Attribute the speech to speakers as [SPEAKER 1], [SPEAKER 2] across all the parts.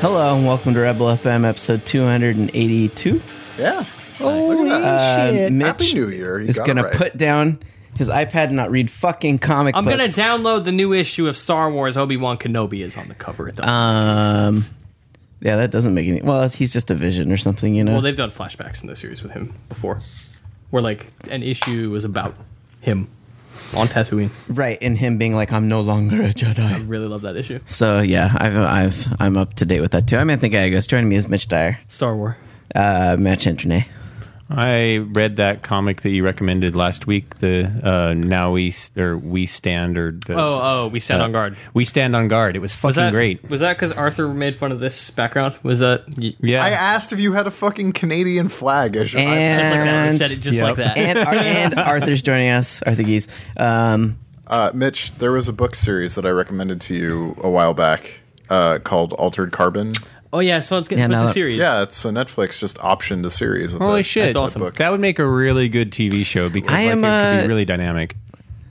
[SPEAKER 1] Hello and welcome to Rebel FM episode 282.
[SPEAKER 2] Yeah.
[SPEAKER 3] Holy
[SPEAKER 2] Look at that.
[SPEAKER 1] Uh,
[SPEAKER 3] shit.
[SPEAKER 1] Mitch
[SPEAKER 2] Happy New Year. You
[SPEAKER 1] is
[SPEAKER 2] got it
[SPEAKER 1] going
[SPEAKER 2] right.
[SPEAKER 1] to put down his iPad and not read fucking comic
[SPEAKER 3] I'm gonna
[SPEAKER 1] books.
[SPEAKER 3] download the new issue of Star Wars. Obi Wan Kenobi is on the cover. It doesn't
[SPEAKER 1] Um,
[SPEAKER 3] make sense.
[SPEAKER 1] yeah, that doesn't make any. Well, he's just a vision or something, you know.
[SPEAKER 3] Well, they've done flashbacks in the series with him before, where like an issue was about him on Tatooine.
[SPEAKER 1] right, and him being like, "I'm no longer a
[SPEAKER 3] I
[SPEAKER 1] Jedi."
[SPEAKER 3] really love that issue.
[SPEAKER 1] So yeah, I've I've I'm up to date with that too. I'm Anthony Gallegos. Joining me is Mitch Dyer,
[SPEAKER 3] Star Wars.
[SPEAKER 1] uh, Matt Chentrene.
[SPEAKER 4] I read that comic that you recommended last week. The uh, now we S- or we stand or the,
[SPEAKER 3] Oh, oh, we stand
[SPEAKER 4] uh,
[SPEAKER 3] on guard.
[SPEAKER 4] We stand on guard. It was fucking
[SPEAKER 3] Was that
[SPEAKER 4] great.
[SPEAKER 3] Was that because Arthur made fun of this background? Was that y-
[SPEAKER 4] Yeah,
[SPEAKER 2] I asked if you had a fucking Canadian flag as your
[SPEAKER 1] And-
[SPEAKER 3] just like that? He said it just
[SPEAKER 4] Yep.
[SPEAKER 3] like that.
[SPEAKER 1] and, Ar- and Arthur's joining us. Arthur Geese. Um,
[SPEAKER 2] uh, Mitch, there was a book series that I recommended to you a while back uh, called Altered Carbon.
[SPEAKER 3] oh yeah, so it's getting
[SPEAKER 1] Yeah,
[SPEAKER 3] put
[SPEAKER 1] now
[SPEAKER 3] to
[SPEAKER 1] that-
[SPEAKER 3] series.
[SPEAKER 2] Yeah, it's so Netflix just optioned a series. Of
[SPEAKER 4] holy
[SPEAKER 2] that.
[SPEAKER 4] shit!
[SPEAKER 3] That's awesome.
[SPEAKER 4] That would make a really good TV show because
[SPEAKER 1] I
[SPEAKER 4] like,
[SPEAKER 1] am,
[SPEAKER 4] it could
[SPEAKER 1] uh,
[SPEAKER 4] be really dynamic.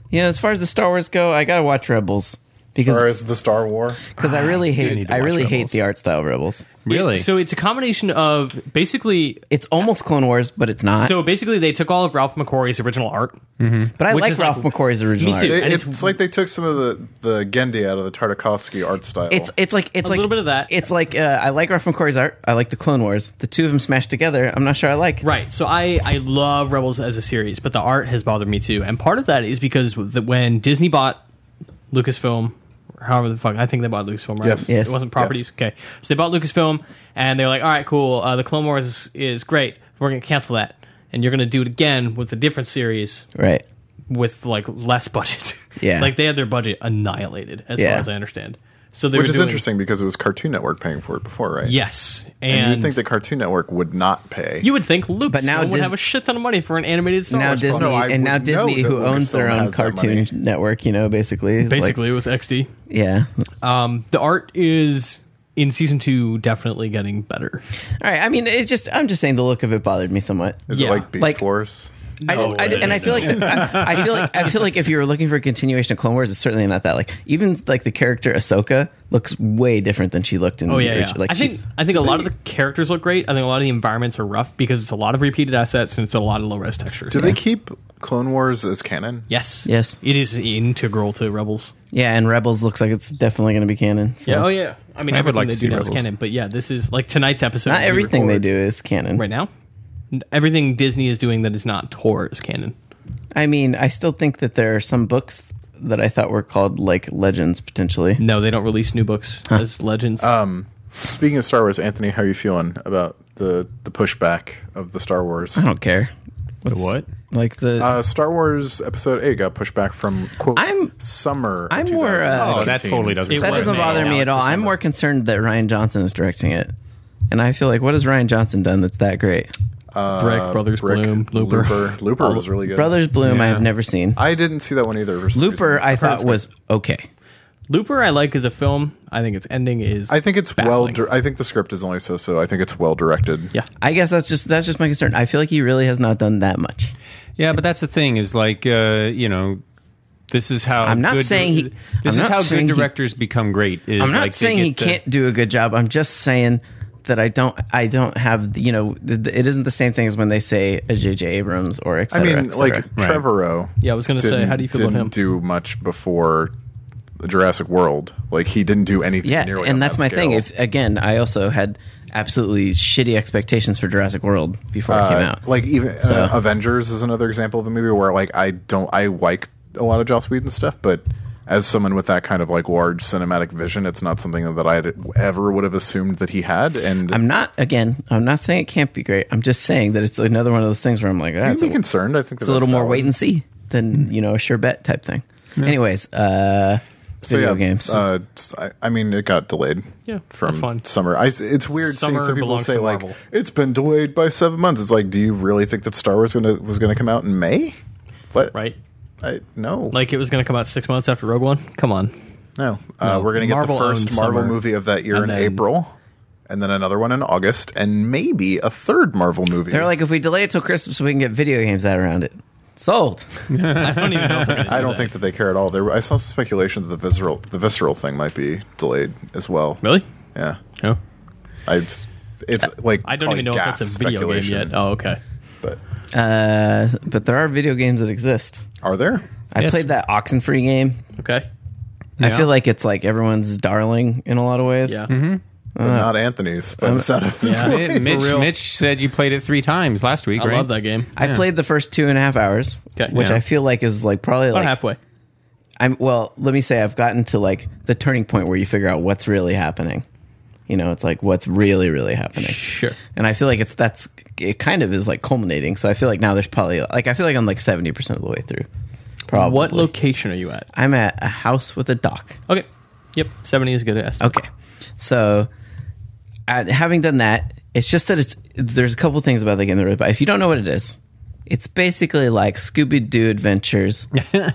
[SPEAKER 1] you know, as far as the Star Wars go, I gotta watch Rebels
[SPEAKER 2] As far
[SPEAKER 1] because
[SPEAKER 2] as the Star War,
[SPEAKER 1] because I really
[SPEAKER 4] need
[SPEAKER 1] hate
[SPEAKER 4] to
[SPEAKER 1] I
[SPEAKER 4] watch
[SPEAKER 1] really hate
[SPEAKER 4] Rebels.
[SPEAKER 1] the art style of Rebels.
[SPEAKER 4] Really?
[SPEAKER 3] So it's a combination of basically
[SPEAKER 1] It's almost Clone Wars, but it's not.
[SPEAKER 3] So basically, they took all of Ralph McQuarrie's original art.
[SPEAKER 1] but I
[SPEAKER 3] which
[SPEAKER 1] like
[SPEAKER 3] is
[SPEAKER 1] Ralph
[SPEAKER 3] like-
[SPEAKER 1] McQuarrie's original.
[SPEAKER 3] Me too.
[SPEAKER 1] art.
[SPEAKER 2] It-
[SPEAKER 3] And
[SPEAKER 2] it's,
[SPEAKER 3] it's-
[SPEAKER 2] like they took some of the the Gendy out of the Tartakovsky art style.
[SPEAKER 1] It's it's like it's
[SPEAKER 3] A
[SPEAKER 1] like
[SPEAKER 3] little bit of that.
[SPEAKER 1] It's like uh, I like Ralph McQuarrie's art. I like the Clone Wars. The two of them smashed together. I'm not sure I like.
[SPEAKER 3] Right. So I, I love Rebels as a series, but the art has bothered me too. And part of that is because the, when Disney bought Lucasfilm, or however the fuck, I think they bought Lucasfilm, right?
[SPEAKER 2] Yes. Yes.
[SPEAKER 3] It wasn't properties. Okay. So they bought Lucasfilm, and they were like, all right, cool. Uh, the Clone Wars is, is great. We're going to cancel that. And you're going to do it again with a different series
[SPEAKER 1] Right.
[SPEAKER 3] with like less budget.
[SPEAKER 1] Yeah.
[SPEAKER 3] like they had their budget annihilated, as
[SPEAKER 1] Yeah.
[SPEAKER 3] far as I understand. So they
[SPEAKER 2] which
[SPEAKER 3] were
[SPEAKER 2] is
[SPEAKER 3] doing-
[SPEAKER 2] interesting because it was Cartoon Network paying for it before, right?
[SPEAKER 3] Yes.
[SPEAKER 2] And
[SPEAKER 3] And,
[SPEAKER 2] you'd think the Cartoon Network would not pay.
[SPEAKER 3] you would think Lucasfilm
[SPEAKER 1] now
[SPEAKER 3] would
[SPEAKER 1] Dis-
[SPEAKER 3] have a shit ton of money for an animated Star
[SPEAKER 1] Now
[SPEAKER 3] Wars
[SPEAKER 1] Disney
[SPEAKER 3] product.
[SPEAKER 2] I
[SPEAKER 1] and now
[SPEAKER 2] would know
[SPEAKER 1] Disney,
[SPEAKER 2] that
[SPEAKER 1] who owns their
[SPEAKER 2] Lucasfilm
[SPEAKER 1] own
[SPEAKER 2] has that money.
[SPEAKER 1] cartoon network, you know, basically, is like-
[SPEAKER 3] basically with XD.
[SPEAKER 1] yeah.
[SPEAKER 3] Um, the art is in season two definitely getting better.
[SPEAKER 1] All right. I mean, it just I'm just saying the look of it bothered me somewhat.
[SPEAKER 2] is
[SPEAKER 3] yeah,
[SPEAKER 2] it like Beast
[SPEAKER 1] like-
[SPEAKER 2] Wars?
[SPEAKER 1] I,
[SPEAKER 3] No
[SPEAKER 1] I- and I feel like I, I feel like I feel like if you were looking for a continuation of Clone Wars, it's certainly not that. Like even like the character Ahsoka looks way different than she looked in.
[SPEAKER 3] Oh
[SPEAKER 1] the
[SPEAKER 3] yeah, yeah.
[SPEAKER 1] original. Like
[SPEAKER 3] I think
[SPEAKER 1] she's-
[SPEAKER 3] I think a lot of the characters look great. I think a lot of the environments are rough because it's a lot of repeated assets and it's a lot of low res textures.
[SPEAKER 2] Do they keep Clone Wars as canon?
[SPEAKER 3] Yes.
[SPEAKER 1] Yes.
[SPEAKER 3] It is integral to Rebels.
[SPEAKER 1] yeah, and Rebels looks like it's definitely going to be canon. so.
[SPEAKER 3] Yeah. Oh yeah. I mean,
[SPEAKER 4] I would
[SPEAKER 3] everything
[SPEAKER 4] like
[SPEAKER 3] they
[SPEAKER 4] to
[SPEAKER 3] do
[SPEAKER 4] see
[SPEAKER 3] now is
[SPEAKER 4] Rebels.
[SPEAKER 3] canon, but yeah, this is like tonight's episode.
[SPEAKER 1] Not
[SPEAKER 3] as we
[SPEAKER 1] everything they
[SPEAKER 3] record
[SPEAKER 1] do is canon.
[SPEAKER 3] right now. n- Everything Disney is doing that is not Tor is canon.
[SPEAKER 1] I mean, I still think that there are some books that I thought were called like legends potentially.
[SPEAKER 3] No, they don't release new books as Legends.
[SPEAKER 2] Um, Speaking of Star Wars, Anthony, how are you feeling about the the pushback of the Star Wars?
[SPEAKER 1] I don't care.
[SPEAKER 4] the what?
[SPEAKER 1] Like the
[SPEAKER 2] Uh, Star Wars Episode Eight got pushed back from quote
[SPEAKER 1] I'm-
[SPEAKER 2] summer.
[SPEAKER 1] I'm more, uh,
[SPEAKER 4] Oh,
[SPEAKER 2] 2017.
[SPEAKER 4] that totally doesn't.
[SPEAKER 3] It
[SPEAKER 1] that
[SPEAKER 4] surprise
[SPEAKER 1] doesn't
[SPEAKER 4] me.
[SPEAKER 3] Right now,
[SPEAKER 1] bother me
[SPEAKER 3] it's
[SPEAKER 1] at all.
[SPEAKER 3] December.
[SPEAKER 1] I'm more concerned that Ryan Johnson is directing it, and I feel like what has Ryan Johnson done that's that great?
[SPEAKER 3] Brick, Brothers
[SPEAKER 2] Uh, Brick,
[SPEAKER 3] Bloom, Looper.
[SPEAKER 2] Looper, Looper was really good.
[SPEAKER 1] Brothers Bloom, I
[SPEAKER 4] Yeah.
[SPEAKER 1] have never seen.
[SPEAKER 3] Uh,
[SPEAKER 2] I didn't see that one either. for some
[SPEAKER 1] Looper,
[SPEAKER 2] reason.
[SPEAKER 1] I thought was okay.
[SPEAKER 3] Looper, I like as a film. I think its ending is.
[SPEAKER 2] I think it's well.
[SPEAKER 3] baffling.
[SPEAKER 2] Di- I think the script is only so so. I think it's well directed.
[SPEAKER 3] Yeah.
[SPEAKER 1] I guess that's just that's just my concern. I feel like he really has not done that much.
[SPEAKER 4] Yeah, but that's the thing is like uh, you know. This is how
[SPEAKER 1] I'm not
[SPEAKER 4] good,
[SPEAKER 1] saying he-
[SPEAKER 4] This
[SPEAKER 1] I'm
[SPEAKER 4] is
[SPEAKER 1] not
[SPEAKER 4] how
[SPEAKER 1] saying
[SPEAKER 4] good
[SPEAKER 1] he-
[SPEAKER 4] directors become great. Is
[SPEAKER 1] I'm not
[SPEAKER 4] like they
[SPEAKER 1] saying he
[SPEAKER 4] get the-
[SPEAKER 1] can't do a good job. I'm just saying that I don't I don't have you know th- th- it isn't the same thing as when they say a JJ Abrams or et
[SPEAKER 2] I
[SPEAKER 1] cetera,
[SPEAKER 2] mean,
[SPEAKER 1] et
[SPEAKER 2] like
[SPEAKER 1] cetera.
[SPEAKER 4] Right.
[SPEAKER 2] Trevorrow.
[SPEAKER 3] Yeah, I was gonna say,
[SPEAKER 2] didn't-
[SPEAKER 3] how do you feel about
[SPEAKER 2] didn't
[SPEAKER 3] him?
[SPEAKER 2] Do much before the Jurassic World. Like he didn't do anything.
[SPEAKER 1] yeah,
[SPEAKER 2] nearly on
[SPEAKER 1] and that's
[SPEAKER 2] that
[SPEAKER 1] my thing.
[SPEAKER 2] scale.
[SPEAKER 1] If again, I also had absolutely shitty expectations for Jurassic World before it came
[SPEAKER 2] Uh,
[SPEAKER 1] out.
[SPEAKER 2] Like even
[SPEAKER 1] So-
[SPEAKER 2] uh, Avengers is another example of a movie where like I don't I like a lot of Joss Whedon stuff, but as someone with that kind of like large cinematic vision, it's not something that I ever would have assumed that he had. And
[SPEAKER 1] I'm not again. I'm not saying it can't be great. I'm just saying that it's another one of those things where I'm like, ah,
[SPEAKER 2] I'd
[SPEAKER 1] it's, a,
[SPEAKER 2] be concerned. I think
[SPEAKER 1] it's a little more wait and see than you know a sure bet type thing. Anyways, uh, video games.
[SPEAKER 2] Uh, s- I, I mean, it got delayed.
[SPEAKER 3] Yeah,
[SPEAKER 2] from
[SPEAKER 3] that's fine.
[SPEAKER 2] summer. I, it's weird seeing
[SPEAKER 3] Summer
[SPEAKER 2] some people
[SPEAKER 3] belongs
[SPEAKER 2] say
[SPEAKER 3] to
[SPEAKER 2] like
[SPEAKER 3] Marvel.
[SPEAKER 2] it's been delayed by seven months. It's like, do you really think that Star Wars gonna, was going to come out in May? What?
[SPEAKER 3] right?
[SPEAKER 2] I, no.
[SPEAKER 3] Like it was going to come out six months after Rogue One. Come on.
[SPEAKER 2] No, uh, we're going to get the
[SPEAKER 3] Marvel
[SPEAKER 2] first
[SPEAKER 3] owns
[SPEAKER 2] Marvel
[SPEAKER 3] summer,
[SPEAKER 2] movie of that year
[SPEAKER 3] and
[SPEAKER 2] in
[SPEAKER 3] then-
[SPEAKER 2] April, and then another one in August, and maybe a third Marvel movie.
[SPEAKER 1] They're like, if we delay it till Christmas, we can get video games out around it. Sold.
[SPEAKER 3] I don't even know. If we're gonna
[SPEAKER 2] I
[SPEAKER 3] do
[SPEAKER 2] don't
[SPEAKER 3] that.
[SPEAKER 2] think that they care at all. There, I saw some speculation that the visceral, the visceral thing might be delayed as well.
[SPEAKER 3] Really?
[SPEAKER 2] Yeah,
[SPEAKER 3] No.
[SPEAKER 2] I just, it's like
[SPEAKER 3] I don't even know if that's a video game yet. Oh, okay.
[SPEAKER 2] But
[SPEAKER 1] Uh, but there are video games that exist.
[SPEAKER 2] are there?
[SPEAKER 1] I
[SPEAKER 3] Yes.
[SPEAKER 1] played that Oxenfree game.
[SPEAKER 3] Okay.
[SPEAKER 1] I
[SPEAKER 4] Yeah.
[SPEAKER 1] feel like it's like everyone's darling in a lot of ways.
[SPEAKER 3] Yeah.
[SPEAKER 2] They're
[SPEAKER 1] Uh,
[SPEAKER 2] not Anthony's. By the sound of his
[SPEAKER 3] yeah.
[SPEAKER 2] voice.
[SPEAKER 4] Mitch,
[SPEAKER 3] real.
[SPEAKER 4] Mitch said you played it three times last week,
[SPEAKER 3] I
[SPEAKER 4] right?
[SPEAKER 3] love that game.
[SPEAKER 1] I played the first two and a half hours,
[SPEAKER 3] Okay.
[SPEAKER 1] which
[SPEAKER 4] Yeah.
[SPEAKER 1] I feel like is like probably
[SPEAKER 3] About
[SPEAKER 1] like
[SPEAKER 3] halfway.
[SPEAKER 1] I'm well, let me say I've gotten to like the turning point where you figure out what's really happening. You know, it's like what's really really happening.
[SPEAKER 3] Sure.
[SPEAKER 1] And I feel like it's that's it kind of is like culminating. So I feel like now there's probably like I feel like I'm like 70% of the way through. Probably.
[SPEAKER 3] What location are you at?
[SPEAKER 1] I'm at a house with a dock.
[SPEAKER 3] Okay. Yep. Seventy is a good estimate.
[SPEAKER 1] Okay. So, uh, having done that, it's just that it's there's a couple things about the game that really. But if you don't know what it is, it's basically like Scooby Doo adventures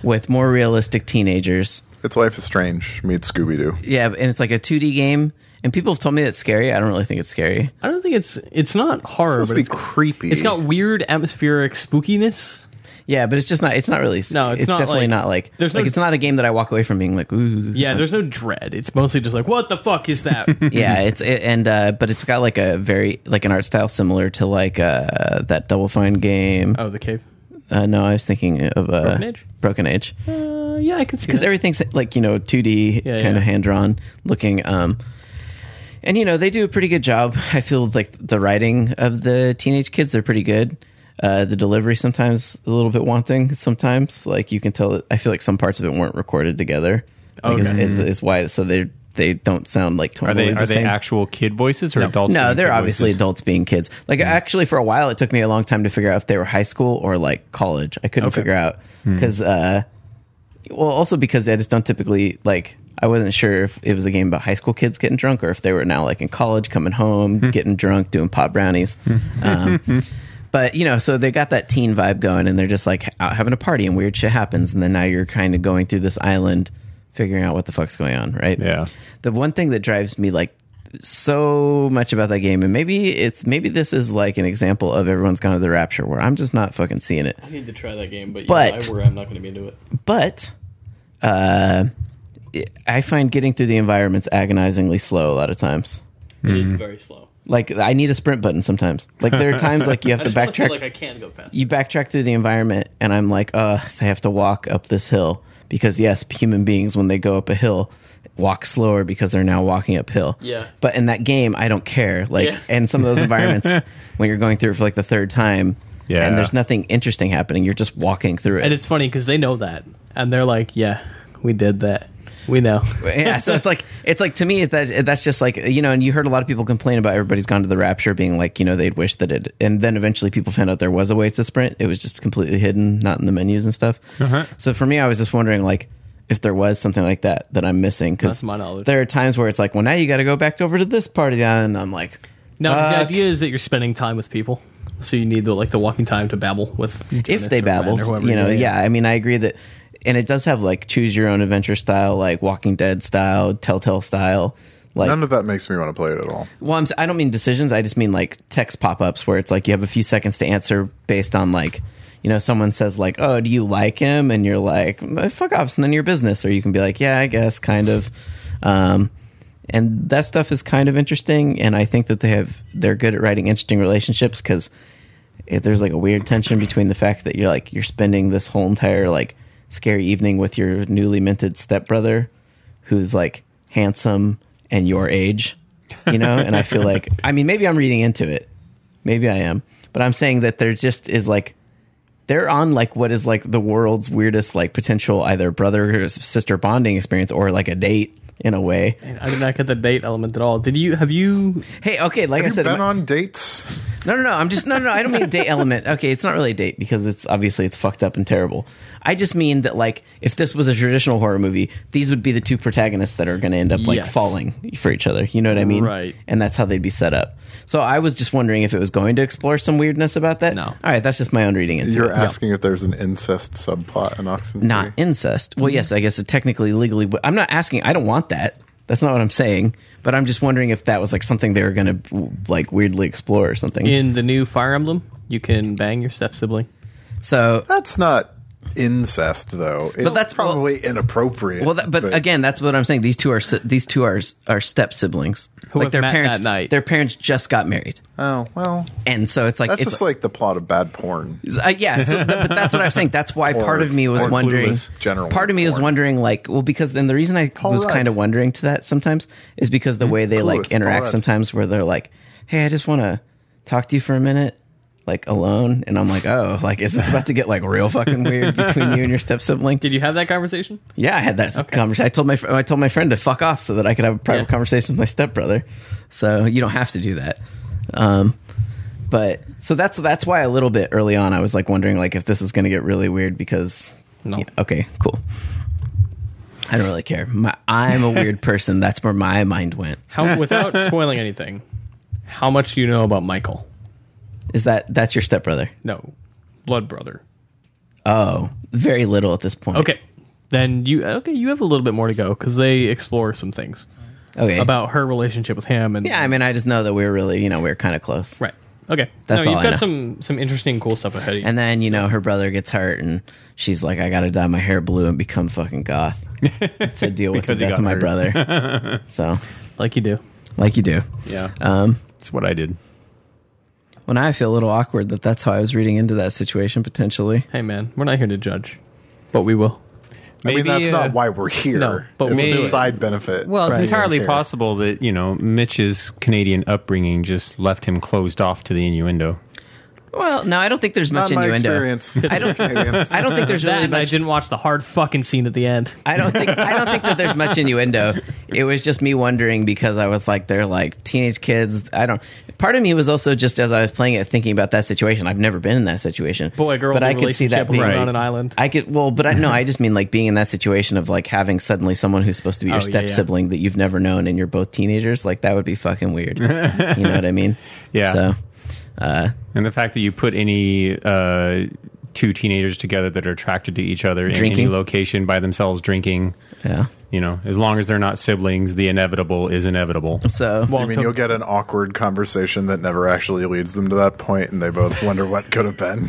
[SPEAKER 1] with more realistic teenagers.
[SPEAKER 2] It's Life is Strange meets Scooby Doo.
[SPEAKER 1] Yeah, and it's like a 2D game. And people have told me it's scary. I don't really think it's scary.
[SPEAKER 3] I don't think it's it's not horror,
[SPEAKER 2] Must
[SPEAKER 3] but
[SPEAKER 2] be
[SPEAKER 3] it's,
[SPEAKER 2] creepy.
[SPEAKER 3] it's got weird atmospheric spookiness.
[SPEAKER 1] Yeah, but it's just not. It's not really.
[SPEAKER 3] No, it's not
[SPEAKER 1] definitely
[SPEAKER 3] like-
[SPEAKER 1] not like.
[SPEAKER 3] there's no-
[SPEAKER 1] like it's not a game that I walk away from being like ooh.
[SPEAKER 3] Yeah, there's no dread. It's mostly just like, what the fuck is that?
[SPEAKER 1] yeah it's it, and uh but it's got like a very like an art style similar to like uh that double fine game
[SPEAKER 3] oh, the cave.
[SPEAKER 1] uh, no i was thinking of uh
[SPEAKER 3] Broken Age?
[SPEAKER 1] broken age
[SPEAKER 3] Uh, yeah, I can see
[SPEAKER 1] because
[SPEAKER 3] that.
[SPEAKER 1] everything's like you know 2d
[SPEAKER 3] Yeah,
[SPEAKER 1] kind
[SPEAKER 3] yeah.
[SPEAKER 1] of hand drawn looking um and you know they do a pretty good job i feel like the writing of the teenage kids they're pretty good uh, the delivery sometimes a little bit wanting sometimes like you can tell i feel like some parts of it weren't recorded together like,
[SPEAKER 3] Okay.
[SPEAKER 1] is, is, is why so they they don't sound like
[SPEAKER 4] Are
[SPEAKER 1] totally
[SPEAKER 4] they
[SPEAKER 1] the
[SPEAKER 4] are they
[SPEAKER 1] same.
[SPEAKER 4] actual kid voices or adults?
[SPEAKER 1] no
[SPEAKER 4] doing
[SPEAKER 1] they're
[SPEAKER 4] kid
[SPEAKER 1] obviously
[SPEAKER 4] voices?
[SPEAKER 1] adults being kids like actually for a while it took me a long time to figure out if they were high school or like college i couldn't
[SPEAKER 3] Okay.
[SPEAKER 1] figure out
[SPEAKER 4] Hmm.
[SPEAKER 1] because uh well also because i just don't typically like i wasn't sure if it was a game about high school kids getting drunk or if they were now like in college coming home
[SPEAKER 4] Hmm.
[SPEAKER 1] getting drunk doing pot brownies um, but you know so they got that teen vibe going and they're just like out having a party and weird shit happens and then now you're kind of going through this island figuring out what the fuck's going on right
[SPEAKER 4] Yeah.
[SPEAKER 1] the one thing that drives me like so much about that game and maybe it's maybe this is like an example of everyone's gone to the rapture where i'm just not fucking seeing it
[SPEAKER 3] I need to try that game, but,
[SPEAKER 1] But- I
[SPEAKER 3] worry I'm not going to be into it.
[SPEAKER 1] but uh it- i find getting through the environments agonizingly slow a lot of times
[SPEAKER 3] It
[SPEAKER 2] Mm-hmm.
[SPEAKER 3] is very slow.
[SPEAKER 1] like i need a sprint button sometimes like there are times like you have to backtrack
[SPEAKER 3] I can go fast.
[SPEAKER 1] you backtrack through the environment and i'm like uh i have to walk up this hill because yes human beings when they go up a hill walk slower because they're now walking uphill
[SPEAKER 3] Yeah.
[SPEAKER 1] but in that game i don't care like
[SPEAKER 3] Yeah.
[SPEAKER 1] and some of those environments when you're going through it for like the third time
[SPEAKER 4] Yeah.
[SPEAKER 1] and there's nothing interesting happening you're just walking through it
[SPEAKER 3] And it's funny because they know that, and they're like, "Yeah, we did that. We know."
[SPEAKER 1] yeah, so it's like it's like to me that that's just like you know, and you heard a lot of people complain about everybody's gone to the rapture being like you know they'd wish that it, and then eventually people found out there was a way to sprint. It was just completely hidden, not in the menus and stuff.
[SPEAKER 3] Uh-huh.
[SPEAKER 1] So for me, I was just wondering like if there was something like that that I'm missing because
[SPEAKER 3] That's my knowledge.
[SPEAKER 1] there are times where it's like, well, now you got to go back over to this part of the island. I'm like,
[SPEAKER 3] No, 'cause the
[SPEAKER 1] Fuck.
[SPEAKER 3] idea is that you're spending time with people, so you need the like the walking time to babble with.
[SPEAKER 1] if
[SPEAKER 3] Jonas
[SPEAKER 1] they
[SPEAKER 3] or Glenn
[SPEAKER 1] babble,
[SPEAKER 3] or whoever
[SPEAKER 1] you know,
[SPEAKER 3] it is.
[SPEAKER 1] yeah. I mean, I agree that, and it does have like choose your own adventure style, like Walking Dead style, Telltale style. Like,
[SPEAKER 2] None of that makes me want to play it at all.
[SPEAKER 1] Well, I'm, s- I don't mean decisions. I just mean like text pop ups where it's like you have a few seconds to answer based on like, you know, someone says like, "Oh, do you like him?" and you're like, "Mm, "Fuck off," it's none of your business. Or you can be like, "Yeah, I guess, kind of." Um, and that stuff is kind of interesting. And I think that they have they're good at writing interesting relationships because it, there's like a weird tension between the fact that you're like you're spending this whole entire like scary evening with your newly minted stepbrother who's like handsome and your age you know and i feel like i mean maybe i'm reading into it maybe i am but i'm saying that there just is like they're on like what is like the world's weirdest like potential either brother or sister bonding experience or like a date in a way
[SPEAKER 3] I did not get the date element at all. Did you? Have you?
[SPEAKER 1] hey okay like
[SPEAKER 2] Have
[SPEAKER 1] i
[SPEAKER 2] you
[SPEAKER 1] said
[SPEAKER 2] been
[SPEAKER 1] my-
[SPEAKER 2] on dates?
[SPEAKER 1] no, no, no. I'm just no, no. no I don't mean date element. Okay, it's not really a date because it's obviously it's fucked up and terrible. I just mean that like if this was a traditional horror movie, these would be the two protagonists that are going to end up like
[SPEAKER 3] Yes.
[SPEAKER 1] falling for each other. You know what I mean?
[SPEAKER 3] Right.
[SPEAKER 1] And that's how they'd be set up. So I was just wondering if it was going to explore some weirdness about that.
[SPEAKER 3] No.
[SPEAKER 1] All right, that's just my own reading into
[SPEAKER 2] You're
[SPEAKER 1] it.
[SPEAKER 2] asking if there's an incest subplot in Oxenfree.
[SPEAKER 1] Not incest. Well, yes, I guess it technically legally. But I'm not asking. I don't want that. That's not what I'm saying. But I'm just wondering if that was like something they were going to like weirdly explore or something.
[SPEAKER 3] in the new Fire Emblem, you can bang your step sibling.
[SPEAKER 1] so
[SPEAKER 2] That's not incest, though. It's
[SPEAKER 1] that's-
[SPEAKER 2] probably inappropriate.
[SPEAKER 1] Well, that, but, again, that's what I'm saying. These two are si- these two are are step siblings.
[SPEAKER 3] Who have
[SPEAKER 1] their
[SPEAKER 3] met
[SPEAKER 1] parents
[SPEAKER 3] that night.
[SPEAKER 1] Their parents just got married,
[SPEAKER 2] oh well,
[SPEAKER 1] and so it's like
[SPEAKER 2] that's
[SPEAKER 1] it's
[SPEAKER 2] just like the plot of bad porn.
[SPEAKER 1] Uh, yeah, so th- but that's what I was saying. That's why
[SPEAKER 2] Or-
[SPEAKER 1] part of me was
[SPEAKER 2] or
[SPEAKER 1] wondering.
[SPEAKER 2] clueless, general
[SPEAKER 1] part of me was
[SPEAKER 2] porn.
[SPEAKER 1] wondering, like, well, because then the reason I was
[SPEAKER 2] Rudd.
[SPEAKER 1] kind of wondering to that sometimes is because the way they
[SPEAKER 2] Hmm, Clueless,
[SPEAKER 1] like
[SPEAKER 2] Paul
[SPEAKER 1] interact
[SPEAKER 2] Rudd.
[SPEAKER 1] sometimes, where they're like, "Hey, I just want to talk to you for a minute." Like alone, and I'm like, oh, like is this about to get like real fucking weird between you and your step sibling?
[SPEAKER 3] Did you have that conversation?
[SPEAKER 1] Yeah, I had that conversation. I told my fr- I told my friend to fuck off so that I could have a private
[SPEAKER 3] Yeah.
[SPEAKER 1] conversation with my stepbrother. So you don't have to do that. Um, but so that's that's why a little bit early on I was like wondering like if this is going to get really weird because
[SPEAKER 3] No.
[SPEAKER 1] Yeah, okay, cool. I don't really care. My, I'm a weird person. That's where my mind went.
[SPEAKER 3] How, without spoiling anything, how much do you know about Michael?
[SPEAKER 1] Is that that's your stepbrother?
[SPEAKER 3] No, blood brother.
[SPEAKER 1] Oh, very little at this point.
[SPEAKER 3] Okay, then you okay. You have a little bit more to go because they explore some things
[SPEAKER 1] okay.
[SPEAKER 3] about her relationship with him and
[SPEAKER 1] Eh. yeah, I mean, I just know that we were really you know we were kind of close.
[SPEAKER 3] right. Okay,
[SPEAKER 1] That's
[SPEAKER 3] no,
[SPEAKER 1] all
[SPEAKER 3] you've
[SPEAKER 1] I
[SPEAKER 3] got
[SPEAKER 1] know.
[SPEAKER 3] some some interesting cool stuff ahead of you.
[SPEAKER 1] And then, you know, her brother gets hurt and she's like, I gotta dye my hair blue and become fucking goth to deal with the
[SPEAKER 4] Because he
[SPEAKER 1] death
[SPEAKER 4] got
[SPEAKER 1] of my
[SPEAKER 4] hurt.
[SPEAKER 1] brother. so,
[SPEAKER 3] like you do.
[SPEAKER 1] like you do.
[SPEAKER 4] Yeah,
[SPEAKER 1] Um,
[SPEAKER 4] that's what I did.
[SPEAKER 1] well, now I feel a little awkward that that's how I was reading into that situation potentially.
[SPEAKER 3] Hey man, we're not here to judge, but we will.
[SPEAKER 2] I mean, that's not why we're here.
[SPEAKER 3] uh, No, but
[SPEAKER 2] it's
[SPEAKER 4] we'll
[SPEAKER 2] a
[SPEAKER 4] do it.
[SPEAKER 2] side benefit.
[SPEAKER 4] Well, it's
[SPEAKER 2] We don't
[SPEAKER 4] entirely
[SPEAKER 2] care.
[SPEAKER 4] possible that you know Mitch's Canadian upbringing just left him closed off to the innuendo.
[SPEAKER 1] Well, no, I don't think there's
[SPEAKER 2] Not
[SPEAKER 1] much
[SPEAKER 2] my
[SPEAKER 1] innuendo.
[SPEAKER 2] experience.
[SPEAKER 1] I don't. I don't think there's
[SPEAKER 3] That
[SPEAKER 1] really
[SPEAKER 3] and I
[SPEAKER 1] much.
[SPEAKER 3] didn't watch the hard fucking scene at the end.
[SPEAKER 1] I don't think. I don't think that there's much innuendo. It was just me wondering because I was like, they're like teenage kids. I don't. Part of me was also just as I was playing it, thinking about that situation. I've never been in that situation.
[SPEAKER 3] Boy, girl,
[SPEAKER 1] but I could see that being
[SPEAKER 4] Right.
[SPEAKER 3] on an island.
[SPEAKER 1] I could well, but I no, I just mean like being in that situation of like having suddenly someone who's supposed to be your
[SPEAKER 3] Oh, yeah,
[SPEAKER 1] step sibling that you've never known and you're both teenagers, like that would be fucking weird. you know what I mean?
[SPEAKER 4] Yeah.
[SPEAKER 1] So uh
[SPEAKER 4] And the fact that you put any uh, two teenagers together that are attracted to each other in
[SPEAKER 1] Drinking.
[SPEAKER 4] any location by themselves drinking,
[SPEAKER 1] yeah.
[SPEAKER 4] you know, as long as they're not siblings, the inevitable is inevitable.
[SPEAKER 1] So
[SPEAKER 2] I mean, you'll get an awkward conversation that never actually leads them to that point, and they both wonder what could have been.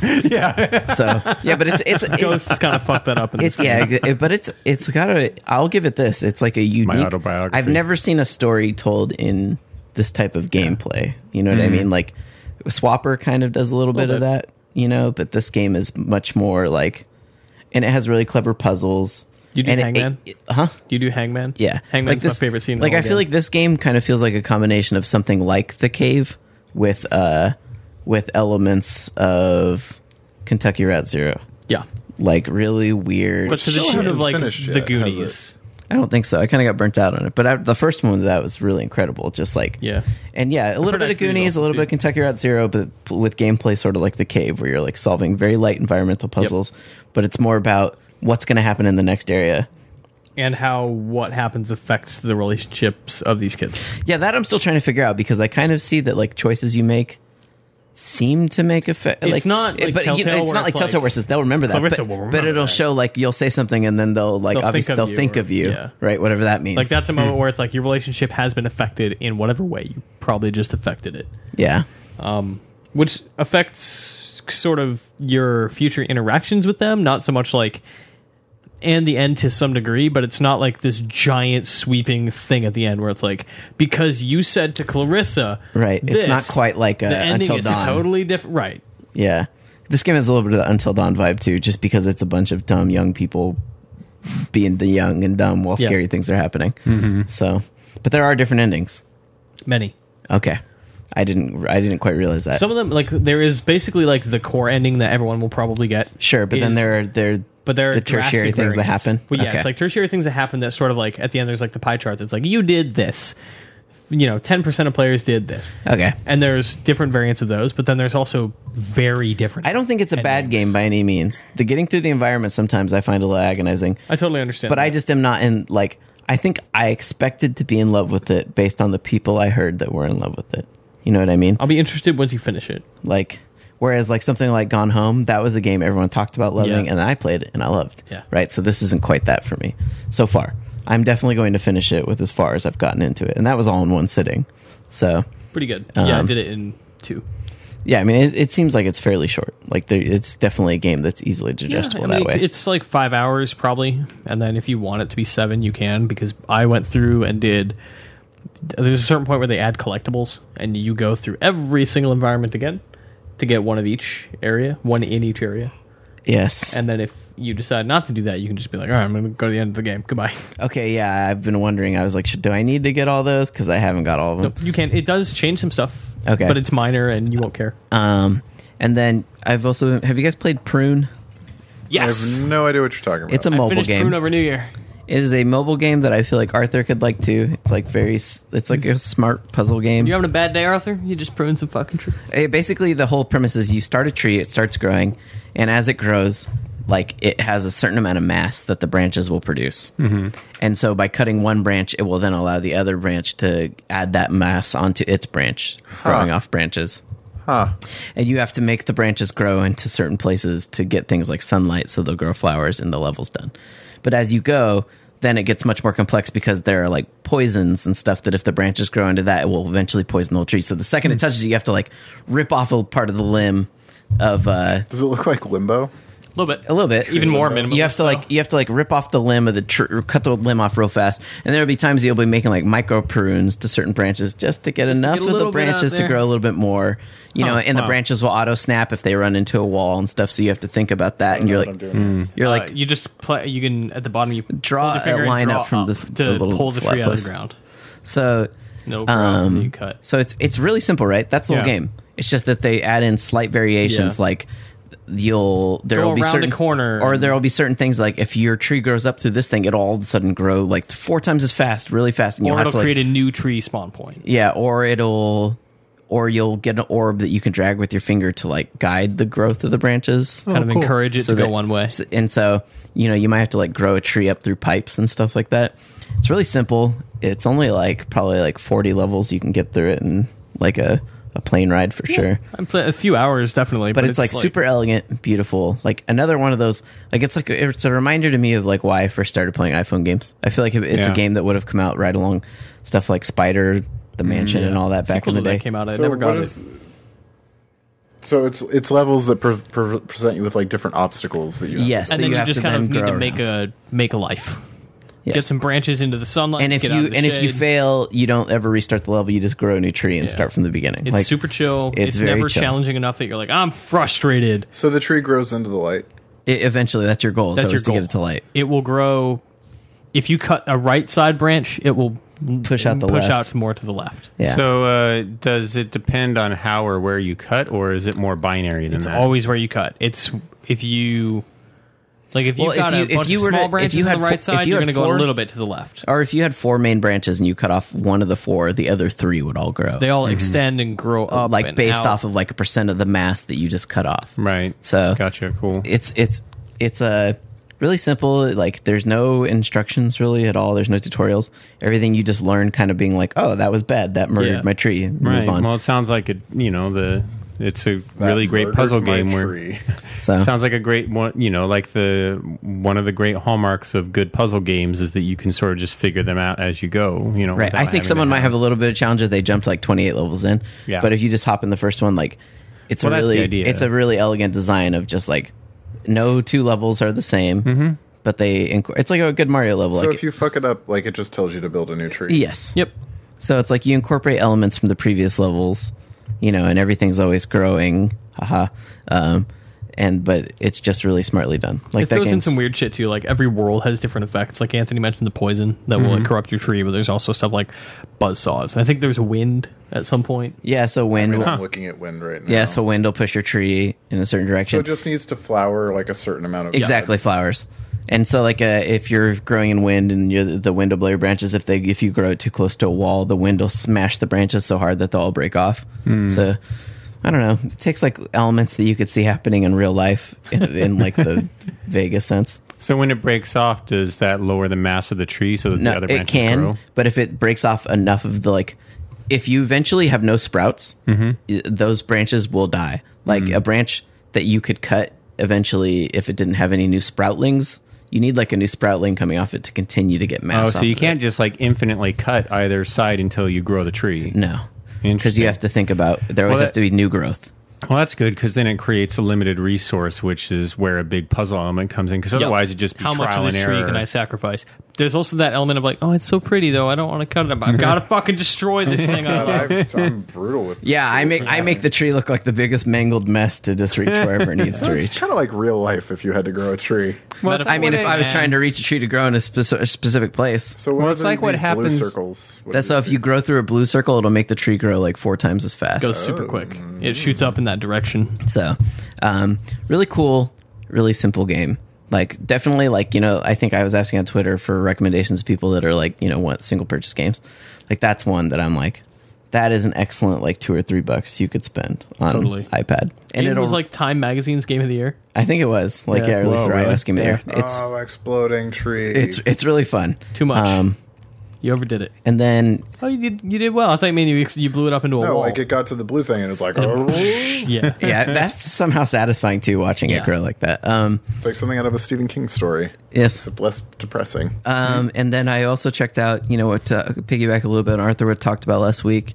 [SPEAKER 1] so yeah, but it's it's
[SPEAKER 3] Ghosts kind of fucked that up. In
[SPEAKER 1] It's
[SPEAKER 3] this
[SPEAKER 1] yeah, exa- it- but it's it's got a. I'll give it this. It's like a unique.
[SPEAKER 4] autobiography.
[SPEAKER 1] I've never seen a story told in this type of gameplay. You know what
[SPEAKER 3] Mm-hmm.
[SPEAKER 1] I mean? Like Swapper kind of does a little, bit, of that. You know, but this game is much more like, and it has really clever puzzles.
[SPEAKER 3] You do
[SPEAKER 1] and it-
[SPEAKER 3] Hangman?
[SPEAKER 1] it- huh?
[SPEAKER 3] Do you do Hangman?
[SPEAKER 1] Yeah,
[SPEAKER 3] Hangman's my favorite scene. in the
[SPEAKER 1] Like
[SPEAKER 3] whole
[SPEAKER 1] I feel
[SPEAKER 3] game.
[SPEAKER 1] like this game kind of feels like a combination of something like The Cave with uh with elements of Kentucky Route Zero.
[SPEAKER 3] yeah,
[SPEAKER 1] Like really weird.
[SPEAKER 3] but to the
[SPEAKER 2] Still
[SPEAKER 3] tune of
[SPEAKER 2] hasn't
[SPEAKER 3] like
[SPEAKER 2] finished
[SPEAKER 3] the
[SPEAKER 2] yet, has
[SPEAKER 3] Goonies.
[SPEAKER 1] I don't think so. I kind of got burnt out on it, but I, the first one that was really incredible. Just like
[SPEAKER 3] Yeah.
[SPEAKER 1] and yeah, a little
[SPEAKER 3] heard
[SPEAKER 1] bit
[SPEAKER 3] that
[SPEAKER 1] of
[SPEAKER 3] too is
[SPEAKER 1] Goonies, a
[SPEAKER 3] awesome
[SPEAKER 1] little bit
[SPEAKER 3] too.
[SPEAKER 1] of Kentucky Route Zero, but with gameplay sort of like the cave, where you're like solving very light environmental puzzles, but it's more about what's going to happen in the next area.
[SPEAKER 3] and how what happens affects the relationships of these kids.
[SPEAKER 1] Yeah, that I'm still trying to figure out because I kind of see that like choices you make seem to make effect.
[SPEAKER 3] It's
[SPEAKER 1] like,
[SPEAKER 3] not like
[SPEAKER 1] but you know,
[SPEAKER 3] Telltale
[SPEAKER 1] it's
[SPEAKER 3] where
[SPEAKER 1] not like
[SPEAKER 3] it's
[SPEAKER 1] Telltale
[SPEAKER 3] like-
[SPEAKER 1] versus they'll remember that,
[SPEAKER 3] Clarissa
[SPEAKER 1] but,
[SPEAKER 3] will
[SPEAKER 1] but
[SPEAKER 3] remember
[SPEAKER 1] it'll
[SPEAKER 3] that.
[SPEAKER 1] show like you'll say something and then they'll like
[SPEAKER 3] They'll think
[SPEAKER 1] obviously
[SPEAKER 3] of
[SPEAKER 1] they'll
[SPEAKER 3] you
[SPEAKER 1] think
[SPEAKER 3] or-
[SPEAKER 1] of you,
[SPEAKER 3] yeah.
[SPEAKER 1] right? Whatever that means.
[SPEAKER 3] Like that's a moment where it's like your relationship has been affected in whatever way. You probably just affected it,
[SPEAKER 1] yeah.
[SPEAKER 3] which affects sort of your future interactions with them. Not so much like and the end to some degree, but it's not like this giant sweeping thing at the end where it's like because you said to Clarissa,
[SPEAKER 1] Right. it's not
[SPEAKER 3] this,
[SPEAKER 1] quite like a
[SPEAKER 3] the ending
[SPEAKER 1] Until
[SPEAKER 3] is
[SPEAKER 1] Dawn.
[SPEAKER 3] totally different. Right.
[SPEAKER 1] yeah. This game has a little bit of the Until Dawn vibe too, just because it's a bunch of dumb young people being the young and dumb while
[SPEAKER 3] Yeah. Mm-hmm.
[SPEAKER 1] scary things are happening. So, but there are different endings.
[SPEAKER 3] Many.
[SPEAKER 1] Okay. I didn't I didn't quite realize that.
[SPEAKER 3] Some of them like there is basically like the core ending that everyone will probably get.
[SPEAKER 1] sure, but then
[SPEAKER 3] is-
[SPEAKER 1] there are there
[SPEAKER 3] but there are
[SPEAKER 1] the tertiary
[SPEAKER 3] drastic
[SPEAKER 1] things that
[SPEAKER 3] variants.
[SPEAKER 1] happen.
[SPEAKER 3] Well, yeah,
[SPEAKER 1] Okay.
[SPEAKER 3] it's like tertiary things that happen that sort of like at the end there's like the pie chart that's like you did this. You know, 10% of players did this.
[SPEAKER 1] Okay.
[SPEAKER 3] And there's different variants of those, but then there's also very different.
[SPEAKER 1] I don't think it's a bad
[SPEAKER 3] endings.
[SPEAKER 1] game by any means. The getting through the environment sometimes I find a little agonizing.
[SPEAKER 3] I totally understand.
[SPEAKER 1] but I
[SPEAKER 3] that.
[SPEAKER 1] just am not in like I think I expected to be in love with it based on the people I heard that were in love with it. You know what I mean?
[SPEAKER 3] I'll be interested once you finish it.
[SPEAKER 1] Like whereas like something like Gone Home, that was a game everyone talked about loving
[SPEAKER 3] Yeah.
[SPEAKER 1] and I played it and I loved.
[SPEAKER 3] Yeah.
[SPEAKER 1] Right? So this isn't quite that for me so far. I'm definitely going to finish it with as far as I've gotten into it. And that was all in one sitting. So
[SPEAKER 3] Pretty good. yeah, I
[SPEAKER 1] Um,
[SPEAKER 3] did it in two.
[SPEAKER 1] yeah, I mean, it, it seems like it's fairly short. Like there, it's definitely a game that's easily digestible
[SPEAKER 3] I mean,
[SPEAKER 1] that way.
[SPEAKER 3] It's like five hours probably, and then if you want it to be seven, you can because I went through and did. There's a certain point where they add collectibles, and you go through every single environment again to get one of each area, one in each area,
[SPEAKER 1] yes.
[SPEAKER 3] and then if you decide not to do that, you can just be like, all right, I'm going to go to the end of the game. Goodbye.
[SPEAKER 1] okay, yeah, I've been wondering. I was like, should, do I need to get all those? Because I haven't got all of them.
[SPEAKER 3] you can. It does change some stuff,
[SPEAKER 1] Okay.
[SPEAKER 3] but it's minor, and you won't care.
[SPEAKER 1] Um, and then I've also have you guys played Prune?
[SPEAKER 2] I have no idea what you're talking about.
[SPEAKER 1] It's a mobile
[SPEAKER 3] Finished Prune
[SPEAKER 1] game.
[SPEAKER 3] over New Year.
[SPEAKER 1] It is a mobile game that I feel like Arthur could like too. It's like very, s- it's like a smart puzzle game.
[SPEAKER 3] You having a bad day, Arthur? You just pruned some fucking tree.
[SPEAKER 1] It- basically, the whole premise is you start a tree, it starts growing, and as it grows, like it has a certain amount of mass that the branches will produce. Mm-hmm. And so, by cutting one branch, it will then allow the other branch to add that mass onto its branch, growing off branches.
[SPEAKER 2] huh.
[SPEAKER 1] And you have to make the branches grow into certain places to get things like sunlight so they'll grow flowers and the level's done. But as you go, then it gets much more complex because there are like poisons and stuff that if the branches grow into that, it will eventually poison the whole tree. So the second it touches you, you have to like rip off a part of the limb of uh,
[SPEAKER 2] Does it look like Limbo?
[SPEAKER 3] A little bit.
[SPEAKER 1] a little bit.
[SPEAKER 3] Even more minimalist
[SPEAKER 1] You have to
[SPEAKER 3] style.
[SPEAKER 1] like you have to like rip off the limb of the tr- or cut the limb off real fast, and there will be times you'll be making like micro prunes to certain branches just to get enough
[SPEAKER 3] get a
[SPEAKER 1] of the
[SPEAKER 3] little bit out
[SPEAKER 1] branches to
[SPEAKER 3] there.
[SPEAKER 1] grow a little bit more. You know,
[SPEAKER 3] Huh,
[SPEAKER 1] and the
[SPEAKER 3] wow.
[SPEAKER 1] branches will auto snap if they run into a wall and stuff. So you have to think about that, and you're like you're
[SPEAKER 3] Uh,
[SPEAKER 1] like
[SPEAKER 3] you just play. You can at the bottom you
[SPEAKER 1] Draw
[SPEAKER 3] hold your finger
[SPEAKER 1] a
[SPEAKER 3] and
[SPEAKER 1] line
[SPEAKER 3] draw
[SPEAKER 1] up from this-
[SPEAKER 3] to
[SPEAKER 1] the little
[SPEAKER 3] pull the
[SPEAKER 1] flat
[SPEAKER 3] tree out of
[SPEAKER 1] place.
[SPEAKER 3] the ground.
[SPEAKER 1] so.
[SPEAKER 3] No,
[SPEAKER 1] Um,
[SPEAKER 3] problem. you cut.
[SPEAKER 1] So it's it's really simple, right? That's the whole
[SPEAKER 4] Yeah.
[SPEAKER 1] game. It's just that they add in slight variations,
[SPEAKER 3] Yeah.
[SPEAKER 1] like you'll there
[SPEAKER 3] Go
[SPEAKER 1] will be
[SPEAKER 3] around the
[SPEAKER 1] certain
[SPEAKER 3] corner
[SPEAKER 1] or
[SPEAKER 3] and-
[SPEAKER 1] there will be certain things like if your tree grows up through this thing, it'll all of a sudden grow like four times as fast, really fast, and you'll
[SPEAKER 3] Or
[SPEAKER 1] have
[SPEAKER 3] it'll
[SPEAKER 1] to like,
[SPEAKER 3] create a new tree spawn point.
[SPEAKER 1] Yeah, or it'll or you'll get an orb that you can drag with your finger to like guide the growth of the branches.
[SPEAKER 3] Kind of encourage it
[SPEAKER 1] Oh, So
[SPEAKER 3] to go
[SPEAKER 1] that-
[SPEAKER 3] one way.
[SPEAKER 1] S- And so, you know, you might have to like grow a tree up through pipes and stuff like that. It's really simple. It's only like probably like 40 levels you can get through it in like a, a plane ride for sure.
[SPEAKER 3] I'm play- a few hours definitely,
[SPEAKER 1] But, it's, like, super elegant, beautiful. Like another one of those like it's like a, it's a reminder to me of like why I first started playing iPhone games. I feel like if it's
[SPEAKER 4] Yeah.
[SPEAKER 1] a game that would have come out right along stuff like Spider, The Mansion and all that back in
[SPEAKER 3] Mm, Sequel
[SPEAKER 1] the
[SPEAKER 3] to that
[SPEAKER 1] day.
[SPEAKER 3] came out. I never got
[SPEAKER 2] what
[SPEAKER 3] it.
[SPEAKER 2] is- So it's it's levels that pre- pre- present you with like different obstacles that you. have.
[SPEAKER 1] Yes,
[SPEAKER 3] and
[SPEAKER 1] that
[SPEAKER 3] then you,
[SPEAKER 1] have
[SPEAKER 3] just
[SPEAKER 1] to
[SPEAKER 3] kind of
[SPEAKER 1] then
[SPEAKER 3] need to
[SPEAKER 1] grow
[SPEAKER 3] make
[SPEAKER 1] around.
[SPEAKER 3] a make a life.
[SPEAKER 1] Yeah.
[SPEAKER 3] Get some branches into the sunlight.
[SPEAKER 1] and if
[SPEAKER 3] get out
[SPEAKER 1] you
[SPEAKER 3] of the
[SPEAKER 1] and if you
[SPEAKER 3] shade.
[SPEAKER 1] fail, you don't ever restart the level. You just grow a new tree and
[SPEAKER 3] Yeah.
[SPEAKER 1] start from the beginning.
[SPEAKER 3] it's
[SPEAKER 1] like,
[SPEAKER 3] super chill.
[SPEAKER 1] it's
[SPEAKER 3] It's,
[SPEAKER 1] very
[SPEAKER 3] never
[SPEAKER 1] chill.
[SPEAKER 3] challenging enough that you're like, I'm frustrated.
[SPEAKER 2] So the tree grows into the light.
[SPEAKER 1] it, e-, eventually, that's your goal. That's
[SPEAKER 3] That's your
[SPEAKER 1] to get
[SPEAKER 3] goal.
[SPEAKER 1] it to light.
[SPEAKER 3] It will grow. If you cut a right side branch, it will
[SPEAKER 1] Push out the
[SPEAKER 3] push
[SPEAKER 1] left.
[SPEAKER 3] out more to the left.
[SPEAKER 1] Yeah.
[SPEAKER 4] So uh, does it depend on how or where you cut, or is it more binary than
[SPEAKER 3] It's
[SPEAKER 4] that?
[SPEAKER 3] always where you cut. It's if you like if you
[SPEAKER 1] Well, if
[SPEAKER 3] got
[SPEAKER 1] you-
[SPEAKER 3] a
[SPEAKER 1] if
[SPEAKER 3] bunch
[SPEAKER 1] you
[SPEAKER 3] of
[SPEAKER 1] were to-
[SPEAKER 3] small
[SPEAKER 1] if
[SPEAKER 3] branches
[SPEAKER 1] you had
[SPEAKER 3] on
[SPEAKER 1] fo-
[SPEAKER 3] the
[SPEAKER 1] if
[SPEAKER 3] right side,
[SPEAKER 1] you
[SPEAKER 3] you're
[SPEAKER 1] had
[SPEAKER 3] going to go
[SPEAKER 1] four-
[SPEAKER 3] a little bit to the left.
[SPEAKER 1] or if you had four main branches and you cut off one of the four, the other three would all grow.
[SPEAKER 3] They all extend and grow up,
[SPEAKER 1] like
[SPEAKER 3] and
[SPEAKER 1] based
[SPEAKER 3] out. Hmm.
[SPEAKER 1] off of like a percent of the mass that you just cut off.
[SPEAKER 4] right.
[SPEAKER 1] So
[SPEAKER 4] gotcha. Cool.
[SPEAKER 1] it's it's it's a really simple like there's no instructions really at all there's no tutorials everything you just learn kind of being like oh that was bad that murdered
[SPEAKER 3] Yeah.
[SPEAKER 1] my tree move
[SPEAKER 4] right.
[SPEAKER 1] on
[SPEAKER 4] Well, it sounds like it. You know the. It's a
[SPEAKER 2] That
[SPEAKER 4] really great
[SPEAKER 2] murdered
[SPEAKER 4] puzzle
[SPEAKER 2] my
[SPEAKER 4] game where
[SPEAKER 2] tree.
[SPEAKER 1] so
[SPEAKER 4] Sounds like a great one, you know, like the one of the great hallmarks of good puzzle games is that you can sort of just figure them out as you go, you know.
[SPEAKER 1] Right. I think someone might have a little bit of challenge if they jumped like 28 levels in.
[SPEAKER 4] Yeah.
[SPEAKER 1] But if you just hop in the first one, like it's
[SPEAKER 4] Well,
[SPEAKER 1] a
[SPEAKER 4] that's the
[SPEAKER 1] really
[SPEAKER 4] idea.
[SPEAKER 1] it's a really elegant design of just like no two levels are the same, but they inc- it's like a good Mario level.
[SPEAKER 2] So
[SPEAKER 1] like,
[SPEAKER 2] if you fuck it up, like it just tells you to build a new tree.
[SPEAKER 1] yes.
[SPEAKER 3] Yep.
[SPEAKER 1] So it's like you incorporate elements from the previous levels, you know, and everything's always growing. Haha. Um, and but it's just really smartly done. Like
[SPEAKER 3] It
[SPEAKER 1] that
[SPEAKER 3] throws in
[SPEAKER 1] game's-
[SPEAKER 3] some weird shit too. Like every world has different effects. Like Anthony mentioned, the poison that will like, corrupt your tree, but there's also stuff like buzz saws. And I think there's wind at some point.
[SPEAKER 1] Yeah. So wind.
[SPEAKER 2] I mean,
[SPEAKER 1] will-
[SPEAKER 2] I'm looking at wind right now.
[SPEAKER 1] Yeah. So wind will push your tree in a certain direction.
[SPEAKER 2] So it just needs to flower like a certain amount of
[SPEAKER 1] exactly flowers and so like uh, if you're growing in wind and you're the wind will blow your branches if they if you grow it too close to a wall the wind will smash the branches so hard that they'll all break off so i don't know it takes like elements that you could see happening in real life in, in like the vegas sense
[SPEAKER 4] So when it breaks off, does that lower the mass of the tree so that
[SPEAKER 1] no
[SPEAKER 4] the other
[SPEAKER 1] it
[SPEAKER 4] branches
[SPEAKER 1] can
[SPEAKER 4] grow?
[SPEAKER 1] but if it breaks off enough of the like if you eventually have no sprouts
[SPEAKER 4] Mm-hmm.
[SPEAKER 1] y- those branches will die like a branch that you could cut eventually if it didn't have any new sproutlings you need like a new sproutling coming off it to continue to get
[SPEAKER 4] Oh,
[SPEAKER 1] mass
[SPEAKER 4] so
[SPEAKER 1] off
[SPEAKER 4] you
[SPEAKER 1] of
[SPEAKER 4] can't
[SPEAKER 1] it.
[SPEAKER 4] just like infinitely cut either side until you grow the tree.
[SPEAKER 1] no because
[SPEAKER 4] Interesting.
[SPEAKER 1] you have to think about there always
[SPEAKER 4] Well,
[SPEAKER 1] has to be new growth
[SPEAKER 4] Well, that's good because then it creates a limited resource, which is where a big puzzle element comes in. Because
[SPEAKER 3] Yep.
[SPEAKER 4] otherwise, it just be
[SPEAKER 3] how
[SPEAKER 4] trial
[SPEAKER 3] much of this
[SPEAKER 4] and
[SPEAKER 3] tree
[SPEAKER 4] error.
[SPEAKER 3] can I sacrifice? There's also that element of like, oh, it's so pretty though. I don't want to cut it. up. I've got to fucking destroy this thing. I love.
[SPEAKER 2] I've, I'm brutal with.
[SPEAKER 1] Yeah, I make I make the tree look like the biggest mangled mess to just reach wherever it needs to
[SPEAKER 2] It's
[SPEAKER 1] reach.
[SPEAKER 2] kind of like real life if you had to grow a tree.
[SPEAKER 1] I mean, if I was trying to reach a tree to grow in a speci- specific place,
[SPEAKER 2] So what
[SPEAKER 4] Well,
[SPEAKER 2] are
[SPEAKER 4] it's
[SPEAKER 2] the-
[SPEAKER 4] like what
[SPEAKER 2] these
[SPEAKER 4] happens-
[SPEAKER 2] Blue circles. What
[SPEAKER 1] that's
[SPEAKER 2] are
[SPEAKER 1] so if
[SPEAKER 2] these
[SPEAKER 1] you grow through a blue circle, it'll make the tree grow like four times as fast.
[SPEAKER 3] goes super quick.
[SPEAKER 4] Oh.
[SPEAKER 3] It shoots up in that direction.
[SPEAKER 1] So, um, really cool, really simple game. Like, definitely, like, you know, I think I was asking on Twitter for recommendations of people that are like, you know, want single purchase games. Like, that's one that I'm like, that is an excellent, like, two or three bucks you could spend on
[SPEAKER 3] Totally.
[SPEAKER 1] iPad. And
[SPEAKER 3] And it
[SPEAKER 1] it'll,
[SPEAKER 3] was
[SPEAKER 1] like,
[SPEAKER 3] like Time Magazine's Game of the Year.
[SPEAKER 1] I think it was, like,
[SPEAKER 3] Yeah.
[SPEAKER 1] yeah, or at least
[SPEAKER 4] Whoa,
[SPEAKER 1] the
[SPEAKER 4] really?
[SPEAKER 1] iOS game of the year. It's,
[SPEAKER 2] Oh, exploding tree.
[SPEAKER 1] it's, it's really fun. Um,
[SPEAKER 3] Too much. You overdid it.
[SPEAKER 1] and then,
[SPEAKER 3] Oh, you did. You did well. I thought maybe you, you blew it up into a
[SPEAKER 2] no,
[SPEAKER 3] wall.
[SPEAKER 2] Oh, like it got to the blue thing and it's like, oh, it's
[SPEAKER 3] yeah.
[SPEAKER 1] yeah, that's somehow satisfying too, watching
[SPEAKER 3] Yeah.
[SPEAKER 1] it grow like that. Um,
[SPEAKER 2] like something out of a Stephen King story.
[SPEAKER 1] yes.
[SPEAKER 2] It's less depressing.
[SPEAKER 4] Uh,
[SPEAKER 1] Um, and then I also checked out, you know, what uh, piggyback a little bit on Arthur what talked about last week,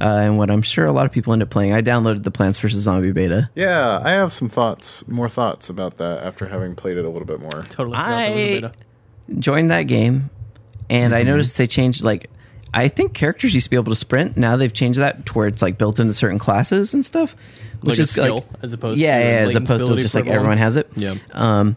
[SPEAKER 1] uh, and what I'm sure a lot of people end up playing. I downloaded the Plants vs Zombie beta.
[SPEAKER 2] yeah, I have some thoughts, more thoughts about that after having played it a little bit more.
[SPEAKER 3] Totally. forgot there
[SPEAKER 1] I
[SPEAKER 3] was a bit of-
[SPEAKER 1] joined that game, and
[SPEAKER 3] Mm-hmm.
[SPEAKER 1] I noticed they changed like. I think characters used to be able to sprint. Now they've changed that to where it's like built into certain classes and stuff, which
[SPEAKER 3] a
[SPEAKER 1] is
[SPEAKER 3] skill
[SPEAKER 1] like,
[SPEAKER 3] as opposed
[SPEAKER 1] yeah,
[SPEAKER 3] to a
[SPEAKER 1] yeah, as
[SPEAKER 3] latent
[SPEAKER 1] opposed to
[SPEAKER 3] ability
[SPEAKER 1] just
[SPEAKER 3] for
[SPEAKER 1] like everyone
[SPEAKER 3] everyone.
[SPEAKER 1] has it.
[SPEAKER 3] Yeah.
[SPEAKER 1] Um,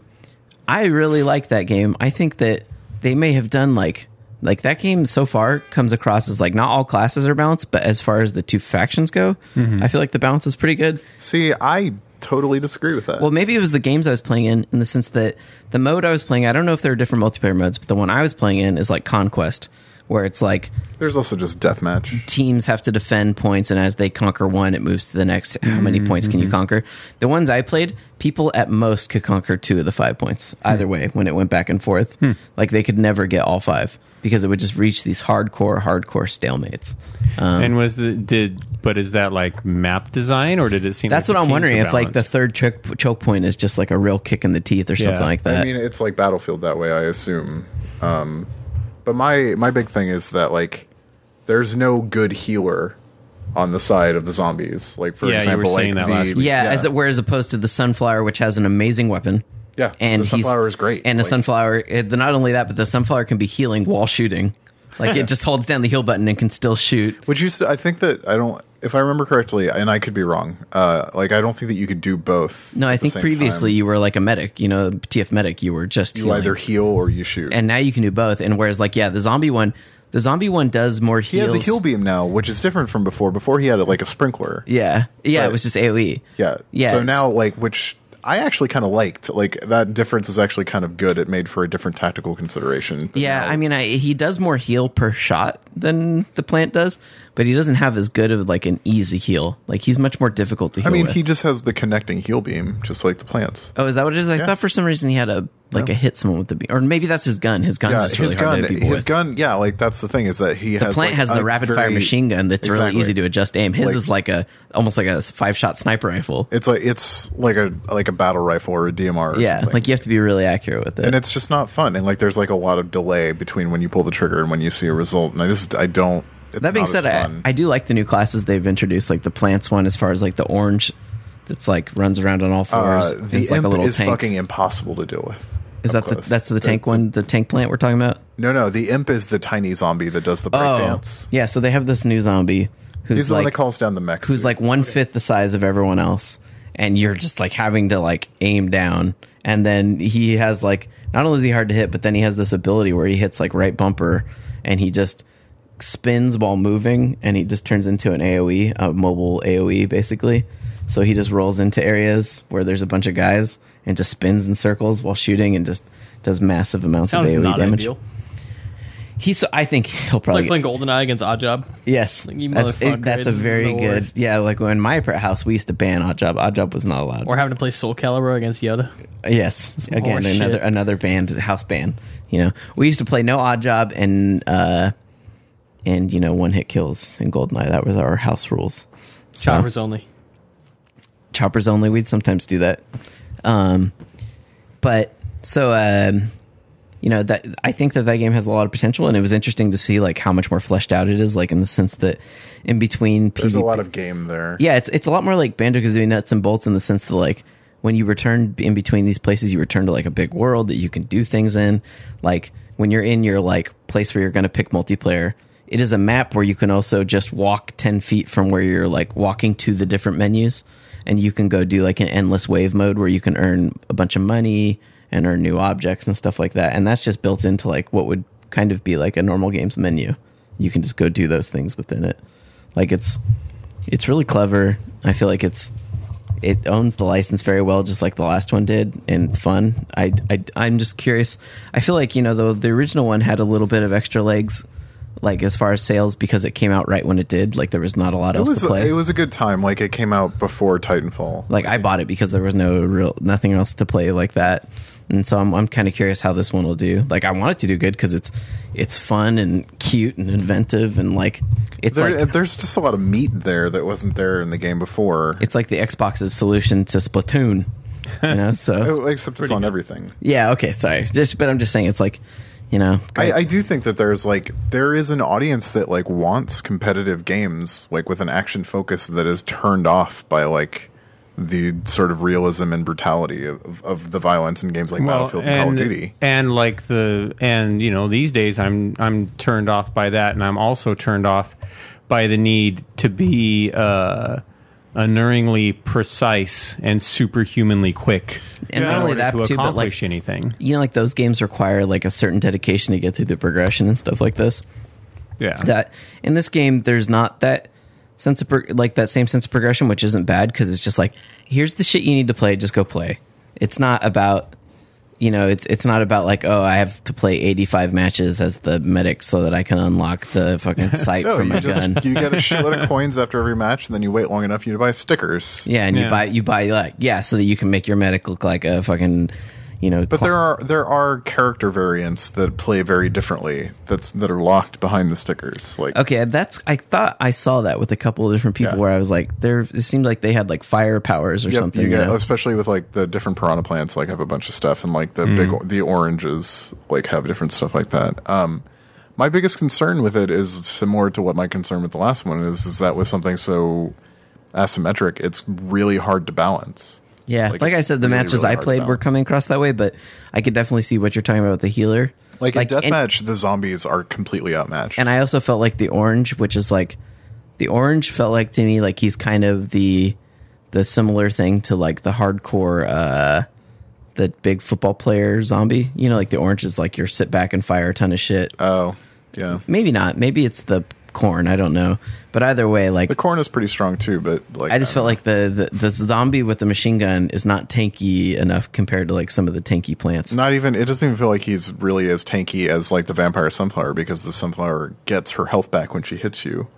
[SPEAKER 1] I really like that game. I think that they may have done like like that game so far comes across as like not all classes are balanced, but as far as the two factions go, I feel like the balance is pretty good.
[SPEAKER 2] See, I totally disagree with that.
[SPEAKER 1] Well, maybe it was the games I was playing in, in the sense that the mode I was playing, I don't know if there are different multiplayer modes, but the one I was playing in is like Conquest, where it's like
[SPEAKER 2] There's also just deathmatch.
[SPEAKER 1] teams have to defend points, and as they conquer one, it moves to the next. How
[SPEAKER 4] Mm-hmm,
[SPEAKER 1] many points can you conquer? The ones I played, people at most could conquer two of the five points either
[SPEAKER 4] Hmm.
[SPEAKER 1] way when it went back and forth. Like they could never get all five because it would just reach these hardcore, hardcore stalemates.
[SPEAKER 4] and was the did but is that like map design or did it seem?
[SPEAKER 1] That's what
[SPEAKER 4] like the
[SPEAKER 1] I'm
[SPEAKER 4] teams
[SPEAKER 1] wondering
[SPEAKER 4] were
[SPEAKER 1] if like the
[SPEAKER 4] balanced?
[SPEAKER 1] third choke, choke point is just like a real kick in the teeth or something
[SPEAKER 4] Yeah.
[SPEAKER 1] like that.
[SPEAKER 2] I mean, it's like Battlefield that way, I assume. Um, but my my big thing is that like, there's no good healer on the side of the zombies. Like for
[SPEAKER 4] Yeah, you were
[SPEAKER 2] example,
[SPEAKER 4] saying
[SPEAKER 2] like
[SPEAKER 4] that last
[SPEAKER 2] the,
[SPEAKER 4] week.
[SPEAKER 1] yeah, as it were, as opposed to the sunflower, which has an amazing weapon.
[SPEAKER 2] Yeah,
[SPEAKER 1] and
[SPEAKER 2] the
[SPEAKER 1] he's-
[SPEAKER 2] sunflower is great.
[SPEAKER 1] And the
[SPEAKER 2] Like-
[SPEAKER 1] sunflower, it, the- not only that, but the sunflower can be healing while shooting. Like it just holds down the heal button and can still shoot.
[SPEAKER 2] Would you? s- I think that I don't. If I remember correctly, and I could be wrong. Uh, like I don't think that you could do both.
[SPEAKER 1] No, I think previously
[SPEAKER 2] you,
[SPEAKER 1] you were like a medic, you know, TF medic. You were just
[SPEAKER 2] you
[SPEAKER 1] healing,
[SPEAKER 2] either heal or you shoot.
[SPEAKER 1] and now you can do both. And whereas, like, yeah, the zombie one, the zombie one does more
[SPEAKER 2] he
[SPEAKER 1] heals.
[SPEAKER 2] has a heal beam now, which is different from before. Before he had like a sprinkler.
[SPEAKER 1] Yeah, yeah, it
[SPEAKER 2] Right.
[SPEAKER 1] was just E. AOE.
[SPEAKER 2] Yeah.
[SPEAKER 1] yeah.
[SPEAKER 2] So
[SPEAKER 1] it's-
[SPEAKER 2] now, like, which I actually kind of liked. Like that difference is actually kind of good. It made for a different tactical consideration. But
[SPEAKER 1] Yeah,
[SPEAKER 2] now-
[SPEAKER 1] I mean, I, he does more heal per shot than the plant does, but he doesn't have as good of like an easy heal. Like he's much more difficult to
[SPEAKER 2] I
[SPEAKER 1] heal.
[SPEAKER 2] mean,
[SPEAKER 1] with.
[SPEAKER 2] he just has the connecting heal beam, just like the plants.
[SPEAKER 1] Oh, is that what it is? I thought for some reason he had a like a hit someone with the be- or maybe that's his gun. His gun's
[SPEAKER 2] Yeah,
[SPEAKER 1] just
[SPEAKER 2] his
[SPEAKER 1] really hard
[SPEAKER 2] gun,
[SPEAKER 1] to hit people
[SPEAKER 2] his
[SPEAKER 1] with.
[SPEAKER 2] gun. Yeah, like that's the thing is that he
[SPEAKER 1] the
[SPEAKER 2] has
[SPEAKER 1] plant
[SPEAKER 2] like,
[SPEAKER 1] has the
[SPEAKER 2] a
[SPEAKER 1] rapid fire
[SPEAKER 2] very-
[SPEAKER 1] machine gun that's really
[SPEAKER 2] Exactly.
[SPEAKER 1] easy to adjust aim. His
[SPEAKER 2] Like-
[SPEAKER 1] is like a almost like a five shot sniper rifle.
[SPEAKER 2] It's like it's like a like a battle rifle or a DMR. Or
[SPEAKER 1] yeah,
[SPEAKER 2] something.
[SPEAKER 1] like you have to be really accurate with it.
[SPEAKER 2] and it's just not fun. And like, there's like a lot of delay between when you pull the trigger and when you see a result. And I just I don't. It's
[SPEAKER 1] that being
[SPEAKER 2] not as
[SPEAKER 1] said, I,
[SPEAKER 2] fun.
[SPEAKER 1] I do like the new classes they've introduced, like the plants one, as far as like the orange that's like runs around on all fours.
[SPEAKER 2] uh, the
[SPEAKER 1] is like
[SPEAKER 2] imp
[SPEAKER 1] a little
[SPEAKER 2] is
[SPEAKER 1] tank.
[SPEAKER 2] fucking impossible to deal with.
[SPEAKER 1] is
[SPEAKER 2] up
[SPEAKER 1] that the,
[SPEAKER 2] close.
[SPEAKER 1] that's the tank one, the tank plant we're talking about?
[SPEAKER 2] No, no, the imp is the tiny zombie that does the
[SPEAKER 1] Oh,
[SPEAKER 2] breakdance.
[SPEAKER 1] yeah. So they have this new zombie who's
[SPEAKER 2] He's the one
[SPEAKER 1] like
[SPEAKER 2] that calls down the mechs.
[SPEAKER 1] who's like one fifth the size of everyone else, and you're just like having to like aim down. And then he has like not only is he hard to hit, but then he has this ability where he hits like right bumper, and he just spins while moving, and he just turns into an AOE, a mobile AOE basically. So he just rolls into areas where there's a bunch of guys and just spins in circles while shooting and just does massive amounts
[SPEAKER 3] Sounds
[SPEAKER 1] of AOE
[SPEAKER 3] not
[SPEAKER 1] damage.
[SPEAKER 3] ideal.
[SPEAKER 1] He's I think he'll
[SPEAKER 3] It's
[SPEAKER 1] probably
[SPEAKER 3] like playing GoldenEye against Oddjob.
[SPEAKER 1] Yes,
[SPEAKER 3] you
[SPEAKER 1] that's
[SPEAKER 3] motherfucker,
[SPEAKER 1] that's a
[SPEAKER 3] it's
[SPEAKER 1] very
[SPEAKER 3] the
[SPEAKER 1] good.
[SPEAKER 3] worst.
[SPEAKER 1] Yeah, like when my pra- house, we used to ban odd job. Odd job was not allowed.
[SPEAKER 3] Or having to play Soul Calibur against Yoda.
[SPEAKER 1] yes, again
[SPEAKER 3] horseshit.
[SPEAKER 1] another another band house ban. You know, we used to play no odd job and uh and you know one hit kills in Goldeneye. That was our house rules. So-
[SPEAKER 3] Choppers only.
[SPEAKER 1] choppers only. We'd sometimes do that. Um, but so um, you know that I think that that game has a lot of potential, and it was interesting to see like how much more fleshed out it is, like in the sense that in between
[SPEAKER 2] There's a
[SPEAKER 1] PvP
[SPEAKER 2] lot of game there.
[SPEAKER 1] yeah, it's it's a lot more like Banjo Kazooie nuts and bolts in the sense that like when you return in between these places, you return to like a big world that you can do things in. Like when you're in your like place where you're going to pick multiplayer, it is a map where you can also just walk ten feet from where you're like walking to the different menus, and you can go do like an endless wave mode where you can earn a bunch of money and earn new objects and stuff like that. And that's just built into like what would kind of be like a normal game's menu. You can just go do those things within it. Like it's it's really clever. I feel like it's it owns the license very well, just like the last one did, and it's fun. I, I I'm just curious. I feel like you know though the original one had a little bit of extra legs, like as far as sales because it came out right when it did. Like there was not a lot
[SPEAKER 2] It
[SPEAKER 1] else
[SPEAKER 2] was
[SPEAKER 1] to play.
[SPEAKER 2] it was a good time. Like it came out before Titanfall.
[SPEAKER 1] like I bought it because there was no real nothing else to play like that. And so I'm I'm kind of curious how this one will do. Like I want it to do good because it's it's fun and cute and inventive and like it's
[SPEAKER 2] There,
[SPEAKER 1] like
[SPEAKER 2] there's just a lot of meat there that wasn't there in the game before.
[SPEAKER 1] it's like the Xbox's solution to Splatoon. You know, so
[SPEAKER 2] Except it's on everything.
[SPEAKER 1] Yeah, okay, sorry. Just but I'm just saying it's like, you know,
[SPEAKER 2] I, I do think that there's like there is an audience that like wants competitive games like with an action focus that is turned off by like the sort of realism and brutality of, of, of the violence in games like Battlefield and, Call of Duty.
[SPEAKER 4] and like the and you know these days I'm I'm turned off by that, and I'm also turned off by the need to be uh, unerringly precise and superhumanly quick.
[SPEAKER 1] And
[SPEAKER 4] in
[SPEAKER 1] not only
[SPEAKER 4] order
[SPEAKER 1] that,
[SPEAKER 4] to
[SPEAKER 1] too, but, like-
[SPEAKER 4] accomplish anything.
[SPEAKER 1] you know like those games require like a certain dedication to get through the progression and stuff like this.
[SPEAKER 4] Yeah,
[SPEAKER 1] That in this game there's not that sense of pro- like that same sense of progression which isn't bad cuz it's just like here's the shit you need to play, just go play. It's not about you know, it's it's not about like oh, I have to play 85 matches as the medic so that I can unlock the fucking sight
[SPEAKER 2] No,
[SPEAKER 1] for my
[SPEAKER 2] Oh, you just
[SPEAKER 1] gun.
[SPEAKER 2] you get a shitload of coins after every match, and then you wait long enough, you buy stickers.
[SPEAKER 1] Yeah, and you
[SPEAKER 4] Yeah.
[SPEAKER 1] buy you buy like yeah, so that you can make your medic look like a fucking you know.
[SPEAKER 2] But there are there are character variants that play very differently. That's that are locked behind the stickers. Like
[SPEAKER 1] okay, that's I thought I saw that with a couple of different people
[SPEAKER 2] Yeah.
[SPEAKER 1] where I was like, there it seemed like they had like fire powers or
[SPEAKER 2] Yep,
[SPEAKER 1] something.
[SPEAKER 2] You
[SPEAKER 1] you
[SPEAKER 2] get,
[SPEAKER 1] know?
[SPEAKER 2] especially with like the different piranha plants, like have a bunch of stuff, and like the big the oranges like have different stuff like that. Um, my biggest concern with it is similar to what my concern with the last one is. Is that with something so asymmetric, it's really hard to balance.
[SPEAKER 1] yeah, like,
[SPEAKER 2] like,
[SPEAKER 1] I
[SPEAKER 2] it's
[SPEAKER 1] said, the
[SPEAKER 2] really,
[SPEAKER 1] matches
[SPEAKER 2] really
[SPEAKER 1] I
[SPEAKER 2] hard
[SPEAKER 1] played were
[SPEAKER 2] balance.
[SPEAKER 1] coming across that way, but I could definitely see what you're talking about with the healer.
[SPEAKER 2] Like, in
[SPEAKER 1] and-
[SPEAKER 2] deathmatch, the zombies are completely outmatched.
[SPEAKER 1] and I also felt like the orange, which is like the orange felt like to me like he's kind of the the similar thing to like the hardcore uh the big football player zombie. You know, like the orange is like your sit back and fire a ton of shit.
[SPEAKER 2] oh, yeah.
[SPEAKER 1] Maybe not. Maybe it's the corn, I don't know. But either way, like
[SPEAKER 2] The corn is pretty strong too, but like
[SPEAKER 1] I just felt like the, the the zombie with the machine gun is not tanky enough compared to like some of the tanky plants.
[SPEAKER 2] Not even it doesn't even feel like he's really as tanky as like the vampire sunflower because the sunflower gets her health back when she hits you.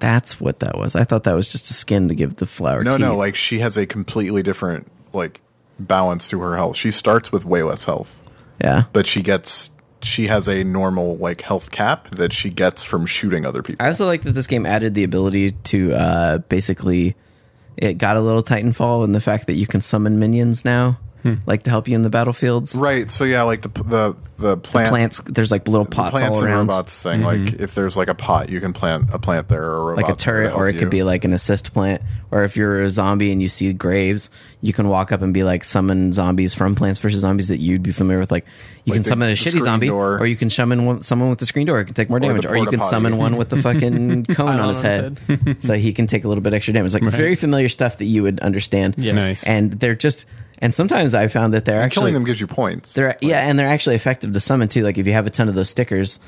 [SPEAKER 1] That's what that was. I thought that was just a skin to give the flower.
[SPEAKER 2] No, no,
[SPEAKER 1] teeth.
[SPEAKER 2] like she has a completely different like balance to her health. She starts with way less health,
[SPEAKER 1] yeah.
[SPEAKER 2] but she gets she has a normal like health cap that she gets from shooting other people.
[SPEAKER 1] I also like that this game added the ability to uh, basically it got a little Titanfall in the fact that you can summon minions now, like to help you in the battlefields.
[SPEAKER 2] Hmm. right. So yeah, like the p- the the plant
[SPEAKER 1] Plants, there's like little
[SPEAKER 2] the
[SPEAKER 1] pots
[SPEAKER 2] plants
[SPEAKER 1] all
[SPEAKER 2] and
[SPEAKER 1] around, Mm-hmm.
[SPEAKER 2] robots thing. Like if there's like a pot, you can plant a plant there or a robot
[SPEAKER 1] like a
[SPEAKER 2] there to
[SPEAKER 1] turret, or
[SPEAKER 2] help
[SPEAKER 1] it could
[SPEAKER 2] you.
[SPEAKER 1] be like an assist plant. Or if you're a zombie and you see graves, you can walk up and be like summon zombies from Plants vs Zombies that you'd be familiar with. Like you can
[SPEAKER 2] the-
[SPEAKER 1] summon a
[SPEAKER 2] the
[SPEAKER 1] shitty
[SPEAKER 2] screen
[SPEAKER 1] zombie,
[SPEAKER 2] door.
[SPEAKER 1] or you can summon one, someone with the screen door. It can take more damage, or you can
[SPEAKER 2] porta-potty.
[SPEAKER 1] summon one with the fucking cone on his head, so he can take a little bit extra damage. Like very familiar stuff that you would understand.
[SPEAKER 3] Yeah.
[SPEAKER 4] Nice.
[SPEAKER 1] and they're just and sometimes I found that they're
[SPEAKER 2] And
[SPEAKER 1] actually
[SPEAKER 2] killing them gives you points.
[SPEAKER 1] they're yeah, and they're actually effective to summon too. Like if you have a ton of those stickers,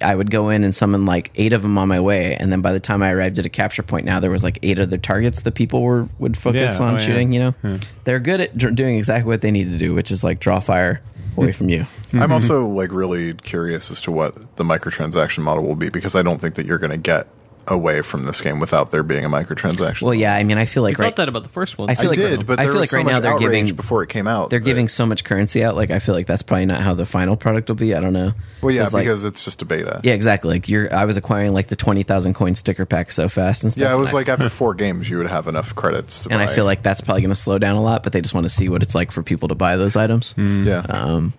[SPEAKER 1] I would go in and summon like eight of them on my way, and then by the time I arrived at a capture point, now there was like eight other targets that people were would focus
[SPEAKER 4] Yeah,
[SPEAKER 1] on
[SPEAKER 4] oh, yeah.
[SPEAKER 1] shooting. You know, they're good at dr- doing exactly what they need to do, which is like draw fire away from you.
[SPEAKER 2] I'm also like really curious as to what the microtransaction model will be because I don't think that you're going to get away from this game without there being a microtransaction.
[SPEAKER 1] Well, yeah, I mean, I feel
[SPEAKER 3] We
[SPEAKER 1] like
[SPEAKER 3] thought
[SPEAKER 1] right,
[SPEAKER 3] that about the first one.
[SPEAKER 1] I feel
[SPEAKER 2] I
[SPEAKER 1] like
[SPEAKER 2] did, but
[SPEAKER 1] I
[SPEAKER 2] there was
[SPEAKER 1] feel like
[SPEAKER 2] so
[SPEAKER 1] right
[SPEAKER 2] much
[SPEAKER 1] now they're
[SPEAKER 2] outrage
[SPEAKER 1] giving
[SPEAKER 2] before it came out.
[SPEAKER 1] they're
[SPEAKER 2] that-
[SPEAKER 1] giving so much currency out. Like I feel like that's probably not how the final product will be. I don't know.
[SPEAKER 2] Well, yeah,
[SPEAKER 1] 'Cause, like,
[SPEAKER 2] because it's just a beta.
[SPEAKER 1] Yeah, exactly. Like you're, I was acquiring like the twenty thousand coin sticker pack so fast and stuff.
[SPEAKER 2] yeah. It
[SPEAKER 1] and
[SPEAKER 2] was
[SPEAKER 1] I-
[SPEAKER 2] like after four games, you would have enough credits. To
[SPEAKER 1] and
[SPEAKER 2] buy.
[SPEAKER 1] I feel like that's probably going to slow down a lot. But they just want to see what it's like for people to buy those items.
[SPEAKER 2] yeah.
[SPEAKER 1] Um,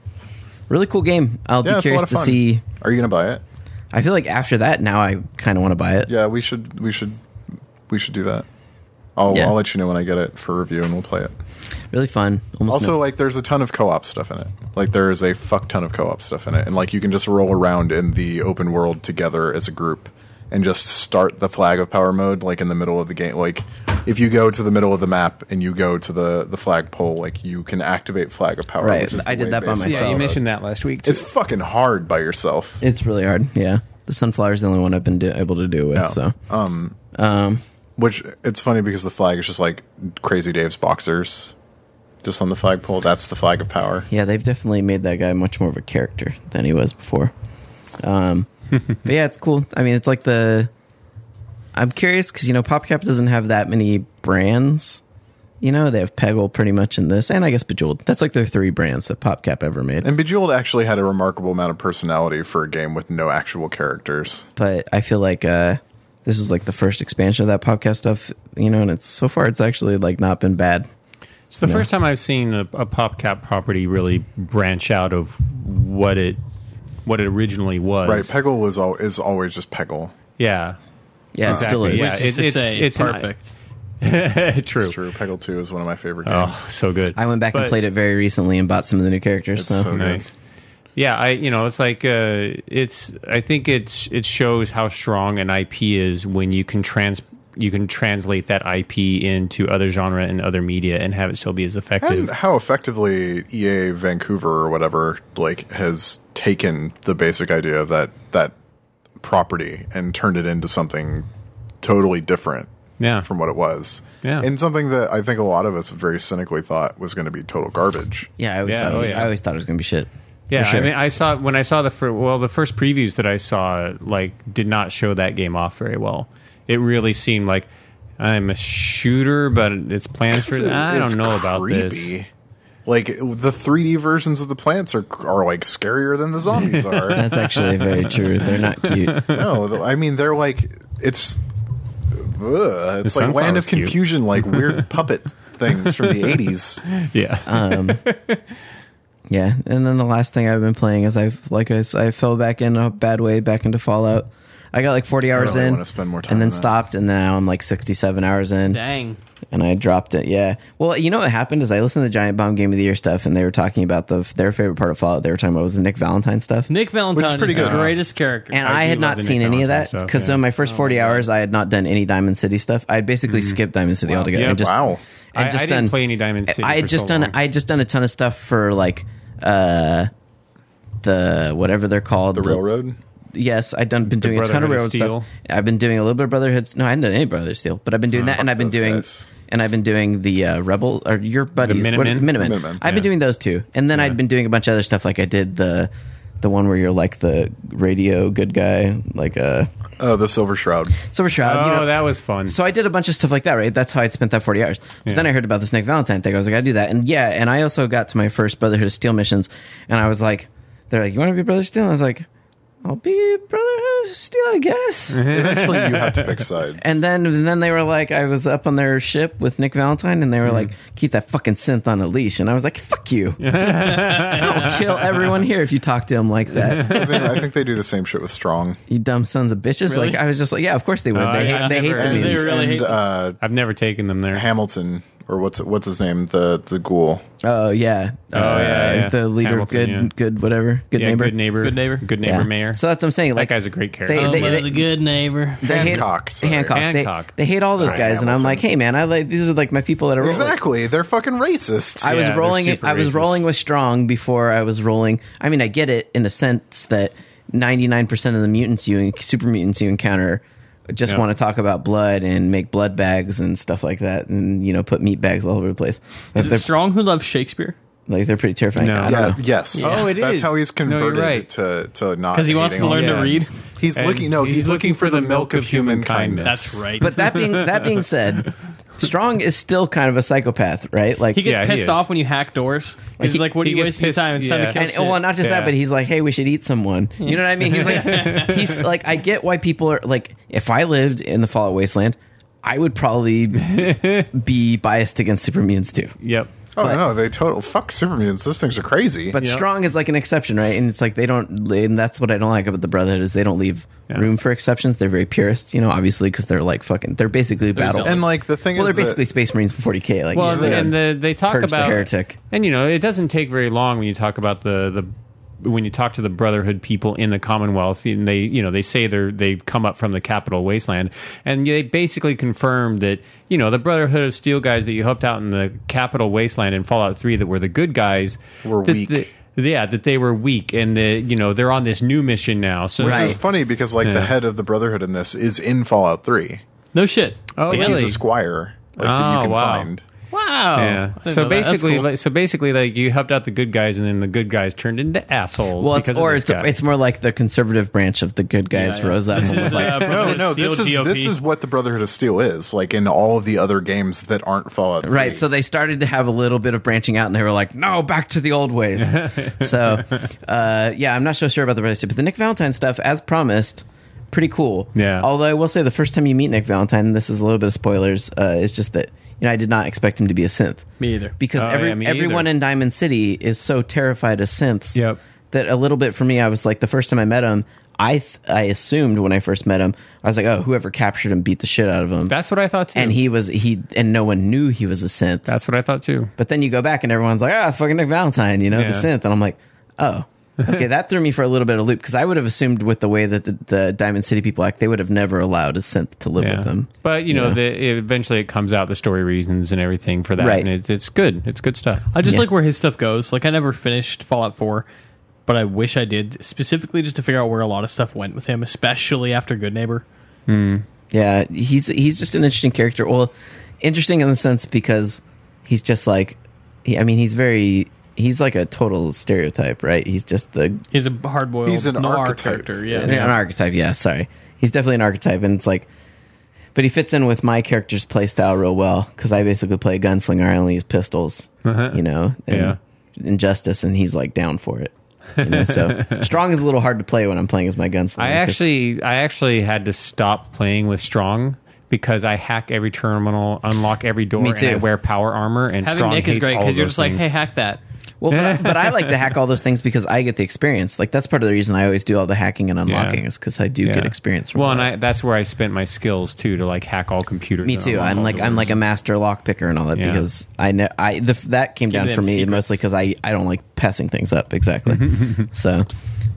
[SPEAKER 1] really cool game. I'll
[SPEAKER 2] Mm. Yeah, it's a
[SPEAKER 1] be
[SPEAKER 2] lot
[SPEAKER 1] curious
[SPEAKER 2] of
[SPEAKER 1] to
[SPEAKER 2] fun.
[SPEAKER 1] see.
[SPEAKER 2] Are you gonna buy it?
[SPEAKER 1] I feel like after that, now I kind of want to buy it.
[SPEAKER 2] Yeah, we should we should we should do that. I'll
[SPEAKER 1] Yeah.
[SPEAKER 2] I'll let you know when I get it for review and we'll play it.
[SPEAKER 1] Really fun. Almost
[SPEAKER 2] Also,
[SPEAKER 1] no-
[SPEAKER 2] like there's a ton of co-op stuff in it. Like there is a fuck ton of co-op stuff in it, and like you can just roll around in the open world together as a group and just start the flag of power mode like in the middle of the game. Like if you go to the middle of the map and you go to the the flag pole, like you can activate flag of power.
[SPEAKER 1] Right,
[SPEAKER 2] which is the
[SPEAKER 1] I did
[SPEAKER 2] way
[SPEAKER 1] that by
[SPEAKER 2] basic-
[SPEAKER 1] myself.
[SPEAKER 4] Yeah,
[SPEAKER 1] saw
[SPEAKER 4] you
[SPEAKER 1] that.
[SPEAKER 4] mentioned that last week. Too.
[SPEAKER 2] It's fucking hard by yourself.
[SPEAKER 1] it's really hard. Yeah, the sunflower's the only one I've been do- able to do with.
[SPEAKER 2] Yeah.
[SPEAKER 1] So
[SPEAKER 2] Which it's funny because the flag is just like Crazy Dave's boxers, just on the flagpole. That's the flag of power.
[SPEAKER 1] yeah, they've definitely made that guy much more of a character than he was before. Um, but yeah, it's cool. I mean, it's like the. I'm curious because you know PopCap doesn't have that many brands. You know they have Peggle pretty much in this, and I guess Bejeweled. That's like their three brands that PopCap ever made.
[SPEAKER 2] And Bejeweled actually had a remarkable amount of personality for a game with no actual characters.
[SPEAKER 1] But I feel like uh, this is like the first expansion of that PopCap stuff. You know, and it's so far it's actually like not been bad.
[SPEAKER 4] It's the first time I've seen a, a PopCap property really branch out of what it what it originally was.
[SPEAKER 2] Right, Peggle was al- is always just Peggle.
[SPEAKER 4] yeah,
[SPEAKER 1] Yeah, it still
[SPEAKER 4] Exactly,
[SPEAKER 1] is.
[SPEAKER 4] yeah.
[SPEAKER 3] Which
[SPEAKER 4] it-
[SPEAKER 3] is to
[SPEAKER 4] it's-
[SPEAKER 3] say,
[SPEAKER 4] it's an-
[SPEAKER 3] perfect.
[SPEAKER 4] true.
[SPEAKER 2] It's true. Peggle 2 is one of my favorite
[SPEAKER 4] Oh,
[SPEAKER 2] games.
[SPEAKER 4] so good.
[SPEAKER 1] I went back and
[SPEAKER 4] But-
[SPEAKER 1] played it very recently and bought some of the new characters.
[SPEAKER 2] It's
[SPEAKER 1] So.
[SPEAKER 2] so good.
[SPEAKER 4] Nice. Yeah, I you know it's like uh, it's I think it's it shows how strong an IP is when you can trans you can translate that IP into other genre and other media and have it still be as
[SPEAKER 2] And
[SPEAKER 4] effective.
[SPEAKER 2] how effectively EA Vancouver or whatever like has taken the basic idea of that that property and turned it into something totally different
[SPEAKER 4] yeah,
[SPEAKER 2] from what it was.
[SPEAKER 4] Yeah.
[SPEAKER 2] And something that I think a lot of us very cynically thought was going to be total garbage.
[SPEAKER 1] Yeah, I always
[SPEAKER 4] Yeah,
[SPEAKER 1] thought it
[SPEAKER 4] oh,
[SPEAKER 1] was,
[SPEAKER 4] yeah.
[SPEAKER 1] I always thought it was gonna be shit.
[SPEAKER 4] yeah.
[SPEAKER 1] For sure.
[SPEAKER 4] I mean, I saw when I saw the fir- well the first previews that I saw like did not show that game off very well. It really seemed like I'm a shooter, but it's plans for.
[SPEAKER 2] It's-
[SPEAKER 4] I
[SPEAKER 2] it's
[SPEAKER 4] don't know about this.
[SPEAKER 2] creepy. Like the 3D versions of the plants are are like scarier than the zombies are.
[SPEAKER 1] That's actually very true. They're not cute.
[SPEAKER 2] no, th- I mean they're like it's ugh, it's
[SPEAKER 4] The
[SPEAKER 2] like land
[SPEAKER 4] sunflower's
[SPEAKER 2] of
[SPEAKER 4] cute.
[SPEAKER 2] confusion, like weird puppet things from the 80s.
[SPEAKER 4] Yeah.
[SPEAKER 1] Yeah, and then the last thing I've been playing is I've like I, s- I fell back in a bad way back into Fallout. I got like forty hours
[SPEAKER 2] really
[SPEAKER 1] in,
[SPEAKER 2] wanna spend more time
[SPEAKER 1] and then
[SPEAKER 2] on that.
[SPEAKER 1] stopped, and now I'm like sixty-seven hours in,
[SPEAKER 3] Dang.
[SPEAKER 1] and I dropped it. Yeah. Well, you know what happened is I listened to the Giant Bomb Game of the Year stuff, and they were talking about the their favorite part of Fallout. They were talking about was the Nick Valentine stuff.
[SPEAKER 3] Nick Valentine
[SPEAKER 2] pretty
[SPEAKER 3] is the
[SPEAKER 2] good.
[SPEAKER 3] greatest character.
[SPEAKER 1] and
[SPEAKER 4] I
[SPEAKER 1] I,
[SPEAKER 4] do
[SPEAKER 1] had
[SPEAKER 4] love
[SPEAKER 1] not
[SPEAKER 4] the
[SPEAKER 1] seen
[SPEAKER 4] Nick
[SPEAKER 1] any of that
[SPEAKER 4] Valentine stuff,
[SPEAKER 1] because
[SPEAKER 4] yeah. Mm-hmm.
[SPEAKER 1] in my first forty hours, I had not done any Diamond City stuff. I had basically skipped Diamond City altogether.
[SPEAKER 4] Yeah,
[SPEAKER 1] and just,
[SPEAKER 2] wow.
[SPEAKER 1] and
[SPEAKER 4] I-
[SPEAKER 1] just
[SPEAKER 4] I didn't
[SPEAKER 1] done-
[SPEAKER 4] play any Diamond City
[SPEAKER 1] I had
[SPEAKER 4] for
[SPEAKER 1] just
[SPEAKER 4] so
[SPEAKER 1] done.
[SPEAKER 4] long.
[SPEAKER 1] I had just done a ton of stuff for like uh, the whatever they're called.
[SPEAKER 2] The railroad.
[SPEAKER 1] Yes, I've done been doing a ton of
[SPEAKER 4] Brotherhood
[SPEAKER 1] railroad
[SPEAKER 4] of Steel.
[SPEAKER 1] stuff. I've been doing a little bit of Brotherhood. No, I haven't done any Brotherhood Steel, but I've been doing that, and I've been
[SPEAKER 2] those
[SPEAKER 1] doing.
[SPEAKER 2] guys.
[SPEAKER 1] And I've been doing the uh, Rebel or your buddies,
[SPEAKER 4] Minutemen?
[SPEAKER 1] Miniman.
[SPEAKER 2] Minutemen,
[SPEAKER 1] I've been
[SPEAKER 4] yeah.
[SPEAKER 1] doing those two, and then I'd been doing a bunch of other stuff. Like I did the the one where you're like the radio good guy, like a uh,
[SPEAKER 2] Oh, the Silver Shroud.
[SPEAKER 1] Silver Shroud.
[SPEAKER 4] oh,
[SPEAKER 1] you know,
[SPEAKER 4] that was fun.
[SPEAKER 1] so I did a bunch of stuff like that, right? That's how I'd spent that 40 hours. But then
[SPEAKER 4] Yeah.
[SPEAKER 1] I heard about this Nick Valentine thing. I was like, I do that. And yeah, and I also got to my first Brotherhood of Steel missions, and I was like, they're like, you want to be Brotherhood of Steel? And I was like, I'll be Brotherhood of Steel, I guess.
[SPEAKER 4] Uh-huh.
[SPEAKER 2] Eventually, you have to pick sides.
[SPEAKER 1] and then and then they were like, I was up on their ship with Nick Valentine, and they were like, keep that fucking synth on a leash. And I was like, fuck you. I'll kill everyone here if you talk to him like that.
[SPEAKER 2] I think, I think they do the same shit with Strong.
[SPEAKER 1] you dumb sons of bitches.
[SPEAKER 3] Really?
[SPEAKER 1] Like, I was just like, yeah, of course they would.
[SPEAKER 4] Oh,
[SPEAKER 1] they,
[SPEAKER 4] yeah,
[SPEAKER 1] hate, they hate
[SPEAKER 4] never.
[SPEAKER 1] the
[SPEAKER 2] And,
[SPEAKER 3] They
[SPEAKER 1] memes.
[SPEAKER 3] really hate
[SPEAKER 2] and uh,
[SPEAKER 4] I've never taken them there.
[SPEAKER 2] Hamilton, or what's what's his name? The the ghoul.
[SPEAKER 1] Oh yeah. Oh
[SPEAKER 4] yeah, yeah.
[SPEAKER 1] The leader,
[SPEAKER 4] Hamilton,
[SPEAKER 1] good,
[SPEAKER 4] yeah.
[SPEAKER 1] good, whatever, good
[SPEAKER 4] yeah,
[SPEAKER 1] neighbor,
[SPEAKER 4] good neighbor, Um,
[SPEAKER 3] Good neighbor.
[SPEAKER 4] good neighbor
[SPEAKER 1] Yeah.
[SPEAKER 4] mayor.
[SPEAKER 1] So that's what I'm saying. Like
[SPEAKER 4] that guy's a great character.
[SPEAKER 1] They-
[SPEAKER 3] Oh,
[SPEAKER 1] they-
[SPEAKER 3] mother,
[SPEAKER 1] they-
[SPEAKER 3] the good neighbor.
[SPEAKER 1] they hate-
[SPEAKER 2] Hancock, sorry.
[SPEAKER 1] Hancock. They-
[SPEAKER 4] Hancock.
[SPEAKER 1] They, hate all those
[SPEAKER 2] Sorry,
[SPEAKER 1] guys, and I'm
[SPEAKER 2] Hamilton.
[SPEAKER 1] like, hey man, I like these are like my people that are rolling.
[SPEAKER 2] Exactly. They're fucking racist.
[SPEAKER 1] I was
[SPEAKER 4] Yeah, they're
[SPEAKER 1] rolling. it-
[SPEAKER 4] super
[SPEAKER 1] I was
[SPEAKER 4] racist.
[SPEAKER 1] rolling with strong before I was rolling. I mean, I get it in the sense that 99 percent of the mutants you super mutants you encounter just
[SPEAKER 4] Yeah.
[SPEAKER 1] want to talk about blood and make blood bags and stuff like that, and you know, put meat bags all over the place. Like
[SPEAKER 3] Is it
[SPEAKER 1] they're,
[SPEAKER 3] Strong who loves Shakespeare?
[SPEAKER 1] like they're pretty terrifying.
[SPEAKER 4] No.
[SPEAKER 1] I don't
[SPEAKER 2] Yeah.
[SPEAKER 1] know.
[SPEAKER 2] Yes.
[SPEAKER 4] Oh, it
[SPEAKER 2] That's
[SPEAKER 4] is.
[SPEAKER 2] how he's
[SPEAKER 4] No, you're
[SPEAKER 2] converted
[SPEAKER 4] right.
[SPEAKER 2] to to not
[SPEAKER 3] Because he wants to
[SPEAKER 2] hating on-
[SPEAKER 3] learn
[SPEAKER 4] Yeah.
[SPEAKER 3] to read.
[SPEAKER 2] He's
[SPEAKER 4] And
[SPEAKER 2] looking. No,
[SPEAKER 4] he's
[SPEAKER 2] he's, looking, for the milk of human kindness.
[SPEAKER 4] kindness.
[SPEAKER 3] That's right.
[SPEAKER 1] But that being that being said, Strong is still kind of a psychopath, right? Like
[SPEAKER 3] he gets
[SPEAKER 4] Yeah, he
[SPEAKER 3] pissed
[SPEAKER 4] is.
[SPEAKER 3] off when you hack doors. He's
[SPEAKER 1] he-
[SPEAKER 3] like, "What are
[SPEAKER 4] he
[SPEAKER 3] you
[SPEAKER 4] gets
[SPEAKER 3] wasting your
[SPEAKER 4] pissed-
[SPEAKER 3] time? It's time to
[SPEAKER 4] yeah.
[SPEAKER 3] kill
[SPEAKER 1] and oh,
[SPEAKER 3] shit."
[SPEAKER 1] well, not just that,
[SPEAKER 4] Yeah.
[SPEAKER 1] but he's like, "Hey, we should eat someone." You know what I mean? He's like, he's like, I get why people are like. If I lived in the Fallout Wasteland, I would probably be biased against super mutants too.
[SPEAKER 4] Yep.
[SPEAKER 2] Oh,
[SPEAKER 1] But-
[SPEAKER 2] no, they total fuck supermutants. Those things are crazy.
[SPEAKER 1] But strong is like an exception, right? And it's like they don't, and that's what I don't like about the Brotherhood is they don't leave room for exceptions. They're very purist, you know, obviously because they're like fucking, they're basically battle.
[SPEAKER 3] zealots.
[SPEAKER 2] and like the thing
[SPEAKER 1] well, they're
[SPEAKER 2] is, that-
[SPEAKER 1] basically Space Marines from 40k. Like,
[SPEAKER 4] Well,
[SPEAKER 1] yeah.
[SPEAKER 4] and, the, and the, they talk
[SPEAKER 1] Purge the
[SPEAKER 4] about
[SPEAKER 1] heretic.
[SPEAKER 4] and you know it doesn't take very long when you talk about the the when you talk to the Brotherhood people in the Commonwealth, and they you know they say they're they've come up from the Capital Wasteland, and they basically confirm that you know the Brotherhood of Steel guys that you helped out in the Capital Wasteland in Fallout Three that were the good guys
[SPEAKER 2] Were
[SPEAKER 4] that
[SPEAKER 2] weak.
[SPEAKER 4] the- yeah, that they were weak, and that you know they're on this new mission now. So
[SPEAKER 1] Right.
[SPEAKER 2] It's funny because like the
[SPEAKER 4] Yeah.
[SPEAKER 2] head of the Brotherhood in this is in Fallout Three.
[SPEAKER 3] No shit.
[SPEAKER 4] oh
[SPEAKER 2] Like,
[SPEAKER 4] really?
[SPEAKER 2] He's a squire. Like, that
[SPEAKER 4] Oh,
[SPEAKER 2] you can
[SPEAKER 4] wow.
[SPEAKER 2] find.
[SPEAKER 3] Wow.
[SPEAKER 1] Oh,
[SPEAKER 4] Yeah.
[SPEAKER 3] I didn't
[SPEAKER 4] So
[SPEAKER 3] know that. That's
[SPEAKER 4] basically,
[SPEAKER 3] cool.
[SPEAKER 4] like, so basically, like you helped out the good guys, and then the good guys turned into assholes.
[SPEAKER 1] well, it's,
[SPEAKER 4] because
[SPEAKER 1] or
[SPEAKER 4] of
[SPEAKER 1] it's,
[SPEAKER 4] this guy.
[SPEAKER 1] it's more like the conservative branch of the good guys
[SPEAKER 3] Yeah, yeah.
[SPEAKER 1] rose up
[SPEAKER 3] This
[SPEAKER 1] and was
[SPEAKER 3] is,
[SPEAKER 1] like,
[SPEAKER 3] uh,
[SPEAKER 2] No,
[SPEAKER 3] Brotherhood
[SPEAKER 2] no,
[SPEAKER 3] of
[SPEAKER 2] this
[SPEAKER 3] Steel
[SPEAKER 2] is
[SPEAKER 3] GOP.
[SPEAKER 2] this is what the Brotherhood of Steel is like in all of the other games that aren't Fallout. 3.
[SPEAKER 1] Right. So they started to have a little bit of branching out, and they were like, "No, back to the old ways." so, uh, yeah, I'm not so sure about the relationship, but the Nick Valentine stuff, as promised, pretty cool.
[SPEAKER 4] Yeah.
[SPEAKER 1] Although I will say, the first time you meet Nick Valentine, and this is a little bit of spoilers, uh, is just that you know I did not expect him to be a synth
[SPEAKER 3] me either.
[SPEAKER 1] because
[SPEAKER 4] Oh,
[SPEAKER 1] every
[SPEAKER 4] yeah, me
[SPEAKER 1] everyone
[SPEAKER 4] either.
[SPEAKER 1] in Diamond City is so terrified of synths.
[SPEAKER 4] Yep.
[SPEAKER 1] That a little bit for me, I was like the first time I met him. I th- I assumed when I first met him, I was like, oh, whoever captured him beat the shit out of him.
[SPEAKER 4] that's what I thought too.
[SPEAKER 1] and he was he and no one knew he was a synth.
[SPEAKER 4] that's what I thought too.
[SPEAKER 1] But then you go back and everyone's like, ah, it's fucking Nick Valentine, you know,
[SPEAKER 4] Yeah.
[SPEAKER 1] the synth. And I'm like, oh, okay, that threw me for a little bit of a loop because I would have assumed with the way that the, the Diamond City people act, they would have never allowed a synth to live
[SPEAKER 4] Yeah.
[SPEAKER 1] with them.
[SPEAKER 4] But you know,
[SPEAKER 1] Yeah.
[SPEAKER 4] the, it, eventually it comes out the story reasons and everything for that,
[SPEAKER 1] Right.
[SPEAKER 4] and it's it's good. It's good stuff.
[SPEAKER 3] I just
[SPEAKER 1] Yeah.
[SPEAKER 3] like where his stuff goes. Like I never finished Fallout 4, but I wish I did specifically just to figure out where a lot of stuff went with him, especially after Good Neighbor.
[SPEAKER 1] Yeah, he's he's just an interesting character. Well, interesting in the sense because he's just like, he, I mean, he's very he's like a total stereotype, right? He's just the
[SPEAKER 3] He's a hard boiled
[SPEAKER 2] He's an archetype.
[SPEAKER 3] character. Yeah.
[SPEAKER 1] an archetype. Yeah, sorry, he's definitely an archetype, and it's like, but he fits in with my character's play style real well because I basically play a gunslinger. I only use pistols, you know, and
[SPEAKER 4] Uh-huh. Yeah.
[SPEAKER 1] injustice, and he's like down for it. You know, so strong is a little hard to play when I'm playing as my gunslinger.
[SPEAKER 4] I
[SPEAKER 1] 'cause-
[SPEAKER 4] actually I actually had to stop playing with strong. Because I hack every terminal, unlock every door,
[SPEAKER 1] Me
[SPEAKER 4] and I
[SPEAKER 1] too.
[SPEAKER 4] wear power armor. And
[SPEAKER 3] Having
[SPEAKER 4] strong
[SPEAKER 3] Nick is
[SPEAKER 4] hates
[SPEAKER 3] great
[SPEAKER 4] all
[SPEAKER 3] because you're
[SPEAKER 4] those
[SPEAKER 3] just like,
[SPEAKER 4] things.
[SPEAKER 3] hey, hack that.
[SPEAKER 1] well, but I, but I like to hack all those things because I get the experience. Like that's part of the reason I always do all the hacking and unlocking is because I do
[SPEAKER 4] Yeah.
[SPEAKER 1] get experience. From
[SPEAKER 4] Well,
[SPEAKER 1] that.
[SPEAKER 4] and I, that's where I spent my skills too to like hack all computers.
[SPEAKER 1] Me
[SPEAKER 4] and
[SPEAKER 1] too.
[SPEAKER 4] unlock
[SPEAKER 1] I'm
[SPEAKER 4] all
[SPEAKER 1] like I'm
[SPEAKER 4] doors.
[SPEAKER 1] like a master lockpicker and all that
[SPEAKER 4] Yeah.
[SPEAKER 1] because I know I the, that came down
[SPEAKER 3] them
[SPEAKER 1] for me
[SPEAKER 3] secrets.
[SPEAKER 1] mostly because I I don't like passing things up exactly. so,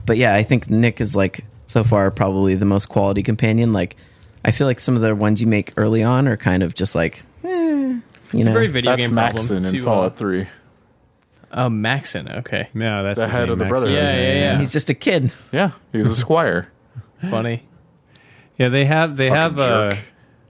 [SPEAKER 1] but yeah, I think Nick is like so far probably the most quality companion. Like, I feel like some of the ones you make early on are kind of just like, eh, you know,
[SPEAKER 3] Very video
[SPEAKER 2] That's
[SPEAKER 3] game problem.
[SPEAKER 2] Maxon in
[SPEAKER 3] to, uh,
[SPEAKER 2] Fallout Three.
[SPEAKER 3] Uh, Maxon. Okay.
[SPEAKER 4] yeah, that's
[SPEAKER 2] The
[SPEAKER 4] his
[SPEAKER 2] head
[SPEAKER 4] name,
[SPEAKER 2] of the
[SPEAKER 4] Max.
[SPEAKER 2] Brotherhood.
[SPEAKER 3] Yeah, yeah, yeah.
[SPEAKER 1] he's just a kid.
[SPEAKER 2] Yeah, he was a squire.
[SPEAKER 3] Funny.
[SPEAKER 4] Yeah, they have they
[SPEAKER 2] Fucking
[SPEAKER 4] have uh,
[SPEAKER 2] jerk.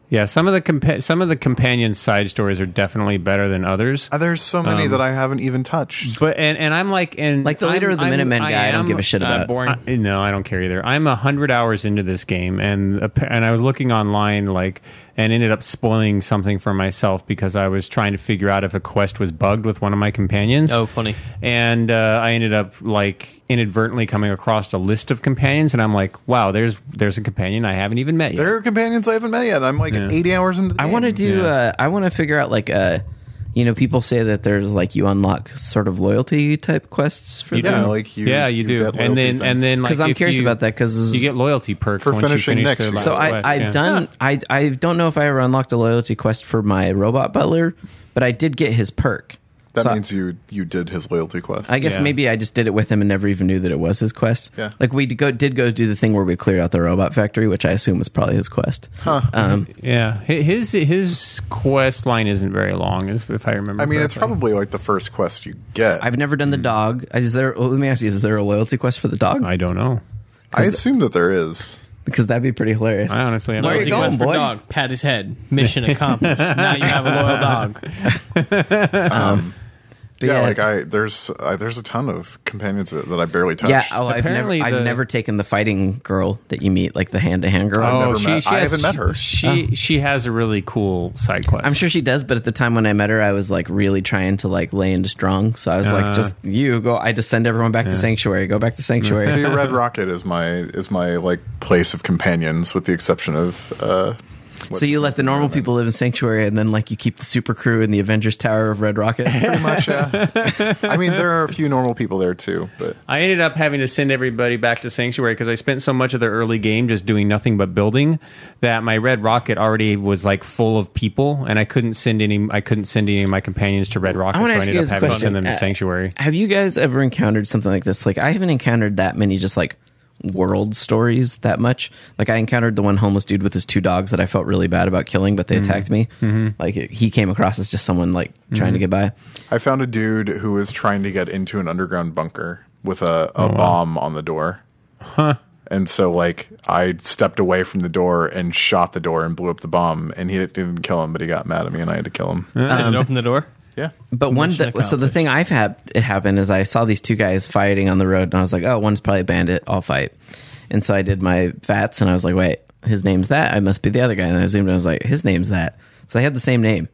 [SPEAKER 4] yeah some of the compa- some of the companion side stories are definitely better than others.
[SPEAKER 2] Uh, There's so many that I haven't even touched.
[SPEAKER 4] But and, and I'm like and
[SPEAKER 1] Like the leader
[SPEAKER 4] I'm-
[SPEAKER 1] of the
[SPEAKER 4] I'm-
[SPEAKER 1] Minutemen guy, I don't
[SPEAKER 4] am-
[SPEAKER 1] give a shit
[SPEAKER 3] uh,
[SPEAKER 1] about.
[SPEAKER 3] boring.
[SPEAKER 4] I- no, I don't care either. I'm a hundred hours into this game, and appa- and I was looking online like and ended up spoiling something for myself because I was trying to figure out if a quest was bugged with one of my companions.
[SPEAKER 3] Oh, funny.
[SPEAKER 4] and uh, I ended up like inadvertently coming across a list of companions, and I'm like, wow, there's there's a companion I haven't even met yet.
[SPEAKER 2] There are companions I haven't met yet. I'm like 80 hours into. the
[SPEAKER 1] I
[SPEAKER 2] game.
[SPEAKER 1] want to do.
[SPEAKER 4] Yeah.
[SPEAKER 1] Uh, I want to figure out like uh You know, people say that there's like you unlock sort of loyalty type quests for
[SPEAKER 4] You
[SPEAKER 1] them.
[SPEAKER 2] Yeah,
[SPEAKER 4] do.
[SPEAKER 2] like, you-
[SPEAKER 4] yeah, you,
[SPEAKER 2] you
[SPEAKER 4] do,
[SPEAKER 2] get
[SPEAKER 4] and
[SPEAKER 2] loyalty
[SPEAKER 4] then and
[SPEAKER 2] things.
[SPEAKER 4] then like
[SPEAKER 1] 'Cause I'm
[SPEAKER 4] if
[SPEAKER 1] curious
[SPEAKER 4] you-
[SPEAKER 1] about that, 'cause-
[SPEAKER 4] you get loyalty perks
[SPEAKER 2] For
[SPEAKER 4] once you
[SPEAKER 2] finishing
[SPEAKER 4] finish
[SPEAKER 2] next
[SPEAKER 4] the
[SPEAKER 2] week.
[SPEAKER 4] last
[SPEAKER 1] So I,
[SPEAKER 4] quest,
[SPEAKER 1] I've
[SPEAKER 4] yeah.
[SPEAKER 1] done. I I don't know if I ever unlocked a loyalty quest for my robot butler, but I did get his perk.
[SPEAKER 2] That
[SPEAKER 1] So
[SPEAKER 2] means you you did his loyalty quest.
[SPEAKER 1] I guess
[SPEAKER 4] Yeah.
[SPEAKER 1] maybe I just did it with him and never even knew that it was his quest.
[SPEAKER 2] Yeah.
[SPEAKER 1] Like we did go did go do the thing where we cleared out the robot factory, which I assume was probably his quest. Um,
[SPEAKER 4] Yeah, Hi- his his quest line isn't very long, is if I remember.
[SPEAKER 2] I mean, it's
[SPEAKER 4] correctly.
[SPEAKER 2] probably like the first quest you get. i
[SPEAKER 1] I've never done the dog. Is there? oh, Let me ask you: Is there a loyalty quest for the dog?
[SPEAKER 4] I don't know.
[SPEAKER 2] assume that there is.
[SPEAKER 1] Because that'd be pretty hilarious.
[SPEAKER 4] I honestly, I don't
[SPEAKER 1] Where
[SPEAKER 4] know.
[SPEAKER 1] you
[SPEAKER 3] Loyalty
[SPEAKER 1] going,
[SPEAKER 3] quest for
[SPEAKER 1] boy?
[SPEAKER 3] dog. Pat his head. Mission accomplished. now you have a loyal dog.
[SPEAKER 1] But
[SPEAKER 2] yeah, like I there's I, there's a ton of companions that, that I barely touched.
[SPEAKER 1] yeah. Oh, I've never,
[SPEAKER 4] Apparently the-
[SPEAKER 1] I've never taken the fighting girl that you meet, like the hand to hand girl.
[SPEAKER 2] I've
[SPEAKER 4] Oh,
[SPEAKER 2] never met- I haven't met her.
[SPEAKER 4] She she has a really cool side quest.
[SPEAKER 1] I'm sure she does, but at the time when I met her, I was like really trying to like lay into strong. So I was
[SPEAKER 4] Uh.
[SPEAKER 1] like, just you go. I just send everyone back to sanctuary. Go back to
[SPEAKER 2] So
[SPEAKER 1] sanctuary.
[SPEAKER 2] your Red Rocket is my is my like place of companions, with the exception of uh,
[SPEAKER 1] So you let the normal people live in Sanctuary, and then like you keep the super crew in the Avengers Tower of Red Rocket.
[SPEAKER 2] Pretty much, yeah. I mean, there are a few normal people there too, but
[SPEAKER 4] I ended up having to send everybody back to Sanctuary because I spent so much of the early game just doing nothing but building that my Red Rocket already was like full of people, and I couldn't send any. I couldn't send any of my companions to Red Rocket,
[SPEAKER 1] I want to
[SPEAKER 4] so I
[SPEAKER 1] ask
[SPEAKER 4] ended
[SPEAKER 1] you
[SPEAKER 4] up
[SPEAKER 1] guys a
[SPEAKER 4] having to
[SPEAKER 1] question.
[SPEAKER 4] send them to
[SPEAKER 1] Uh,
[SPEAKER 4] Sanctuary.
[SPEAKER 1] Have you guys ever encountered something like this? Like I haven't encountered that many just like world stories that much. Like I encountered the one homeless dude with his two dogs that I felt really bad about killing, but they
[SPEAKER 4] Mm-hmm.
[SPEAKER 1] attacked me. Like it, he came across as just someone like trying
[SPEAKER 4] Mm-hmm.
[SPEAKER 1] to get by.
[SPEAKER 2] I found a dude who was trying to get into an underground bunker with a, a bomb on the door. And so, like, I stepped away from the door and shot the door and blew up the bomb. And he didn't kill him, but he got mad at me and I had to kill him.
[SPEAKER 1] Um,
[SPEAKER 3] Didn't open the door.
[SPEAKER 2] Yeah.
[SPEAKER 1] But one, that, so the thing I've had it happen is I saw these two guys fighting on the road, and I was like, oh, one's probably a bandit. I'll fight. And so I did my vats, and I was like, wait, his name's that. I must be the other guy. And I zoomed, and I was like, his name's that. So they had the same name.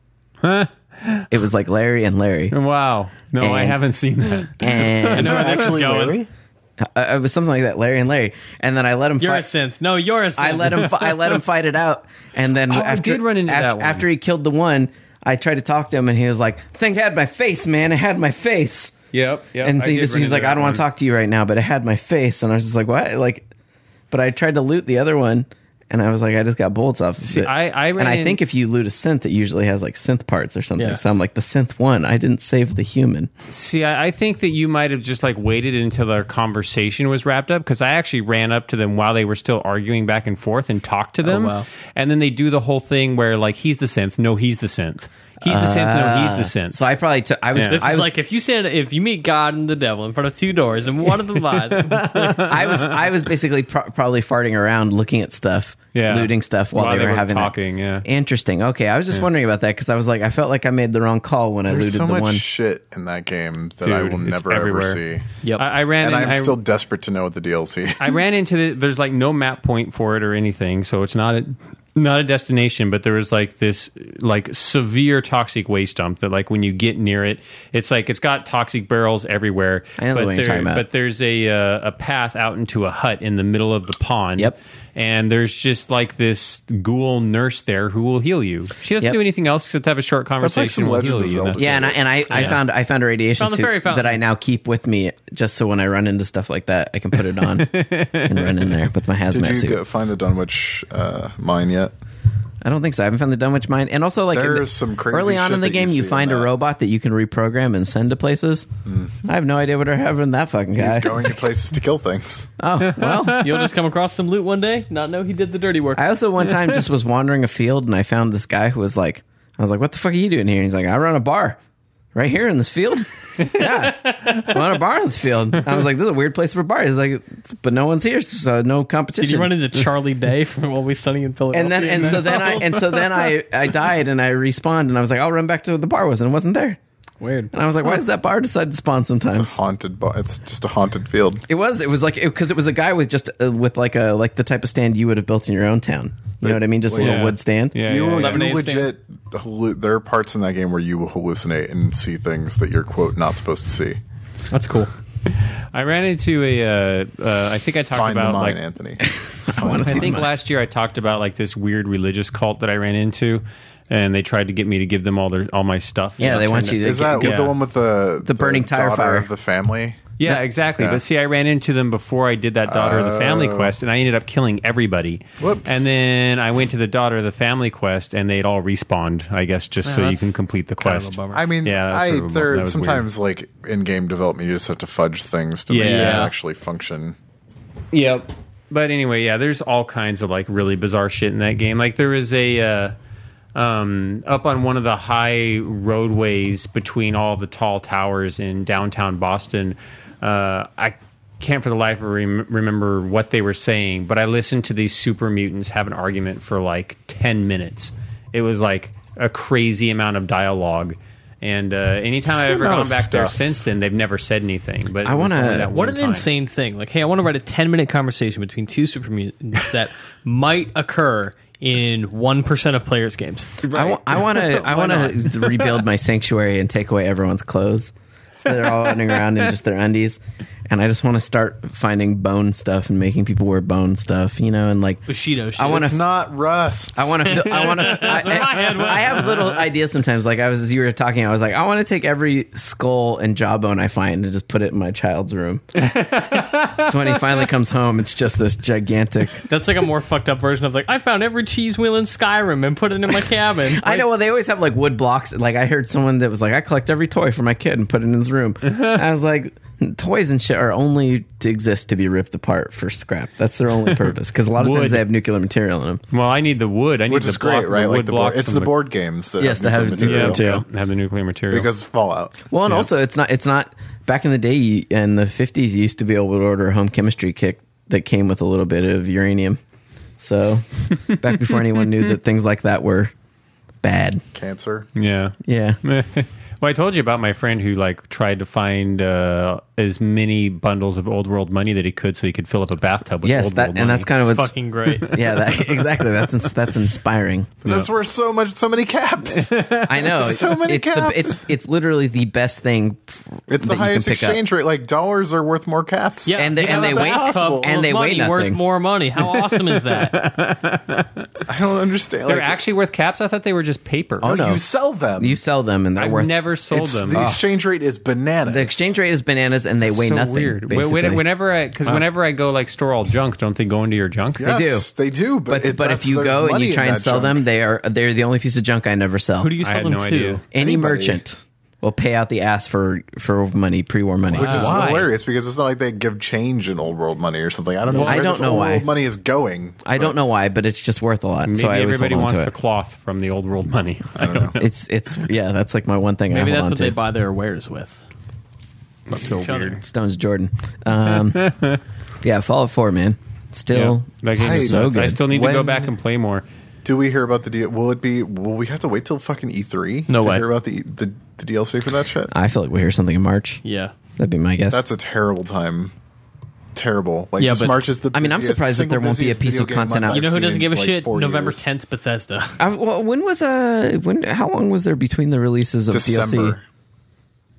[SPEAKER 1] it was like Larry and Larry.
[SPEAKER 4] Wow, no, I
[SPEAKER 1] And-
[SPEAKER 4] haven't seen that.
[SPEAKER 1] And
[SPEAKER 3] know where this is going.
[SPEAKER 1] uh, it was something like that, Larry and Larry. And then I let him
[SPEAKER 3] You're a
[SPEAKER 1] fight.
[SPEAKER 3] synth. No, you're a synth.
[SPEAKER 1] I let him. Fi- I let him fight it out, and then
[SPEAKER 4] I
[SPEAKER 1] after,
[SPEAKER 4] Oh, did run into
[SPEAKER 1] af-
[SPEAKER 4] that one.
[SPEAKER 1] after he killed the one, I tried to talk to him, and he was like, "Thing had my face, man. It had my face."
[SPEAKER 4] Yep, yep.
[SPEAKER 1] and so he just he's like, "I don't want to talk to you right now," but it had my face, and I was just like, "What?" Like, but I tried to loot the other one, and I was like, "I just got bullets off." Of it.
[SPEAKER 4] I- I ran
[SPEAKER 1] and I
[SPEAKER 4] in-
[SPEAKER 1] think if you loot a synth, it usually has like synth parts or something.
[SPEAKER 3] Yeah.
[SPEAKER 1] So I'm like, the synth one. I didn't save the human.
[SPEAKER 4] See, I, I think that you might have just like waited until their conversation was wrapped up because I actually ran up to them while they were still arguing back and forth and talked to them.
[SPEAKER 3] Oh, wow.
[SPEAKER 4] And then they do the whole thing where like he's the synth, no, he's the synth, he's the synth, no,
[SPEAKER 3] Ah.
[SPEAKER 4] he's the synth.
[SPEAKER 1] So I probably took. I was.
[SPEAKER 4] Yeah.
[SPEAKER 3] This
[SPEAKER 1] I
[SPEAKER 3] is
[SPEAKER 1] was
[SPEAKER 3] like if you said if you meet God and the devil in front of two doors and one of them lies.
[SPEAKER 1] I was I was basically pro- probably farting around, looking at stuff,
[SPEAKER 4] Yeah.
[SPEAKER 1] looting stuff while, they, were, having that.
[SPEAKER 4] talking, yeah.
[SPEAKER 1] Interesting. Okay, I was just wondering about that because I was like, I felt like I made the wrong call when I
[SPEAKER 2] There's
[SPEAKER 1] looted
[SPEAKER 2] so
[SPEAKER 1] the
[SPEAKER 2] much
[SPEAKER 1] one.
[SPEAKER 2] shit in that game that I
[SPEAKER 4] Dude,
[SPEAKER 2] will
[SPEAKER 4] it's
[SPEAKER 2] never
[SPEAKER 4] everywhere.
[SPEAKER 2] ever see.
[SPEAKER 3] yep.
[SPEAKER 4] I, I ran
[SPEAKER 2] And
[SPEAKER 4] in,
[SPEAKER 2] I'm
[SPEAKER 4] I-
[SPEAKER 2] still desperate to know what the DLC is.
[SPEAKER 4] I ran into the, there's like no map point for it or anything, so it's not a not a destination, but there was like this like severe toxic waste dump that like when you get near it, it's like it's got toxic barrels everywhere.
[SPEAKER 1] I know the
[SPEAKER 4] but,
[SPEAKER 1] one you're talking about.
[SPEAKER 4] but there's a uh, a path out into a hut in the middle of the pond.
[SPEAKER 1] Yep.
[SPEAKER 4] And there's just like this ghoul nurse there who will heal you. She doesn't
[SPEAKER 1] Yep.
[SPEAKER 4] do anything else except have a short
[SPEAKER 2] like
[SPEAKER 4] conversation.
[SPEAKER 2] some
[SPEAKER 4] will
[SPEAKER 2] Legend
[SPEAKER 4] heal
[SPEAKER 2] of
[SPEAKER 4] you, and
[SPEAKER 2] Zelda
[SPEAKER 4] that's-
[SPEAKER 1] Yeah, and I and I, I found I found a radiation
[SPEAKER 3] Found the
[SPEAKER 1] suit
[SPEAKER 3] fairy fountain.
[SPEAKER 1] that I now keep with me just so when I run into stuff like that, I can put it on and run in there with my hazmat
[SPEAKER 2] Did you
[SPEAKER 1] suit.
[SPEAKER 2] go, find the Dunwich uh, mine yet?
[SPEAKER 1] I don't think so. I haven't found the Dunwich mine, and also like in
[SPEAKER 2] There
[SPEAKER 1] the-
[SPEAKER 2] is some crazy
[SPEAKER 1] early on
[SPEAKER 2] shit
[SPEAKER 1] in the
[SPEAKER 2] that you
[SPEAKER 1] game,
[SPEAKER 2] see
[SPEAKER 1] you,
[SPEAKER 2] in
[SPEAKER 1] find a
[SPEAKER 2] that. Hmm.
[SPEAKER 1] robot that you can reprogram and send to places. I have no idea what are having that fucking guy.
[SPEAKER 2] He's going to places to kill things.
[SPEAKER 1] oh well,
[SPEAKER 3] You'll just come across some loot one day, not know he did the dirty work.
[SPEAKER 1] I also one time just was wandering a field and I found this guy who was like, I was like, what the fuck are you doing here? And he's like, I run a bar right here in this field. yeah, I run a bar in this field. I was like, this is a weird place for bars. He's like, "It's- but no one's here, so no competition.
[SPEAKER 3] did you run into Charlie Day from Always Sunny in Philadelphia?
[SPEAKER 1] and then and so then I and so then I I died and I respawned and I was like, I'll run back to where the bar was and it wasn't there.
[SPEAKER 3] weird.
[SPEAKER 1] And I was like, why does that bar decide to spawn sometimes?
[SPEAKER 2] Haunted. Bo- it's just a haunted field.
[SPEAKER 1] It was. It was like because it, was a guy with just uh, with like a like the type of stand you would have built in your own town. You know what I mean? Just a little
[SPEAKER 4] Yeah.
[SPEAKER 1] wood stand.
[SPEAKER 4] Yeah,
[SPEAKER 2] you,
[SPEAKER 4] yeah, yeah.
[SPEAKER 2] you
[SPEAKER 3] Lemonade stand.
[SPEAKER 2] legit hallu- there are parts in that game where you will hallucinate and see things that you're quote not supposed to see
[SPEAKER 3] That's cool.
[SPEAKER 4] I ran into a. Uh, uh, I think I talked
[SPEAKER 2] find the
[SPEAKER 4] about
[SPEAKER 2] mine
[SPEAKER 4] like
[SPEAKER 2] anthony
[SPEAKER 1] I want to
[SPEAKER 4] I
[SPEAKER 1] see
[SPEAKER 4] think
[SPEAKER 1] them.
[SPEAKER 4] last year I talked about like this weird religious cult that I ran into, and they tried to get me to give them all their all my stuff.
[SPEAKER 1] Yeah, they want you to
[SPEAKER 2] is that
[SPEAKER 1] go-
[SPEAKER 2] the one with the the
[SPEAKER 1] burning tire
[SPEAKER 2] daughter
[SPEAKER 1] fire.
[SPEAKER 2] of the family
[SPEAKER 4] Yeah, exactly. But see, I ran into them before I did that daughter of the family quest, and I ended up killing everybody.
[SPEAKER 2] Whoops.
[SPEAKER 4] And then I went to the daughter of the family quest, and they'd all respawned. I guess just so you
[SPEAKER 3] that's
[SPEAKER 4] can complete the
[SPEAKER 3] kind of a
[SPEAKER 4] quest.
[SPEAKER 3] bummer.
[SPEAKER 2] i mean
[SPEAKER 4] Yeah, that was
[SPEAKER 2] i
[SPEAKER 4] sort of a- that
[SPEAKER 2] there
[SPEAKER 4] was
[SPEAKER 2] sometimes like in game development you just have to fudge things to make
[SPEAKER 4] Yeah.
[SPEAKER 2] things actually function
[SPEAKER 4] Yep. But anyway, yeah, there's all kinds of like really bizarre shit in that game. Like there is a uh, um, up on one of the high roadways between all the tall towers in downtown Boston. Uh, I can't for the life of me rem- remember what they were saying, but I listened to these super mutants have an argument for like ten minutes. It was like a crazy amount of dialogue. And uh, anytime I've
[SPEAKER 2] the
[SPEAKER 4] ever
[SPEAKER 2] amount
[SPEAKER 4] gone
[SPEAKER 2] of
[SPEAKER 4] back there
[SPEAKER 2] stuff.
[SPEAKER 4] since then, they've never said anything. But
[SPEAKER 1] I
[SPEAKER 4] it was
[SPEAKER 1] wanna-
[SPEAKER 4] only that
[SPEAKER 3] What
[SPEAKER 4] one
[SPEAKER 3] an
[SPEAKER 4] time.
[SPEAKER 3] insane thing! Like, hey, I want to write a ten-minute conversation between two super mutants that might occur in one percent of players' games.
[SPEAKER 1] I want to. I want to rebuild my sanctuary and take away everyone's clothes. So they're all running around in just their undies, and I just want to start finding bone stuff and making people wear bone stuff, you know, and like
[SPEAKER 3] Bushido shit.
[SPEAKER 1] I want
[SPEAKER 2] It's
[SPEAKER 1] to.
[SPEAKER 2] not rust.
[SPEAKER 1] I want to. I want to. I,
[SPEAKER 3] where my head went.
[SPEAKER 1] I have little ideas sometimes. Like I was, as you were talking, I was like, I want to take every skull and jawbone I find and just put it in my child's room. so when he finally comes home, it's just this gigantic.
[SPEAKER 3] That's like a more fucked up version of like I found every cheese wheel in Skyrim and put it in my cabin.
[SPEAKER 1] I know. Well, they always have like wood blocks. Like I heard someone that was like, I collect every toy for my kid and put it in his room. I was like, toys and shit are only to exist to be ripped apart for scrap. That's their only purpose. Because a lot of
[SPEAKER 4] Wood.
[SPEAKER 1] times they have nuclear material in them.
[SPEAKER 4] Well, I need the wood. I need
[SPEAKER 2] which
[SPEAKER 4] the
[SPEAKER 2] is great,
[SPEAKER 4] block-
[SPEAKER 2] right?
[SPEAKER 4] The wood
[SPEAKER 2] Like the
[SPEAKER 4] blocks
[SPEAKER 2] board, it's
[SPEAKER 4] from
[SPEAKER 2] the board games that
[SPEAKER 1] Yes,
[SPEAKER 2] have nuclear
[SPEAKER 1] that have nuclear
[SPEAKER 4] Yeah,
[SPEAKER 2] material.
[SPEAKER 1] material.
[SPEAKER 4] yeah, have the nuclear material.
[SPEAKER 2] because Fallout.
[SPEAKER 1] Well, and also it's not it's not back in the day you, in the fifties you used to be able to order a home chemistry kit that came with a little bit of uranium. So back before anyone knew that things like that were bad.
[SPEAKER 2] Cancer.
[SPEAKER 4] yeah.
[SPEAKER 1] Yeah.
[SPEAKER 4] well, I told you about my friend who like tried to find uh, as many bundles of old world money that he could, so he could fill up a bathtub with
[SPEAKER 1] Yes,
[SPEAKER 4] old
[SPEAKER 1] that
[SPEAKER 4] world
[SPEAKER 1] and
[SPEAKER 4] money.
[SPEAKER 1] that's kind of
[SPEAKER 3] It's
[SPEAKER 1] what's
[SPEAKER 3] fucking great.
[SPEAKER 1] yeah, that, exactly. That's ins- that's inspiring.
[SPEAKER 2] That's worth so much, so many caps.
[SPEAKER 1] I know.
[SPEAKER 2] So many
[SPEAKER 1] it's, the,
[SPEAKER 2] caps.
[SPEAKER 1] it's it's literally the best thing.
[SPEAKER 2] It's the highest exchange rate. Like dollars are worth more caps.
[SPEAKER 3] Yeah,
[SPEAKER 1] And they-
[SPEAKER 3] you
[SPEAKER 1] and
[SPEAKER 3] have
[SPEAKER 1] they
[SPEAKER 3] a
[SPEAKER 1] weigh-
[SPEAKER 3] bathtub
[SPEAKER 1] and
[SPEAKER 3] full of
[SPEAKER 1] they weigh
[SPEAKER 3] money worth
[SPEAKER 1] nothing.
[SPEAKER 3] more money. How awesome is that?
[SPEAKER 2] I don't understand.
[SPEAKER 4] they're
[SPEAKER 2] like,
[SPEAKER 4] actually worth caps. I thought they were just paper.
[SPEAKER 1] Oh,
[SPEAKER 2] no,
[SPEAKER 1] no.
[SPEAKER 2] you sell them.
[SPEAKER 1] You sell them and they're
[SPEAKER 4] I've
[SPEAKER 1] worth.
[SPEAKER 4] never sold
[SPEAKER 2] it's,
[SPEAKER 4] them.
[SPEAKER 2] The
[SPEAKER 4] Oh,
[SPEAKER 2] exchange rate is bananas.
[SPEAKER 1] the exchange rate is bananas and they weigh
[SPEAKER 4] so
[SPEAKER 1] nothing.
[SPEAKER 4] weird. Wh-
[SPEAKER 1] basically.
[SPEAKER 4] when- Whenever I because whenever I go like store all junk, don't they go into your junk?
[SPEAKER 1] do.
[SPEAKER 2] Yes, they do. But
[SPEAKER 1] but
[SPEAKER 2] it-
[SPEAKER 1] but if
[SPEAKER 2] that's-
[SPEAKER 1] you
[SPEAKER 2] there's
[SPEAKER 1] go and
[SPEAKER 2] money
[SPEAKER 1] you
[SPEAKER 2] in
[SPEAKER 1] try and
[SPEAKER 2] that
[SPEAKER 1] sell
[SPEAKER 2] junk.
[SPEAKER 1] them, they are they're the only piece of junk I never sell.
[SPEAKER 3] Who do you
[SPEAKER 4] I
[SPEAKER 3] sell
[SPEAKER 4] had
[SPEAKER 3] them
[SPEAKER 4] no
[SPEAKER 3] to?
[SPEAKER 4] idea.
[SPEAKER 1] Any
[SPEAKER 2] Anybody.
[SPEAKER 1] merchant will pay out the ass for for money, pre-war money.
[SPEAKER 2] Which is
[SPEAKER 4] Why?
[SPEAKER 2] hilarious because it's not like they give change in old world money or something. I don't know.
[SPEAKER 1] Well, I
[SPEAKER 2] where
[SPEAKER 1] don't
[SPEAKER 2] this
[SPEAKER 1] know
[SPEAKER 2] old
[SPEAKER 1] why.
[SPEAKER 2] world money is going.
[SPEAKER 1] I don't know why, but it's just worth a lot.
[SPEAKER 4] Maybe
[SPEAKER 1] so I always
[SPEAKER 4] everybody
[SPEAKER 1] hold on
[SPEAKER 4] wants
[SPEAKER 1] to
[SPEAKER 4] the
[SPEAKER 1] it.
[SPEAKER 4] cloth from the old world money. I don't know.
[SPEAKER 1] It's it's yeah, that's like my one thing.
[SPEAKER 3] Maybe
[SPEAKER 1] I hold
[SPEAKER 3] that's
[SPEAKER 1] on
[SPEAKER 3] what
[SPEAKER 1] to.
[SPEAKER 3] they buy their wares with.
[SPEAKER 4] It's so
[SPEAKER 3] Each other.
[SPEAKER 4] weird.
[SPEAKER 1] Stones Jordan. Um, yeah, Fallout Four, man. Still
[SPEAKER 4] Yeah, that game is
[SPEAKER 1] so
[SPEAKER 4] nuts.
[SPEAKER 1] good.
[SPEAKER 4] I still need to go
[SPEAKER 2] When-
[SPEAKER 4] back and play more.
[SPEAKER 2] Do we hear about the deal? Will it be? Will we have to wait till fucking E three?
[SPEAKER 3] No
[SPEAKER 2] to
[SPEAKER 3] way.
[SPEAKER 2] Hear about the, the the DLC for that shit?
[SPEAKER 1] I feel like we hear something in March.
[SPEAKER 3] Yeah.
[SPEAKER 1] That'd be my guess.
[SPEAKER 2] That's a terrible time. Terrible. Like
[SPEAKER 3] Yeah,
[SPEAKER 2] this
[SPEAKER 3] but-
[SPEAKER 2] March is the.
[SPEAKER 1] I mean, I'm
[SPEAKER 2] busiest-
[SPEAKER 1] surprised that
[SPEAKER 2] single
[SPEAKER 1] there won't be a
[SPEAKER 2] busiest
[SPEAKER 1] piece
[SPEAKER 2] video
[SPEAKER 1] of
[SPEAKER 2] game month
[SPEAKER 1] content out.
[SPEAKER 2] I've
[SPEAKER 3] You know who
[SPEAKER 2] seen
[SPEAKER 3] doesn't
[SPEAKER 2] in,
[SPEAKER 3] give a
[SPEAKER 2] like,
[SPEAKER 3] shit?
[SPEAKER 2] four
[SPEAKER 3] November
[SPEAKER 2] years.
[SPEAKER 3] 10th, Bethesda.
[SPEAKER 1] I, well, when was uh when how long was there between the releases of DLC?
[SPEAKER 2] December.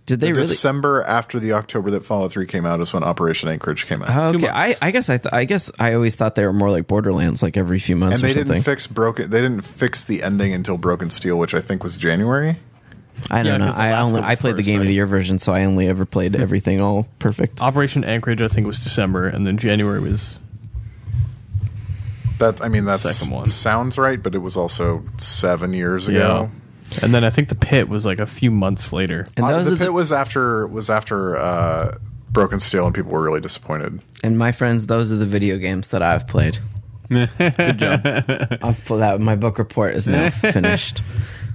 [SPEAKER 1] Did they really?
[SPEAKER 2] December after the October that Fallout 3 came out is when Operation Anchorage came out.
[SPEAKER 1] Oh,
[SPEAKER 3] two
[SPEAKER 1] okay, I,
[SPEAKER 3] months.
[SPEAKER 1] I guess I th- I guess I always thought they were more like Borderlands, like every few months
[SPEAKER 2] and they
[SPEAKER 1] or something.
[SPEAKER 2] didn't fix broken they didn't fix the ending until Broken Steel, which I think was January.
[SPEAKER 1] I don't
[SPEAKER 3] Yeah,
[SPEAKER 1] know.
[SPEAKER 3] 'cause the
[SPEAKER 1] I
[SPEAKER 3] last
[SPEAKER 1] only
[SPEAKER 3] one was
[SPEAKER 1] I played the
[SPEAKER 3] first,
[SPEAKER 1] game of the
[SPEAKER 3] right? Uh,
[SPEAKER 1] year version, so I only ever played everything all perfect.
[SPEAKER 3] Operation Anchorage, I think, was December, and then January was.
[SPEAKER 2] That I mean that's
[SPEAKER 3] Second one.
[SPEAKER 2] sounds right, but it was also seven years ago.
[SPEAKER 3] And then I think the pit was like a few months later.
[SPEAKER 1] And
[SPEAKER 2] Uh,
[SPEAKER 1] those
[SPEAKER 2] the
[SPEAKER 1] are
[SPEAKER 2] pit
[SPEAKER 1] the,
[SPEAKER 2] was after was after uh, Broken Steel and people were really disappointed.
[SPEAKER 1] and my friends, those are the video games that I've played.
[SPEAKER 3] Good job.
[SPEAKER 1] I've pl- that my book report is now finished.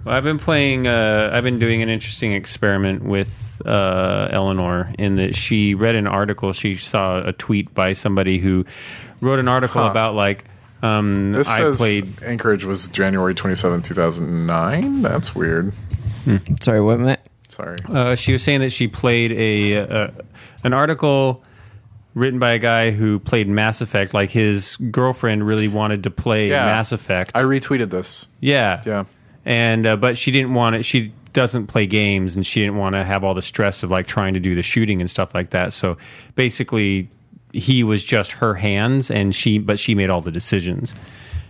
[SPEAKER 4] Well, I've been playing. Uh, I've been doing an interesting experiment with uh, Eleanor in that she read an article. She saw a tweet by somebody who wrote an article about like um,
[SPEAKER 2] This
[SPEAKER 4] I
[SPEAKER 2] says
[SPEAKER 4] played.
[SPEAKER 2] Anchorage was January twenty seventh, two thousand nine. That's weird.
[SPEAKER 1] Sorry, what Matt?
[SPEAKER 2] Sorry.
[SPEAKER 4] Uh, she was saying that she played a uh, an article written by a guy who played Mass Effect. Like his girlfriend really wanted to play
[SPEAKER 2] Yeah.
[SPEAKER 4] Mass Effect.
[SPEAKER 2] I retweeted this.
[SPEAKER 4] Yeah.
[SPEAKER 2] Yeah.
[SPEAKER 4] And uh, but she didn't want it. She doesn't play games, and she didn't want to have all the stress of like trying to do the shooting and stuff like that. So basically, he was just her hands, and she but she made all the decisions.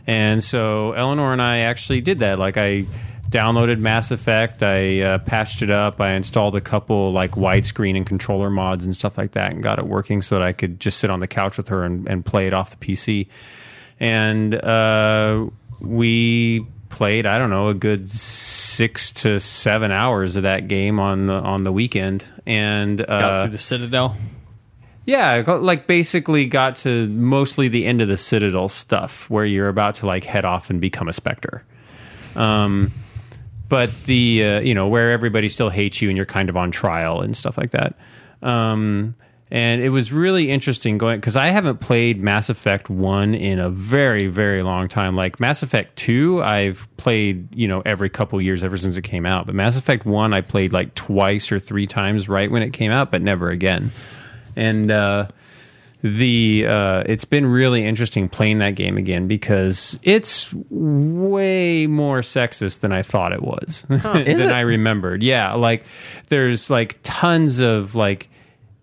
[SPEAKER 4] And so Eleanor and I actually did that. Like I downloaded Mass Effect, I uh, patched it up, I installed a couple like widescreen and controller mods and stuff like that, and got it working so that I could just sit on the couch with her and, and play it off the PC and uh, we played I don't know a good six to seven hours of that game on the on the weekend, and
[SPEAKER 3] Got
[SPEAKER 4] uh,
[SPEAKER 3] through the Citadel.
[SPEAKER 4] yeah, I got- like basically got to mostly the end of the Citadel stuff where you're about to like head off and become a Spectre. Um, but the uh, you know where everybody still hates you and you're kind of on trial and stuff like that. Um, and it was really interesting going because I haven't played Mass Effect one in a very very long time. Like Mass Effect two, I've played you know every couple years ever since it came out. But Mass Effect one, I played like twice or three times right when it came out, but never again. And uh, the uh, it's been really interesting playing that game again because it's way more sexist than I thought it was than
[SPEAKER 1] Is it?
[SPEAKER 4] I remembered. Yeah, like there's like tons of like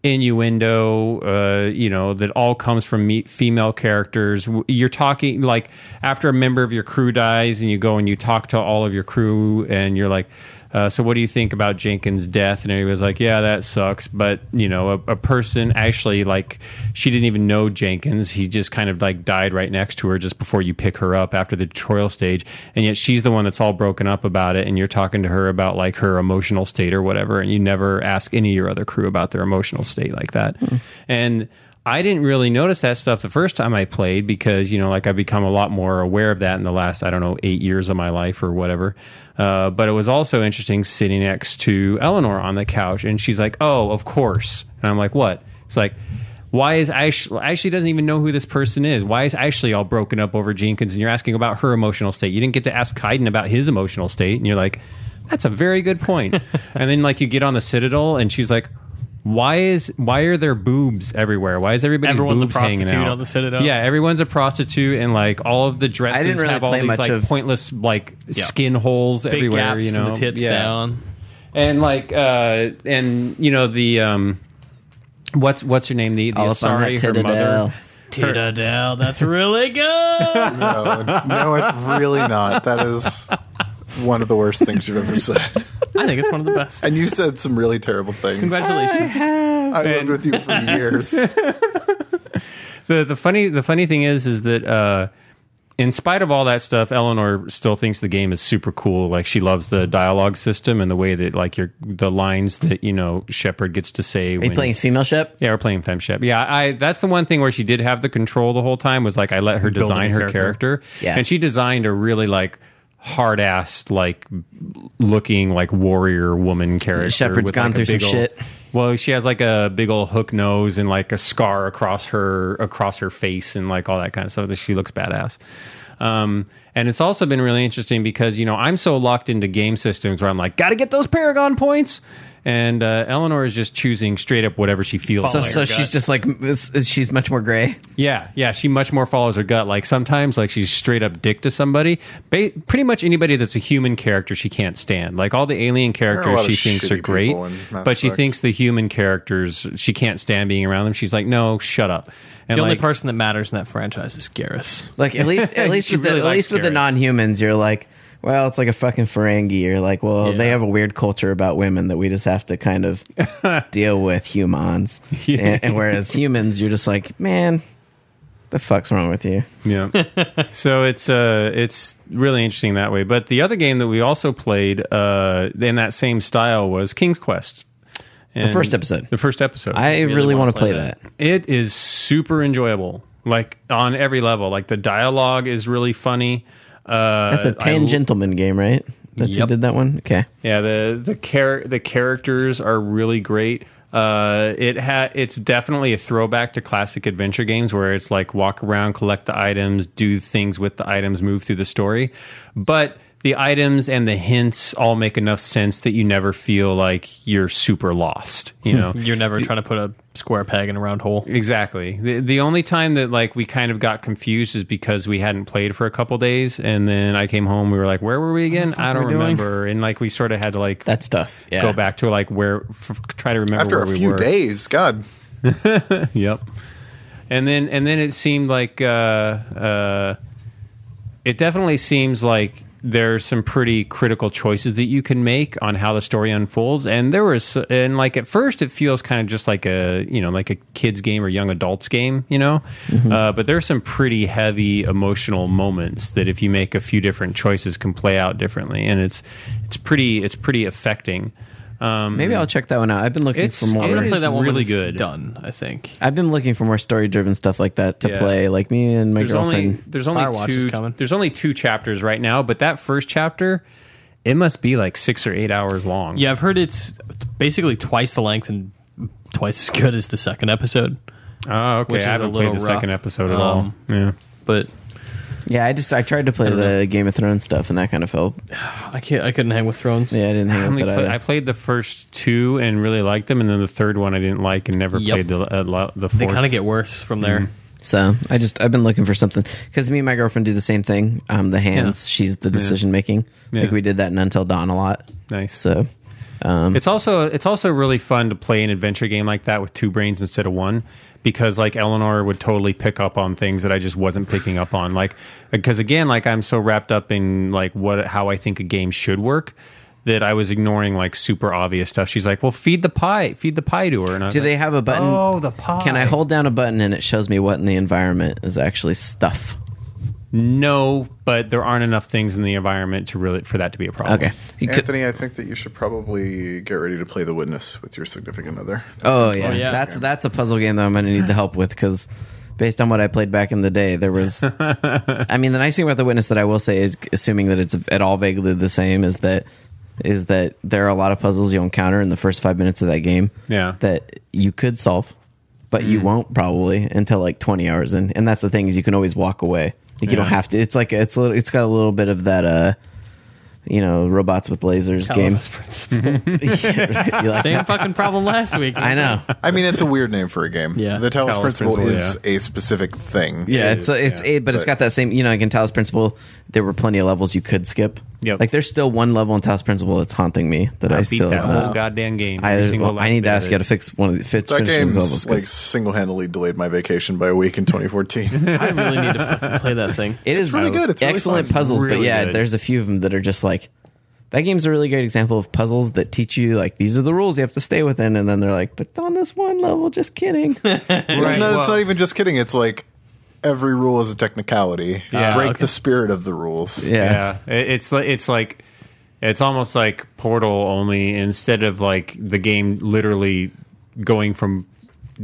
[SPEAKER 4] innuendo, uh, you know, that all comes from me- female characters. W- You're talking like after a member of your crew dies, and you go and you talk to all of your crew, and you're like, uh, "So, what do you think about Jenkins' death?" And everybody's like, "Yeah, that sucks," but you know, a, a person actually like she didn't even know Jenkins. He just kind of like died right next to her just before you pick her up after the tutorial stage, and yet she's the one that's all broken up about it. And you're talking to her about like her emotional state or whatever, and you never ask any of your other crew about their emotional state like that. And I didn't really notice that stuff the first time I played because you know, like I've become a lot more aware of that in the last I don't know eight years of my life or whatever. Uh, but it was also interesting sitting next to Eleanor on the couch, and she's like, "Oh, of course," and I'm like, "What?" It's like. Why is Ashley, Ashley doesn't even know who this person is? Why is Ashley all broken up over Jenkins? And you're asking about her emotional state. You didn't get to ask Kaiden about his emotional state, and you're like, "That's a very good point." and then like you get on the Citadel, and she's like, why is why are there boobs everywhere? Why is everybody
[SPEAKER 3] Everyone's a
[SPEAKER 4] boobs hanging
[SPEAKER 3] prostitute
[SPEAKER 4] out?
[SPEAKER 3] on the Citadel.
[SPEAKER 4] Yeah, everyone's a prostitute, and like all of the dresses
[SPEAKER 1] really
[SPEAKER 4] have all
[SPEAKER 1] play
[SPEAKER 4] these
[SPEAKER 1] much
[SPEAKER 4] like
[SPEAKER 1] of-
[SPEAKER 4] pointless like skin holes
[SPEAKER 3] Big
[SPEAKER 4] everywhere.
[SPEAKER 3] gaps
[SPEAKER 4] you know,
[SPEAKER 3] from the tits
[SPEAKER 4] yeah.
[SPEAKER 3] down.
[SPEAKER 4] and like uh, and you know the um, what's what's her name? The, the
[SPEAKER 1] All up on
[SPEAKER 4] Asari,
[SPEAKER 1] that
[SPEAKER 4] her mother.
[SPEAKER 1] Citadel.
[SPEAKER 3] Tita-del, that's really good.
[SPEAKER 2] No, no, it's really not. That is one of the worst things you've ever said.
[SPEAKER 3] I think it's one of the best.
[SPEAKER 2] And you said some really terrible things.
[SPEAKER 3] Congratulations.
[SPEAKER 2] I lived with you for years.
[SPEAKER 4] the the funny the funny thing is is that uh, in spite of all that stuff, Eleanor still thinks the game is super cool. Like she loves the dialogue system and the way that like your the lines that you know Shepard gets to say.
[SPEAKER 1] Are you playing as female ship?
[SPEAKER 4] Yeah, we're playing Femship. Yeah, I that's the one thing where she did have the control the whole time was like I let her design
[SPEAKER 3] the
[SPEAKER 4] her
[SPEAKER 3] character.
[SPEAKER 4] character.
[SPEAKER 1] Yeah.
[SPEAKER 4] And she designed a really like hard assed like looking like warrior woman character.
[SPEAKER 1] Shepard's
[SPEAKER 4] with,
[SPEAKER 1] gone
[SPEAKER 4] like, a
[SPEAKER 1] through some
[SPEAKER 4] big ol-
[SPEAKER 1] shit.
[SPEAKER 4] Well, she has like a big old hook nose and like a scar across her across her face and like all that kind of stuff. She looks badass. Um, and it's also been really interesting because you know I'm so locked into game systems where I'm like, gotta get those Paragon points, and uh, Eleanor is just choosing straight up whatever she feels.
[SPEAKER 1] So,
[SPEAKER 4] like.
[SPEAKER 1] so she's just like is- is- she's much more gray.
[SPEAKER 4] Yeah, yeah, she much more follows her gut. Like sometimes, like she's straight up dick to somebody. Ba- pretty much anybody that's a human character, she can't stand. Like all the alien
[SPEAKER 2] There are a
[SPEAKER 4] characters,
[SPEAKER 2] lot
[SPEAKER 4] she
[SPEAKER 2] of
[SPEAKER 4] thinks are
[SPEAKER 2] shitty
[SPEAKER 4] great,
[SPEAKER 2] people in Mass
[SPEAKER 4] but she
[SPEAKER 2] Effect.
[SPEAKER 4] thinks the human characters, she can't stand being around them. She's like, no, shut up. And
[SPEAKER 3] The only
[SPEAKER 4] like,
[SPEAKER 3] person that matters in that franchise is Garrus.
[SPEAKER 1] Like at least at least
[SPEAKER 4] She
[SPEAKER 1] with the,
[SPEAKER 4] really
[SPEAKER 1] at least with
[SPEAKER 4] likes
[SPEAKER 1] the
[SPEAKER 4] Garrus.
[SPEAKER 1] non-humans, you're like, well, it's like a fucking Ferengi. You're like, well,
[SPEAKER 3] Yeah.
[SPEAKER 1] they have a weird culture about women that we just have to kind of deal with humans. And, and whereas humans, you're just like, man, the fuck's wrong with you?
[SPEAKER 4] Yeah. so it's uh it's really interesting that way. But the other game that we also played uh in that same style was King's Quest. And
[SPEAKER 1] first episode.
[SPEAKER 4] The first episode.
[SPEAKER 1] I really, want to play, that.
[SPEAKER 4] it is super enjoyable like on every level like the dialogue is really funny uh
[SPEAKER 1] That's a
[SPEAKER 4] I
[SPEAKER 1] ten gentleman game, right? That's who
[SPEAKER 3] Yep.
[SPEAKER 1] did that one. Okay,
[SPEAKER 4] yeah, the the char- the characters are really great. Uh, it ha- it's definitely a throwback to classic adventure games where it's like walk around, collect the items, do things with the items, move through the story. But the items and the hints all make enough sense that you never feel like you're super lost. You know,
[SPEAKER 3] You're never trying to put a square peg in a round hole.
[SPEAKER 4] Exactly. The, the only time that like we kind of got confused is because we hadn't played for a couple days, and then I came home. We were like, "Where were we again? I don't
[SPEAKER 3] we doing?"
[SPEAKER 4] remember." And like we sort of had to like
[SPEAKER 1] that's tough. Yeah.
[SPEAKER 4] go back to like where f- try to remember
[SPEAKER 2] After
[SPEAKER 4] where
[SPEAKER 2] a
[SPEAKER 4] we
[SPEAKER 2] few
[SPEAKER 4] were.
[SPEAKER 2] days, God.
[SPEAKER 4] Yep. And then and then it seemed like uh, uh, it definitely seems like there's some pretty critical choices that you can make on how the story unfolds and there was and like at first it feels kind of just like a you know like a kids game or young adults game you know uh, but there's some pretty heavy emotional moments that if you make a few different choices can play out differently and it's it's pretty it's pretty affecting um,
[SPEAKER 1] Maybe I'll check that one out. I've been looking
[SPEAKER 4] It's-
[SPEAKER 1] for more.
[SPEAKER 4] I'm gonna
[SPEAKER 3] Play
[SPEAKER 4] It's
[SPEAKER 3] that one when
[SPEAKER 4] really
[SPEAKER 3] it's
[SPEAKER 4] good.
[SPEAKER 3] Done. I think.
[SPEAKER 1] I've been looking for more story driven stuff like that to
[SPEAKER 4] Yeah.
[SPEAKER 1] play. Like me and my
[SPEAKER 4] there's
[SPEAKER 1] girlfriend.
[SPEAKER 4] only there's only
[SPEAKER 3] Firewatch
[SPEAKER 4] two
[SPEAKER 3] is coming.
[SPEAKER 4] there's only two chapters right now, but that first chapter it must be like six or eight hours long.
[SPEAKER 3] Yeah, I've heard it's basically twice the length and twice as good as the second episode.
[SPEAKER 4] Oh,
[SPEAKER 3] Which
[SPEAKER 4] okay.
[SPEAKER 3] is
[SPEAKER 4] I
[SPEAKER 3] a
[SPEAKER 4] haven't
[SPEAKER 3] little
[SPEAKER 4] played the second
[SPEAKER 3] rough.
[SPEAKER 4] episode at
[SPEAKER 3] Um,
[SPEAKER 4] all. Yeah.
[SPEAKER 3] But
[SPEAKER 1] yeah, I just I tried to play the Game of Thrones stuff and that kind of felt.
[SPEAKER 3] I can't. I couldn't hang with Thrones.
[SPEAKER 1] Yeah, I didn't
[SPEAKER 4] I,
[SPEAKER 1] hang
[SPEAKER 4] only
[SPEAKER 1] with that.
[SPEAKER 4] play-
[SPEAKER 1] either.
[SPEAKER 4] I played the first two and really liked them, and then the third one I didn't like and never
[SPEAKER 3] Yep.
[SPEAKER 4] played the uh, lo- the fourth.
[SPEAKER 3] They kind of get worse from there.
[SPEAKER 1] So I just I've been looking for something because me and my girlfriend do the same thing. Um, the hands, she's the decision making.
[SPEAKER 4] Yeah.
[SPEAKER 1] Like we did that in Until Dawn a lot.
[SPEAKER 4] nice.
[SPEAKER 1] So
[SPEAKER 4] it's also it's also really fun to play an adventure game like that with two brains instead of one because like Eleanor would totally pick up on things that I just wasn't picking up on like because again like I'm so wrapped up in like what how I think a game should work that I was ignoring like super obvious stuff. She's like, "Well, feed the pie, feed the pie to her." And I was
[SPEAKER 1] Do
[SPEAKER 4] like,
[SPEAKER 1] they have a button?
[SPEAKER 4] Oh, the pie.
[SPEAKER 1] Can I hold down a button and it shows me what in the environment is actually stuff?
[SPEAKER 4] No, but there aren't enough things in the environment to really for that to be a problem.
[SPEAKER 1] Okay. You could-
[SPEAKER 2] Anthony, I think that you should probably get ready to play The Witness with your significant other.
[SPEAKER 1] oh, yeah.
[SPEAKER 3] yeah.
[SPEAKER 1] That's that's a puzzle game that I'm going to need the help with because based on what I played back in the day, there was. I mean, the nice thing about the witness that I will say is, assuming that it's at all vaguely the same, is that is that there are a lot of puzzles you'll encounter in the first five minutes of that game.
[SPEAKER 4] Yeah.
[SPEAKER 1] That you could solve, but you won't probably until like 20 hours in. And that's the thing is you can always walk away. Like you don't
[SPEAKER 4] Yeah.
[SPEAKER 1] have to. It's like it's a little, it's got a little bit of that. uh you know, robots with lasers game.
[SPEAKER 3] Calamus principle.
[SPEAKER 1] You like
[SPEAKER 3] Same fucking problem last week.
[SPEAKER 1] I know.
[SPEAKER 2] I mean, it's a weird name for a game.
[SPEAKER 3] Yeah.
[SPEAKER 2] The Talos,
[SPEAKER 4] Talos
[SPEAKER 2] Principle,
[SPEAKER 4] Principle,
[SPEAKER 2] is a specific thing.
[SPEAKER 1] Yeah,
[SPEAKER 4] It
[SPEAKER 1] it's
[SPEAKER 4] is,
[SPEAKER 1] a, it's
[SPEAKER 4] yeah.
[SPEAKER 1] a, but it's
[SPEAKER 2] But-
[SPEAKER 1] got that same. You know, like in Talos Principle, there were plenty of levels you could skip.
[SPEAKER 4] Yep.
[SPEAKER 1] Like there's still one level in Talos Principle that's haunting me that I,
[SPEAKER 4] I, beat
[SPEAKER 1] still.
[SPEAKER 4] that
[SPEAKER 1] uh,
[SPEAKER 4] whole goddamn game.
[SPEAKER 1] I,
[SPEAKER 4] every single
[SPEAKER 1] well, I
[SPEAKER 4] last
[SPEAKER 1] need
[SPEAKER 4] bit
[SPEAKER 1] to
[SPEAKER 4] of
[SPEAKER 1] ask you
[SPEAKER 4] it.
[SPEAKER 1] how to fix one of the fix
[SPEAKER 2] That
[SPEAKER 1] finish those levels.
[SPEAKER 2] game's
[SPEAKER 1] 'cause
[SPEAKER 2] like single handedly delayed my vacation by a week in 2014.
[SPEAKER 3] I really need to fucking play that thing.
[SPEAKER 1] it is
[SPEAKER 2] really good. It's really
[SPEAKER 1] excellent
[SPEAKER 2] fun.
[SPEAKER 1] puzzles, but
[SPEAKER 4] Really
[SPEAKER 1] yeah,
[SPEAKER 4] good.
[SPEAKER 1] there's a few of them that are just like. That game's a really great example of puzzles that teach you like these are the rules you have to stay within, and then they're like, but on this one level, just kidding.
[SPEAKER 2] It's,
[SPEAKER 4] Right,
[SPEAKER 2] not, it's
[SPEAKER 4] well-
[SPEAKER 2] not even just kidding. It's like every rule is a technicality.
[SPEAKER 4] Yeah.
[SPEAKER 2] Break
[SPEAKER 3] Okay.
[SPEAKER 2] the spirit of the rules.
[SPEAKER 1] yeah.
[SPEAKER 4] Yeah, It- it's like it's like it's almost like Portal only instead of like the game literally going from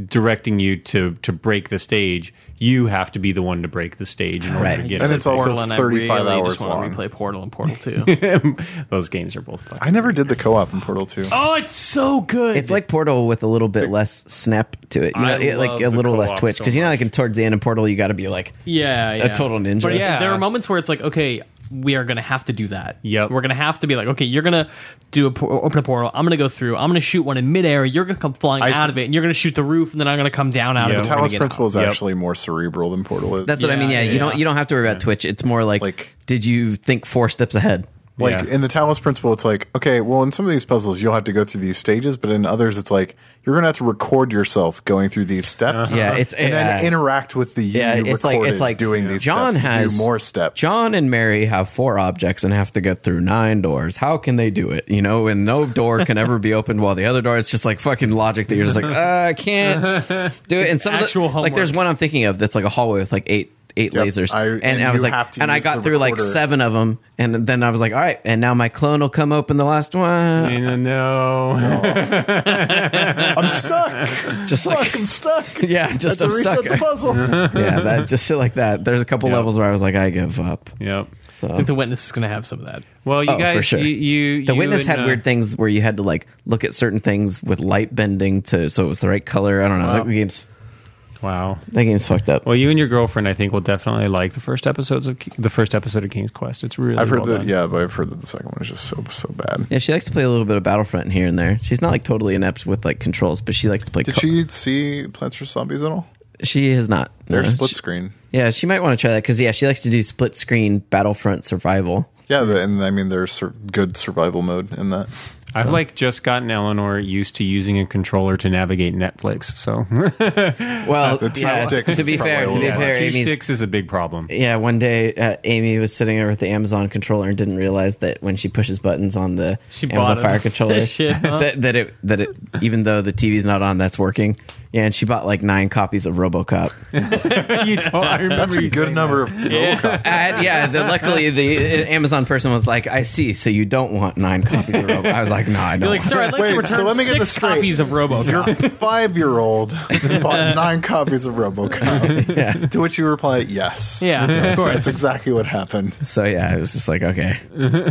[SPEAKER 4] directing you to to break the stage, you have to be the one to break the stage in order
[SPEAKER 1] Right.
[SPEAKER 4] to get
[SPEAKER 2] And
[SPEAKER 4] to
[SPEAKER 2] it's
[SPEAKER 4] the
[SPEAKER 2] also
[SPEAKER 4] place.
[SPEAKER 3] Portal and I
[SPEAKER 2] 35
[SPEAKER 3] really
[SPEAKER 2] hours
[SPEAKER 3] just want
[SPEAKER 2] long.
[SPEAKER 3] to replay Portal and Portal 2.
[SPEAKER 4] those games are both fun.
[SPEAKER 2] I never did the co op in Portal 2.
[SPEAKER 3] oh, it's so good.
[SPEAKER 1] It's like Portal with a little bit less snap to it, you know,
[SPEAKER 4] I
[SPEAKER 1] it,
[SPEAKER 4] love
[SPEAKER 1] like a
[SPEAKER 4] the
[SPEAKER 1] little less
[SPEAKER 4] co-op
[SPEAKER 1] twitch.
[SPEAKER 4] so
[SPEAKER 1] Because you know,
[SPEAKER 4] much.
[SPEAKER 1] like in towards the end of Portal, you got to be like,
[SPEAKER 3] yeah, yeah.
[SPEAKER 1] total ninja.
[SPEAKER 3] But
[SPEAKER 4] Yeah.
[SPEAKER 3] there are moments where it's like, okay, we are gonna have to do that.
[SPEAKER 4] Yep.
[SPEAKER 3] we're gonna have to be like, okay, you're gonna do a por- open a portal. I'm gonna go through. I'm gonna shoot one in midair. You're gonna come flying
[SPEAKER 2] I-
[SPEAKER 3] out of it, and you're gonna shoot the roof, and then I'm gonna come down out
[SPEAKER 4] Yeah.
[SPEAKER 3] of it.
[SPEAKER 4] The
[SPEAKER 3] We're gonna
[SPEAKER 2] Talos
[SPEAKER 3] get
[SPEAKER 2] Principle is
[SPEAKER 4] Yep.
[SPEAKER 2] actually more cerebral than Portal is.
[SPEAKER 1] That's what I
[SPEAKER 3] Yeah,
[SPEAKER 1] mean. Yeah,
[SPEAKER 3] it
[SPEAKER 1] you don't
[SPEAKER 3] is.
[SPEAKER 1] you don't have to worry about Twitch. It's more like,
[SPEAKER 2] Like-
[SPEAKER 1] did you think four steps ahead?
[SPEAKER 2] Like
[SPEAKER 4] Yeah.
[SPEAKER 2] in the Talos principle, it's like, okay, well, in some of these puzzles, you'll have to go through these stages, but in others, it's like you're going to have to record yourself going through these steps.
[SPEAKER 1] Yeah, it's-
[SPEAKER 2] and
[SPEAKER 1] yeah.
[SPEAKER 2] then interact with the you
[SPEAKER 1] Yeah,
[SPEAKER 2] you
[SPEAKER 1] it's like it's
[SPEAKER 2] recorded
[SPEAKER 1] like
[SPEAKER 2] doing these
[SPEAKER 1] John
[SPEAKER 2] steps
[SPEAKER 1] has
[SPEAKER 2] to do more steps.
[SPEAKER 1] John and Mary have four objects and have to get through nine doors. How can they do it? You know, and no door can ever be opened while the other door. It's just like fucking logic that you're just like, uh, I can't do it. And some
[SPEAKER 3] actual
[SPEAKER 1] of the, like there's
[SPEAKER 3] homework.
[SPEAKER 1] one I'm thinking of that's like a hallway with like eight eight
[SPEAKER 2] Yep,
[SPEAKER 1] lasers,
[SPEAKER 2] I-
[SPEAKER 1] and,
[SPEAKER 2] and
[SPEAKER 1] I was
[SPEAKER 2] you
[SPEAKER 1] like,
[SPEAKER 2] have to
[SPEAKER 1] and I
[SPEAKER 2] use
[SPEAKER 1] got
[SPEAKER 2] the
[SPEAKER 1] through like
[SPEAKER 2] recorder.
[SPEAKER 1] seven of them, and then I was like, all right, and now my clone will come open the last one.
[SPEAKER 2] uh,
[SPEAKER 4] And then, no,
[SPEAKER 2] I'm stuck.
[SPEAKER 1] Just
[SPEAKER 2] Fuck,
[SPEAKER 1] like
[SPEAKER 2] I'm stuck.
[SPEAKER 1] yeah, just
[SPEAKER 2] I have
[SPEAKER 1] I'm
[SPEAKER 2] to reset
[SPEAKER 1] stuck.
[SPEAKER 2] the puzzle.
[SPEAKER 1] yeah, that just shit like that. There's a couple
[SPEAKER 4] Yeah.
[SPEAKER 1] levels where I was like, I give up.
[SPEAKER 4] yep.
[SPEAKER 3] I
[SPEAKER 1] So
[SPEAKER 3] think the witness is gonna have some of that.
[SPEAKER 4] Well, you
[SPEAKER 1] Oh, for
[SPEAKER 4] guys,
[SPEAKER 1] sure.
[SPEAKER 4] you, you
[SPEAKER 1] the
[SPEAKER 4] you
[SPEAKER 1] witness
[SPEAKER 4] and,
[SPEAKER 1] had
[SPEAKER 4] uh,
[SPEAKER 1] weird things where you had to like look at certain things with light bending to so it was the right color. I don't know.
[SPEAKER 4] Wow.
[SPEAKER 1] That game's
[SPEAKER 4] Wow.
[SPEAKER 1] that game's fucked up.
[SPEAKER 4] Well, you and your girlfriend, I think, will definitely like the first episodes of Ki- the first episode of King's Quest. It's really
[SPEAKER 2] I've heard
[SPEAKER 4] well
[SPEAKER 2] that,
[SPEAKER 4] done.
[SPEAKER 2] yeah, but I've heard that the second one is just so, so bad.
[SPEAKER 1] Yeah, she likes to play a little bit of Battlefront here and there. She's not like totally inept with like controls, but she likes to play.
[SPEAKER 2] Did
[SPEAKER 1] co-
[SPEAKER 2] she see Plants vs. Zombies at all?
[SPEAKER 1] She is not.
[SPEAKER 2] They're
[SPEAKER 1] no.
[SPEAKER 2] split
[SPEAKER 1] She-
[SPEAKER 2] screen.
[SPEAKER 1] yeah, she might want to try that because yeah, she likes to do split screen Battlefront survival.
[SPEAKER 2] Yeah, the, and I mean, there's sur- good survival mode in that.
[SPEAKER 4] I've like just gotten Eleanor used to using a controller to navigate Netflix. So
[SPEAKER 1] Well,
[SPEAKER 2] That's
[SPEAKER 1] yeah,
[SPEAKER 2] probably-
[SPEAKER 1] to be
[SPEAKER 2] that's
[SPEAKER 1] fair, to
[SPEAKER 2] probably
[SPEAKER 1] be
[SPEAKER 2] a lot.
[SPEAKER 1] fair,
[SPEAKER 4] two
[SPEAKER 1] Amy's,
[SPEAKER 4] sticks is a big problem.
[SPEAKER 1] Yeah, one day uh, Amy was sitting there with the Amazon controller and didn't realize that when she pushes buttons on the
[SPEAKER 3] She
[SPEAKER 1] Amazon
[SPEAKER 3] bought it.
[SPEAKER 1] Fire controller,
[SPEAKER 3] Shit, huh?
[SPEAKER 1] that, that it that it even though the TV's not on, that's working. Yeah, and she bought like nine copies of RoboCop.
[SPEAKER 4] you don't, I remember
[SPEAKER 2] That's a
[SPEAKER 4] you
[SPEAKER 2] good
[SPEAKER 4] saying
[SPEAKER 2] number of
[SPEAKER 1] Uh, yeah, the, luckily the uh, Amazon person was like, "I see, so you don't want nine copies of RoboCop." I was like, "No, I don't."
[SPEAKER 3] You're like,
[SPEAKER 1] want
[SPEAKER 3] sir, I'd like
[SPEAKER 2] Wait,
[SPEAKER 3] to
[SPEAKER 2] so
[SPEAKER 3] return
[SPEAKER 2] let me get
[SPEAKER 3] six
[SPEAKER 2] this straight.
[SPEAKER 3] copies of RoboCop.
[SPEAKER 2] Your five year old bought nine copies of Robocop. To which you reply, yes.
[SPEAKER 3] Yeah, of
[SPEAKER 2] Yes,
[SPEAKER 3] course.
[SPEAKER 2] That's exactly what happened.
[SPEAKER 1] it." So yeah, I was just like, "Okay,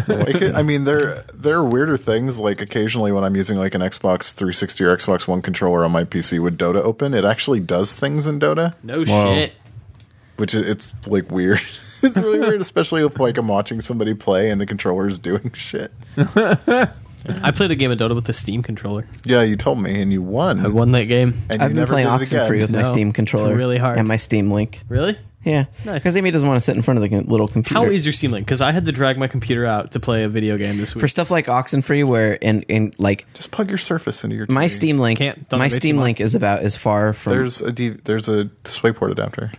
[SPEAKER 2] Like, I mean, there there are weirder things. Like occasionally, when I'm using like an Xbox 360 or Xbox One controller on my PC with Dota open, it actually does things in Dota,
[SPEAKER 3] no
[SPEAKER 4] Whoa.
[SPEAKER 3] shit.
[SPEAKER 2] which is, it's like weird. It's really weird, especially if like I'm watching somebody play and the controller's doing shit.
[SPEAKER 3] I played a game of Dota with the Steam controller.
[SPEAKER 2] Yeah, you told me, and you won.
[SPEAKER 3] I won that game.
[SPEAKER 2] And
[SPEAKER 1] I've
[SPEAKER 2] you
[SPEAKER 1] been
[SPEAKER 2] never
[SPEAKER 1] playing
[SPEAKER 2] did it again.
[SPEAKER 1] Oxenfree with my
[SPEAKER 3] No,
[SPEAKER 1] Steam
[SPEAKER 3] it's
[SPEAKER 1] controller,
[SPEAKER 3] really hard.
[SPEAKER 1] and my Steam Link."
[SPEAKER 3] Really?
[SPEAKER 1] Yeah,
[SPEAKER 3] Nice.
[SPEAKER 1] because Amy doesn't want to sit in front of the con- little computer.
[SPEAKER 3] How is your Steam Link? Because I had to drag my computer out to play a video game this week.
[SPEAKER 1] for stuff like Oxenfree, where and and like
[SPEAKER 2] Just plug your Surface into your.
[SPEAKER 1] my
[SPEAKER 2] TV.
[SPEAKER 1] Steam Link,
[SPEAKER 3] Can't- doesn't
[SPEAKER 1] my
[SPEAKER 3] make you
[SPEAKER 1] Steam
[SPEAKER 3] money.
[SPEAKER 1] Link is about as far from
[SPEAKER 2] There's a D, there's a DisplayPort adapter.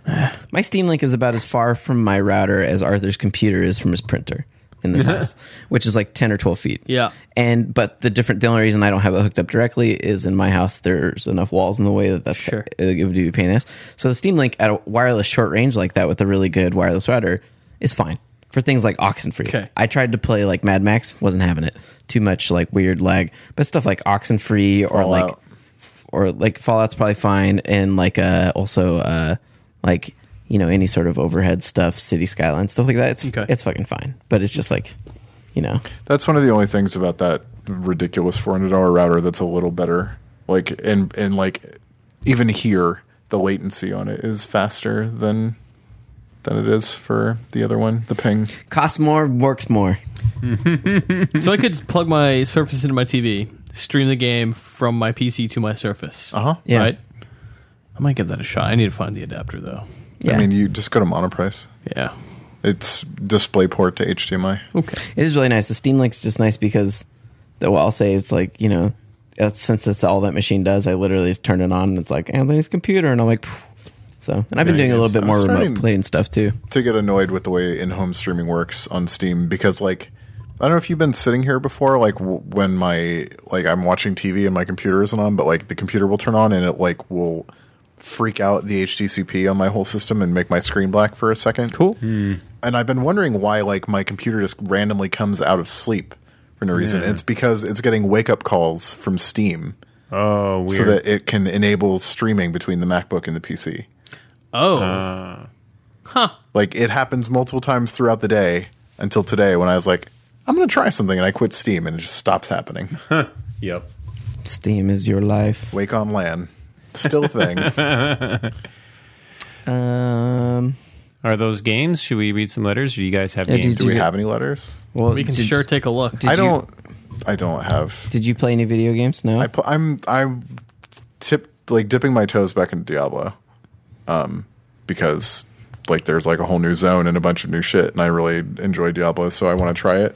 [SPEAKER 1] my Steam Link is about as far from my router as Arthur's computer is from his printer in this house, which is like ten or twelve feet.
[SPEAKER 3] Yeah.
[SPEAKER 1] and but the different the only reason I don't have it hooked up directly is in my house there's enough walls in the way that that's
[SPEAKER 3] Sure.
[SPEAKER 1] it would be a pain in the ass. So the Steam Link at a wireless short range like that with a really good wireless router is fine for things like Oxenfree.
[SPEAKER 3] Okay.
[SPEAKER 1] I tried to play like Mad Max, wasn't having it. Too much like weird lag, but stuff like Oxenfree or like
[SPEAKER 2] Fallout.
[SPEAKER 1] or like Fallout's probably fine, and like uh also uh like you know any sort of overhead stuff, city skyline stuff like that. It's
[SPEAKER 3] Okay.
[SPEAKER 1] it's fucking fine, but it's just like you know
[SPEAKER 2] That's one of the only things about that ridiculous four hundred dollar router that's a little better. Like and and like even here, the latency on it is faster than than it is for the other one, the ping.
[SPEAKER 1] costs more, works more.
[SPEAKER 3] so I could plug my Surface into my TV, stream the game from my PC to my Surface.
[SPEAKER 2] Uh huh.
[SPEAKER 1] Yeah,
[SPEAKER 3] Right? I might give that a shot. I need to find the adapter though.
[SPEAKER 1] yeah.
[SPEAKER 2] I mean, you just go to Monoprice.
[SPEAKER 3] Yeah.
[SPEAKER 2] It's DisplayPort to HDMI.
[SPEAKER 3] Okay.
[SPEAKER 1] It is really nice. The Steam Link's just nice because the, what I'll say is like, you know, that's, since it's all that machine does, I literally just turn it on and it's like Anthony's computer, and I'm like, Phew. so. And I've been
[SPEAKER 4] Nice.
[SPEAKER 1] doing a little bit
[SPEAKER 2] I'm
[SPEAKER 1] more remote
[SPEAKER 2] starting-
[SPEAKER 1] play and stuff too.
[SPEAKER 2] to get annoyed with the way in-home streaming works on Steam because like I don't know if you've been sitting here before like w- when my like I'm watching TV and my computer isn't on but like the computer will turn on and it like will freak out the HDCP on my whole system and make my screen black for a second. Hmm.
[SPEAKER 3] Cool.
[SPEAKER 2] And I've been wondering why like my computer just randomly comes out of sleep for no reason. It's because it's getting wake up calls from Steam
[SPEAKER 4] Oh, weird.
[SPEAKER 2] so that it can enable streaming between the MacBook and the PC.
[SPEAKER 3] Oh. huh.
[SPEAKER 2] Like it happens multiple times throughout the day until today when I was like, I'm gonna try something and I quit Steam and it just stops happening.
[SPEAKER 4] yep.
[SPEAKER 1] Steam is your life.
[SPEAKER 2] Wake on LAN. Still a thing.
[SPEAKER 1] Um,
[SPEAKER 4] Are those games? Should we read some letters? Or do you guys have
[SPEAKER 1] Yeah,
[SPEAKER 4] games?
[SPEAKER 1] did
[SPEAKER 2] Do
[SPEAKER 1] you
[SPEAKER 2] we
[SPEAKER 1] get-
[SPEAKER 2] have any letters?
[SPEAKER 1] well,
[SPEAKER 3] We can
[SPEAKER 1] did,
[SPEAKER 3] sure take a look.
[SPEAKER 1] did
[SPEAKER 2] I
[SPEAKER 1] you-
[SPEAKER 2] don't I don't have
[SPEAKER 1] Did you play any video games? No.
[SPEAKER 2] I pl- I'm I'm tip like dipping my toes back into Diablo. Um because like there's like a whole new zone and a bunch of new shit and I really enjoy Diablo so I want to try it.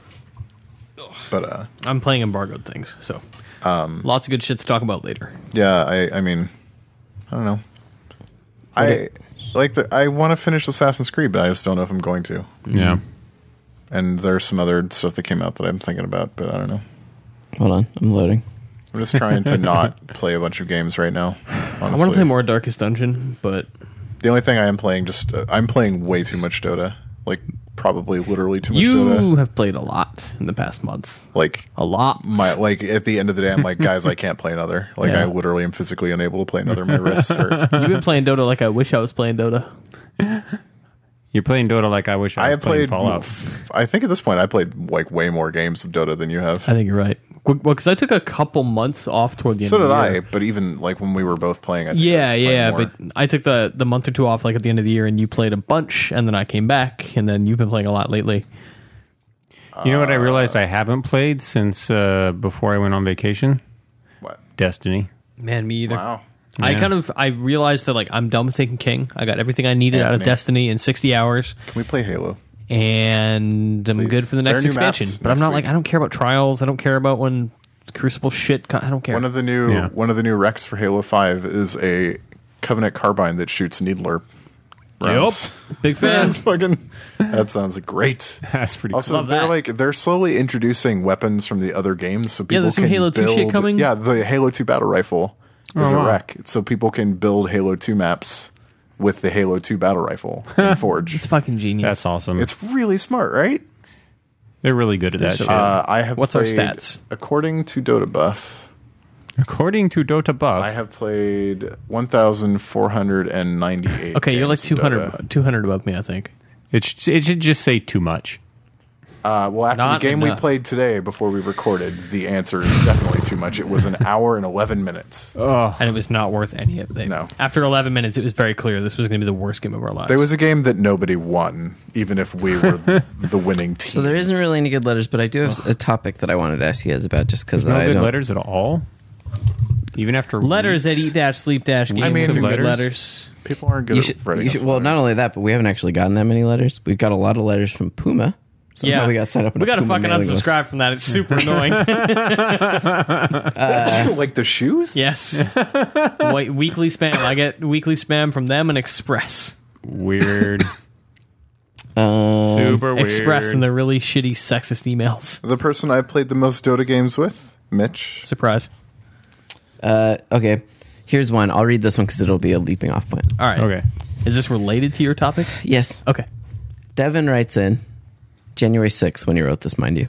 [SPEAKER 2] But uh
[SPEAKER 3] I'm playing embargoed things, so lots of good shit to talk about later.
[SPEAKER 2] Yeah, I I mean, I don't know. I like the I want to finish Assassin's Creed, but I just don't know if I'm going to.
[SPEAKER 4] Yeah.
[SPEAKER 2] And there's some other stuff that came out that I'm thinking about, but I don't know.
[SPEAKER 1] Hold on, I'm loading.
[SPEAKER 2] I'm just trying to not play a bunch of games right now. Honestly.
[SPEAKER 3] I want to play more Darkest Dungeon, but
[SPEAKER 2] The only thing I am playing just uh, I'm playing way too much Dota. Like probably literally too much
[SPEAKER 3] you
[SPEAKER 2] Dota.
[SPEAKER 3] have played a lot in the past month.
[SPEAKER 2] Like
[SPEAKER 3] A lot.
[SPEAKER 2] my like at the end of the day, I'm like, guys, I can't play another. Like
[SPEAKER 3] Yeah.
[SPEAKER 2] I literally am physically unable to play another. My wrists hurt.
[SPEAKER 3] You've been playing Dota like I wish I was playing Dota.
[SPEAKER 4] You're playing Dota like I wish I,
[SPEAKER 2] I
[SPEAKER 4] was
[SPEAKER 2] have played.
[SPEAKER 4] playing Fallout.
[SPEAKER 2] I think at this point, I played like way more games of Dota than you have.
[SPEAKER 3] I think you're right. Well, because I took a couple months off toward the end.
[SPEAKER 2] So
[SPEAKER 3] of
[SPEAKER 2] did
[SPEAKER 3] the
[SPEAKER 2] I,
[SPEAKER 3] year.
[SPEAKER 2] but even like when we were both playing, I think
[SPEAKER 3] Yeah,
[SPEAKER 2] I was playing
[SPEAKER 3] yeah,
[SPEAKER 2] more.
[SPEAKER 3] but I took the the month or two off, like at the end of the year, and you played a bunch, and then I came back, and then you've been playing a lot lately.
[SPEAKER 4] You know what I realized
[SPEAKER 2] uh,
[SPEAKER 4] I haven't played since uh, before I went on vacation?
[SPEAKER 2] What?
[SPEAKER 4] Destiny.
[SPEAKER 3] Man, me either.
[SPEAKER 2] Wow.
[SPEAKER 3] I
[SPEAKER 4] Yeah.
[SPEAKER 3] kind of I realized that like I'm done with taking King. I got everything I needed out of
[SPEAKER 2] Anthony.
[SPEAKER 3] Destiny in 60 hours,
[SPEAKER 2] Can we play Halo?
[SPEAKER 3] and I'm good for the
[SPEAKER 2] There are
[SPEAKER 3] next
[SPEAKER 2] new
[SPEAKER 3] expansion.
[SPEAKER 2] maps
[SPEAKER 3] But I'm
[SPEAKER 2] next
[SPEAKER 3] not
[SPEAKER 2] week.
[SPEAKER 3] like I don't care about trials. I don't care about when Crucible shit. co- I don't care.
[SPEAKER 2] One of the new
[SPEAKER 4] Yeah.
[SPEAKER 2] one of the new Rex for Halo Five is a Covenant carbine that shoots Needler. rounds.
[SPEAKER 3] Big
[SPEAKER 2] That's
[SPEAKER 3] fans.
[SPEAKER 2] fucking. That sounds great.
[SPEAKER 4] That's pretty
[SPEAKER 2] Also,
[SPEAKER 3] Love
[SPEAKER 2] they're
[SPEAKER 3] that.
[SPEAKER 2] like they're slowly introducing weapons from the other games, so people
[SPEAKER 3] there's some
[SPEAKER 2] can
[SPEAKER 3] Halo 2 shit
[SPEAKER 2] build,
[SPEAKER 3] coming.
[SPEAKER 2] Yeah, the Halo Two battle rifle is
[SPEAKER 4] Oh,
[SPEAKER 2] a
[SPEAKER 4] wow.
[SPEAKER 2] wreck, so people can build Halo Two maps with the Halo Two battle rifle in Forge.
[SPEAKER 3] It's fucking genius.
[SPEAKER 4] That's awesome.
[SPEAKER 2] it's really smart, right?
[SPEAKER 4] They're really good at that shit.
[SPEAKER 2] Uh, I have.
[SPEAKER 3] What's our
[SPEAKER 2] played-
[SPEAKER 3] stats?
[SPEAKER 2] According to Dota Buff,
[SPEAKER 4] According to Dota Buff,
[SPEAKER 2] I have played 1,498.
[SPEAKER 3] Okay, you're like
[SPEAKER 2] games in
[SPEAKER 3] 200,
[SPEAKER 2] Dota.
[SPEAKER 3] abo- 200 above me, I think.
[SPEAKER 4] it, sh- it should just say too much.
[SPEAKER 2] Uh, well, after
[SPEAKER 3] Not
[SPEAKER 2] the game
[SPEAKER 3] enough.
[SPEAKER 2] we played today, before we recorded, the answer is definitely too much. It was an hour and 11 minutes.
[SPEAKER 3] And it was not worth any of it.
[SPEAKER 2] No.
[SPEAKER 3] After 11 minutes, it was very clear this was going to be the worst game of our lives.
[SPEAKER 2] There was a game that nobody won, even if we were the winning team.
[SPEAKER 1] So there isn't really any good letters, but I do have a topic that I wanted to ask you guys about, just because
[SPEAKER 4] No
[SPEAKER 1] I
[SPEAKER 4] good
[SPEAKER 1] don't.
[SPEAKER 4] letters at all. even after
[SPEAKER 3] Letters at
[SPEAKER 4] weeks.
[SPEAKER 3] eat dash sleep dash games.
[SPEAKER 2] mean,
[SPEAKER 3] some
[SPEAKER 4] letters.
[SPEAKER 3] letters. letters.
[SPEAKER 2] People aren't good
[SPEAKER 1] You
[SPEAKER 2] at
[SPEAKER 1] should,
[SPEAKER 2] writing.
[SPEAKER 1] you should-
[SPEAKER 2] us
[SPEAKER 1] well, not
[SPEAKER 2] letters.
[SPEAKER 1] only that, but we haven't actually gotten that many letters. We've got a lot of letters from Puma. Somehow
[SPEAKER 3] Yeah,
[SPEAKER 1] we got signed up. in
[SPEAKER 3] We
[SPEAKER 1] a
[SPEAKER 3] gotta
[SPEAKER 1] Puma
[SPEAKER 3] fucking
[SPEAKER 1] mailing list.
[SPEAKER 3] unsubscribe from that. It's super annoying.
[SPEAKER 2] You don't like the shoes.
[SPEAKER 3] yes. Wait, weekly spam. I get weekly spam from them and Express.
[SPEAKER 4] weird,
[SPEAKER 1] Um,
[SPEAKER 4] super weird.
[SPEAKER 3] Express and their really shitty sexist emails.
[SPEAKER 2] The person I played the most Dota games with, Mitch.
[SPEAKER 3] Surprise.
[SPEAKER 1] uh, okay, here's one. I'll read this one because it'll be a leaping off point.
[SPEAKER 3] All right.
[SPEAKER 4] okay.
[SPEAKER 3] Is this related to your topic?
[SPEAKER 1] Yes.
[SPEAKER 3] Okay.
[SPEAKER 1] Devin writes in January 6th when he wrote this, mind you.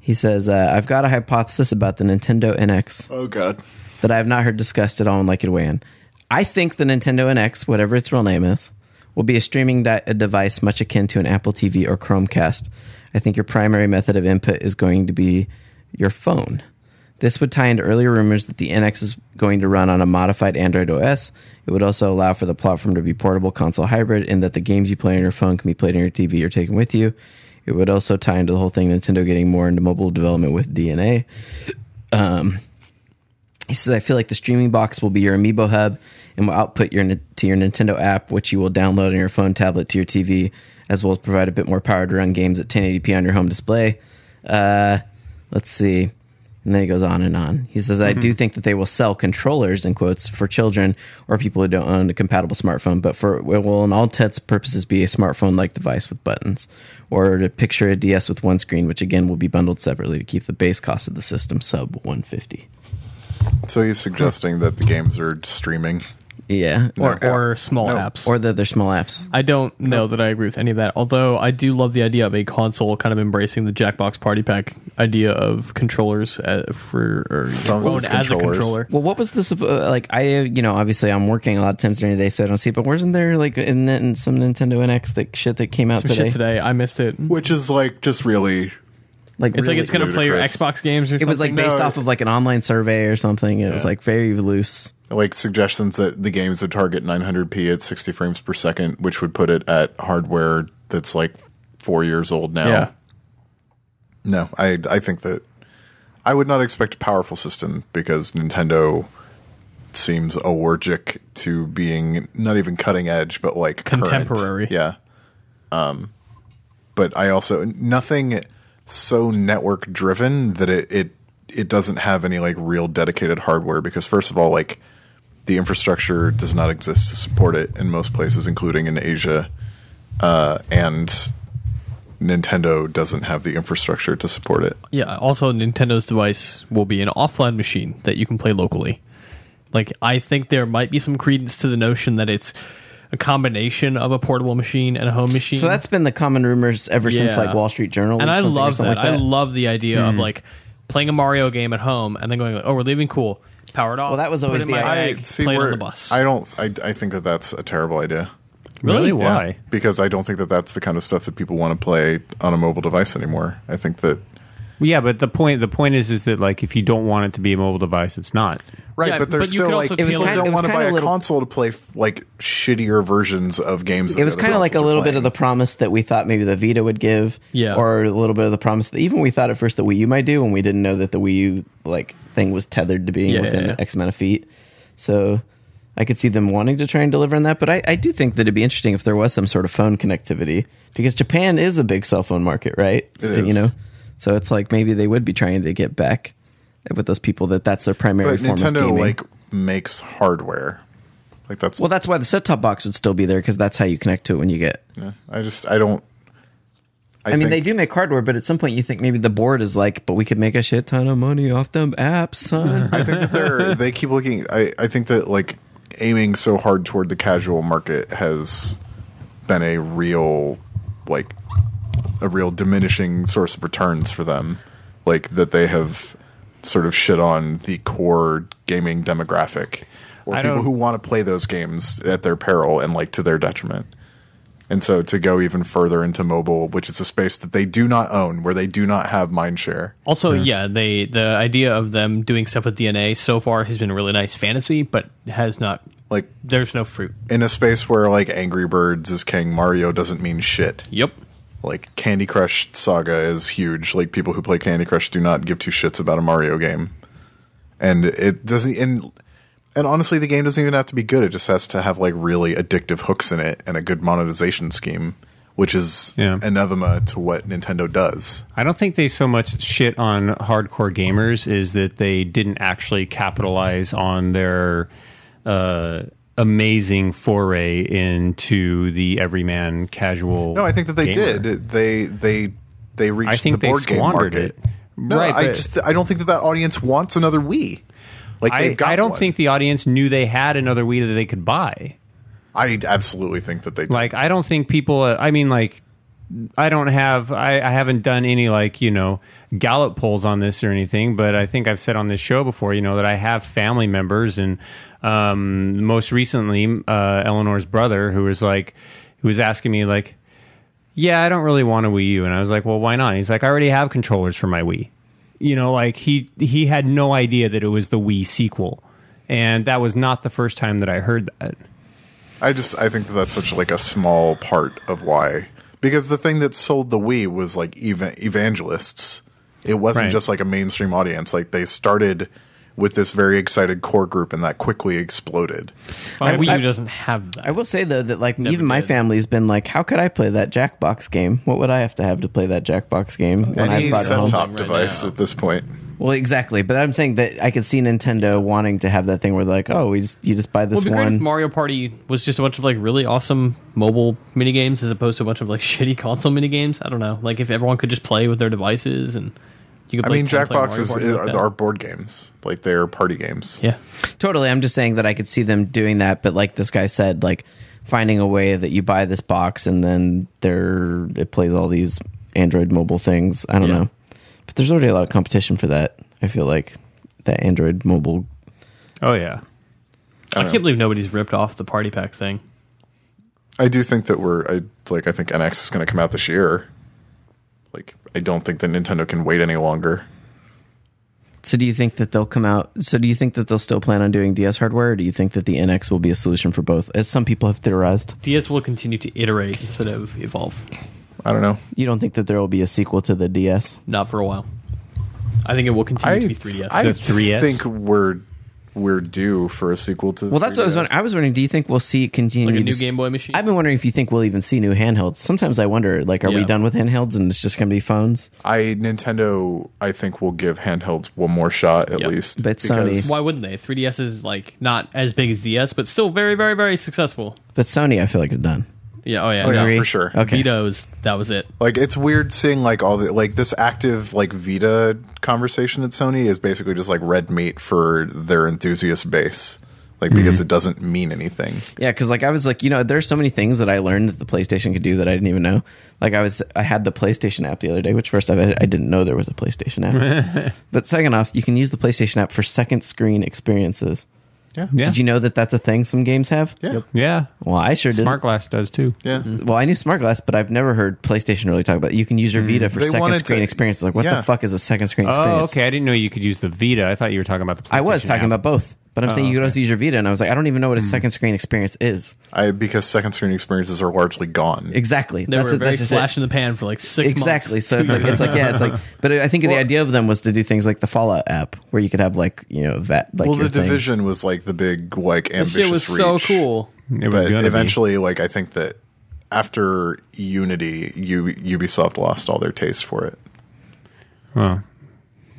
[SPEAKER 1] He says, uh, I've got a hypothesis about the Nintendo NX
[SPEAKER 2] Oh God.
[SPEAKER 1] that I have not heard discussed at all and like to weigh in. I think the Nintendo NX, whatever its real name is, will be a streaming di- a device much akin to an Apple TV or Chromecast. I think your primary method of input is going to be your phone. This would tie into earlier rumors that the NX is going to run on a modified Android OS. It would also allow for the platform to be portable console hybrid and that the games you play on your phone can be played on your TV or taken with you. It would also tie into the whole thing Nintendo getting more into mobile development with DNA. He says, I feel like the streaming box will be your Amiibo hub and will output your to your Nintendo app, which you will download on your phone, tablet, to your TV, as well as provide a bit more power to run games at 1080p on your home display. Uh, let's see. And then he goes on and on. He says, I do think that they will sell controllers, in quotes, for children or people who don't own a compatible smartphone, but for it will, in all intents and purposes, be a smartphone like device with buttons. Or to picture a DS with one screen, which again will be bundled separately to keep the base cost of the system sub 150
[SPEAKER 2] So he's suggesting that the games are streaming.
[SPEAKER 1] Yeah.
[SPEAKER 3] Or,
[SPEAKER 2] No.
[SPEAKER 3] or small
[SPEAKER 2] No.
[SPEAKER 3] apps.
[SPEAKER 1] or that they're small apps.
[SPEAKER 3] I don't know that I agree with any of that. Although I do love the idea of a console kind of embracing the Jackbox Party Pack idea of controllers uh, for or
[SPEAKER 2] Phones
[SPEAKER 3] phone
[SPEAKER 2] as
[SPEAKER 3] as a
[SPEAKER 2] controllers.
[SPEAKER 3] controller.
[SPEAKER 1] Well, what was this? Uh, like, I, you know, obviously I'm working a lot of times during the day, so I don't see. But wasn't there like in, in some Nintendo NX that shit that came out
[SPEAKER 3] Some
[SPEAKER 1] today?
[SPEAKER 3] shit today. I missed it.
[SPEAKER 2] Which is like just really
[SPEAKER 1] Like, really-
[SPEAKER 3] It's like it's gonna play your
[SPEAKER 2] ludicrous.
[SPEAKER 3] Xbox games or
[SPEAKER 1] It was like based off of like an online survey or something. It was like very loose.
[SPEAKER 2] like suggestions that the games would target 900p at 60 frames per second, which would put it at hardware that's like four years old now.
[SPEAKER 3] yeah.
[SPEAKER 2] No, I I think that I would not expect a powerful system because Nintendo seems allergic to being not even cutting edge, but like current.
[SPEAKER 3] Contemporary.
[SPEAKER 2] Yeah. Um, but I also nothing so network driven that it it it doesn't have any like real dedicated hardware because first of all like the infrastructure does not exist to support it in most places, including in Asia, uh, and Nintendo doesn't have the infrastructure to support it.
[SPEAKER 3] Yeah. Also, Nintendo's device will be an offline machine that you can play locally. Like, I think there might be some credence to the notion that it's a combination of a portable machine and a home machine.
[SPEAKER 1] So that's been the common rumors ever since
[SPEAKER 3] Yeah.
[SPEAKER 1] like Wall Street Journal.
[SPEAKER 3] and
[SPEAKER 1] leaked
[SPEAKER 3] I
[SPEAKER 1] something or
[SPEAKER 3] love
[SPEAKER 1] something
[SPEAKER 3] that.
[SPEAKER 1] Like Hmm.
[SPEAKER 3] I love the idea of like playing a Mario game at home and then going, like, "Oh, we're leaving, cool." Power it off.
[SPEAKER 1] Well, that was
[SPEAKER 3] put
[SPEAKER 1] always
[SPEAKER 3] it in
[SPEAKER 1] the
[SPEAKER 3] my
[SPEAKER 1] idea.
[SPEAKER 3] bag, play it on the bus.
[SPEAKER 2] I don't. I, I think that that's a terrible idea.
[SPEAKER 4] Really?
[SPEAKER 3] Really?
[SPEAKER 4] Why?
[SPEAKER 2] Yeah, because I don't think that that's the kind of stuff that people want to play on a mobile device anymore. I think that
[SPEAKER 4] Yeah, but the point the point is is that like if you don't want it to be a mobile device, it's not.
[SPEAKER 2] right,
[SPEAKER 3] Yeah,
[SPEAKER 2] but they're
[SPEAKER 3] but you
[SPEAKER 2] still
[SPEAKER 3] could
[SPEAKER 2] like
[SPEAKER 3] also
[SPEAKER 2] people
[SPEAKER 1] tailor- it
[SPEAKER 2] don't
[SPEAKER 1] was
[SPEAKER 2] want to
[SPEAKER 1] kinda
[SPEAKER 2] buy a
[SPEAKER 1] little-
[SPEAKER 2] console to play like shittier versions of games. That
[SPEAKER 1] it was kind of like a little bit of the promise that we thought maybe the Vita would give,
[SPEAKER 3] Yeah.
[SPEAKER 1] or a little bit of the promise that even we thought at first the Wii U might do when we didn't know that the Wii U like thing was tethered to being
[SPEAKER 3] Yeah,
[SPEAKER 1] within
[SPEAKER 3] yeah, yeah.
[SPEAKER 1] X amount of feet. So I could see them wanting to try and deliver on that, but I, I do think that it'd be interesting if there was some sort of phone connectivity because Japan is a big cell phone market, right? So,
[SPEAKER 2] is.
[SPEAKER 1] You know, so it's like maybe they would be trying to get back with those people that that's their primary
[SPEAKER 2] But
[SPEAKER 1] form of
[SPEAKER 2] Nintendo
[SPEAKER 1] gaming.
[SPEAKER 2] like makes hardware. Like that's
[SPEAKER 1] well, that's why the set-top box would still be there because that's how you connect to it when you get
[SPEAKER 2] I just I don't. I,
[SPEAKER 1] I mean,
[SPEAKER 2] think-
[SPEAKER 1] they do make hardware, but at some point you think maybe the board is like, but we could make a shit ton of money off them apps, son.
[SPEAKER 2] I think that they're they keep looking. I I think that like aiming so hard toward the casual market has been a real like a real diminishing source of returns for them. Like that they have sort of shit on the core gaming demographic or
[SPEAKER 4] I
[SPEAKER 2] people
[SPEAKER 4] don't-
[SPEAKER 2] who want to play those games at their peril and like to their detriment. And so to go even further into mobile, which is a space that they do not own, where they do not have mind share.
[SPEAKER 3] Also, yeah, they the idea of them doing stuff with DNA so far has been a really nice fantasy, but has not.
[SPEAKER 2] Like
[SPEAKER 3] There's no fruit.
[SPEAKER 2] in a space where like Angry Birds is king, Mario doesn't mean shit.
[SPEAKER 3] Yep.
[SPEAKER 2] Like Candy Crush Saga is huge. Like people who play Candy Crush do not give two shits about a Mario game. and it doesn't and and honestly the game doesn't even have to be good it just has to have like really addictive hooks in it and a good monetization scheme which is
[SPEAKER 4] Yeah.
[SPEAKER 2] anathema to what nintendo does
[SPEAKER 4] I don't think they so much shit on hardcore gamers is that they didn't actually capitalize on their uh, amazing foray into the everyman casual.
[SPEAKER 2] no i think that they
[SPEAKER 4] gamer.
[SPEAKER 2] did they they they reached
[SPEAKER 4] I think
[SPEAKER 2] the
[SPEAKER 4] they
[SPEAKER 2] board game
[SPEAKER 4] squandered
[SPEAKER 2] market
[SPEAKER 4] it.
[SPEAKER 2] no
[SPEAKER 4] Right,
[SPEAKER 2] i
[SPEAKER 4] but-
[SPEAKER 2] just i don't think that that audience wants another wii like
[SPEAKER 4] I,
[SPEAKER 2] they've got
[SPEAKER 4] I don't
[SPEAKER 2] one.
[SPEAKER 4] think the audience knew they had another Wii that they could buy.
[SPEAKER 2] i absolutely think that they
[SPEAKER 4] Like, I don't think people. uh, I mean, like, I don't have. I, I haven't done any like you know Gallup polls on this or anything, but I think I've said on this show before, you know, that I have family members, and um, most recently, uh, Eleanor's brother, who was like, who was asking me like, yeah, I don't really want a Wii U, and I was like, well, why not? He's like, I already have controllers for my Wii. You know, like he he had no idea that it was the Wii sequel, and that was not the first time that I heard that.
[SPEAKER 2] I just I think that that's such like a small part of why because the thing that sold the Wii was like eva- evangelists. It wasn't
[SPEAKER 4] Right.
[SPEAKER 2] just like a mainstream audience. Like they started with this very excited core group, and that quickly exploded.
[SPEAKER 3] My
[SPEAKER 1] I-
[SPEAKER 3] Wii U
[SPEAKER 1] I-
[SPEAKER 3] doesn't have that.
[SPEAKER 1] I will say though that like even my
[SPEAKER 3] did.
[SPEAKER 1] family's been like, how could I play that Jackbox game? What would I have to have to play that Jackbox game when I
[SPEAKER 2] Any
[SPEAKER 1] brought it
[SPEAKER 2] set
[SPEAKER 1] home?
[SPEAKER 2] top
[SPEAKER 3] right
[SPEAKER 2] device
[SPEAKER 3] now.
[SPEAKER 2] at this point.
[SPEAKER 1] Well, exactly. But I'm saying that I could see Nintendo wanting to have that thing where they're like, oh, we just you just buy
[SPEAKER 3] Well,
[SPEAKER 1] this
[SPEAKER 3] it'd be great if
[SPEAKER 1] one.
[SPEAKER 3] Mario Party was just a bunch of like really awesome mobile mini games as opposed to a bunch of like shitty console mini games. I don't know. Like if everyone could just play with their devices and you could.
[SPEAKER 2] I
[SPEAKER 3] Play
[SPEAKER 2] mean,
[SPEAKER 3] 10 player
[SPEAKER 2] Jackbox
[SPEAKER 3] Mario
[SPEAKER 2] is,
[SPEAKER 3] Party
[SPEAKER 2] is-
[SPEAKER 3] like that.
[SPEAKER 2] are board games. Like they are party games.
[SPEAKER 3] yeah.
[SPEAKER 1] totally. I'm just saying that I could see them doing that. But like this guy said, like finding a way that you buy this box and then there it plays all these Android mobile things. I don't
[SPEAKER 3] Yeah.
[SPEAKER 1] know. But there's already a lot of competition for that. I feel like that Android mobile.
[SPEAKER 4] Oh yeah.
[SPEAKER 3] I, can't believe nobody's ripped off the party pack thing.
[SPEAKER 2] I do think that we're I like I think NX is going to come out this year. Like I don't think that Nintendo can wait any longer.
[SPEAKER 1] So do you think that they'll come out? So do you think that they'll still plan on doing DS hardware, or do you think that the NX will be a solution for both? As some people have theorized,
[SPEAKER 3] DS will continue to iterate instead of evolve.
[SPEAKER 2] I don't know.
[SPEAKER 1] you don't think that there will be a sequel to the DS.
[SPEAKER 3] Not for a while. I think it will continue to be 3DS.
[SPEAKER 2] I
[SPEAKER 4] The 3S?
[SPEAKER 2] think we're we're due for a sequel to. the
[SPEAKER 1] Well, that's what I was
[SPEAKER 2] 3DS.
[SPEAKER 1] wondering. I was wondering, do you think we'll see continue
[SPEAKER 3] like a
[SPEAKER 1] to
[SPEAKER 3] new
[SPEAKER 1] s-
[SPEAKER 3] Game Boy machine.
[SPEAKER 1] I've been wondering if you think we'll even see new handhelds. Sometimes I wonder, like, are we
[SPEAKER 3] Yeah.
[SPEAKER 1] done with handhelds and it's just going to be phones?
[SPEAKER 2] I Nintendo. I think will give handhelds one more shot at
[SPEAKER 3] Yeah.
[SPEAKER 2] least.
[SPEAKER 1] But Sony-
[SPEAKER 2] because-
[SPEAKER 3] Why wouldn't they? 3DS is like not as big as DS, but still very, very, very successful.
[SPEAKER 1] But Sony, I feel like is done.
[SPEAKER 3] Yeah. Oh yeah.
[SPEAKER 2] Oh, yeah,
[SPEAKER 3] no.
[SPEAKER 2] for sure.
[SPEAKER 1] Okay.
[SPEAKER 3] Vito's. That was it.
[SPEAKER 2] Like it's weird seeing like all the like this active like Vita conversation at Sony is basically just like red meat for their enthusiast base. Like
[SPEAKER 1] Mm-hmm.
[SPEAKER 2] because it doesn't mean anything.
[SPEAKER 1] Yeah, because like I was like, you know, there's so many things that I learned that the PlayStation could do that I didn't even know. Like I was, I had the PlayStation app the other day, which first off, I, I didn't know there was a PlayStation app. but second off, you can use the PlayStation app for second screen experiences.
[SPEAKER 2] Yeah.
[SPEAKER 4] Yeah.
[SPEAKER 1] Did you know that that's a thing some games have?
[SPEAKER 2] Yeah.
[SPEAKER 4] Yeah.
[SPEAKER 1] Well, I sure did.
[SPEAKER 4] Smart glass does too.
[SPEAKER 2] Yeah.
[SPEAKER 1] Well, I knew smart glass, but I've never heard PlayStation really talk about. It. You can use your Vita for
[SPEAKER 2] Mm. They
[SPEAKER 1] second
[SPEAKER 2] wanted
[SPEAKER 1] screen
[SPEAKER 2] to-
[SPEAKER 1] experiences. Like, what
[SPEAKER 2] yeah.
[SPEAKER 1] the fuck is a second screen
[SPEAKER 4] Oh,
[SPEAKER 1] experience?
[SPEAKER 4] okay. I didn't know you could use the Vita. I thought you were talking about the. PlayStation
[SPEAKER 1] I was talking
[SPEAKER 4] app.
[SPEAKER 1] about both, but I'm saying you could also use your Vita, and I was like, I don't even know what a second screen experience is.
[SPEAKER 2] I because second screen experiences are largely gone.
[SPEAKER 1] Exactly.
[SPEAKER 3] They
[SPEAKER 1] that's
[SPEAKER 3] were
[SPEAKER 1] it,
[SPEAKER 3] very
[SPEAKER 1] that's just it.
[SPEAKER 3] flash in the pan for like six
[SPEAKER 1] Exactly.
[SPEAKER 3] months.
[SPEAKER 1] So it's like it's like yeah, it's like. But I think the idea of them was to do things like the Fallout app, where you could have like you know that like
[SPEAKER 2] well,
[SPEAKER 1] your
[SPEAKER 2] the
[SPEAKER 1] thing.
[SPEAKER 2] division was like the big like ambitious.
[SPEAKER 3] Shit was so
[SPEAKER 2] reach.
[SPEAKER 3] cool.
[SPEAKER 4] It was
[SPEAKER 2] but
[SPEAKER 4] gonna
[SPEAKER 2] eventually like i think that after unity U- ubisoft lost all their taste for it
[SPEAKER 4] Be. Oh.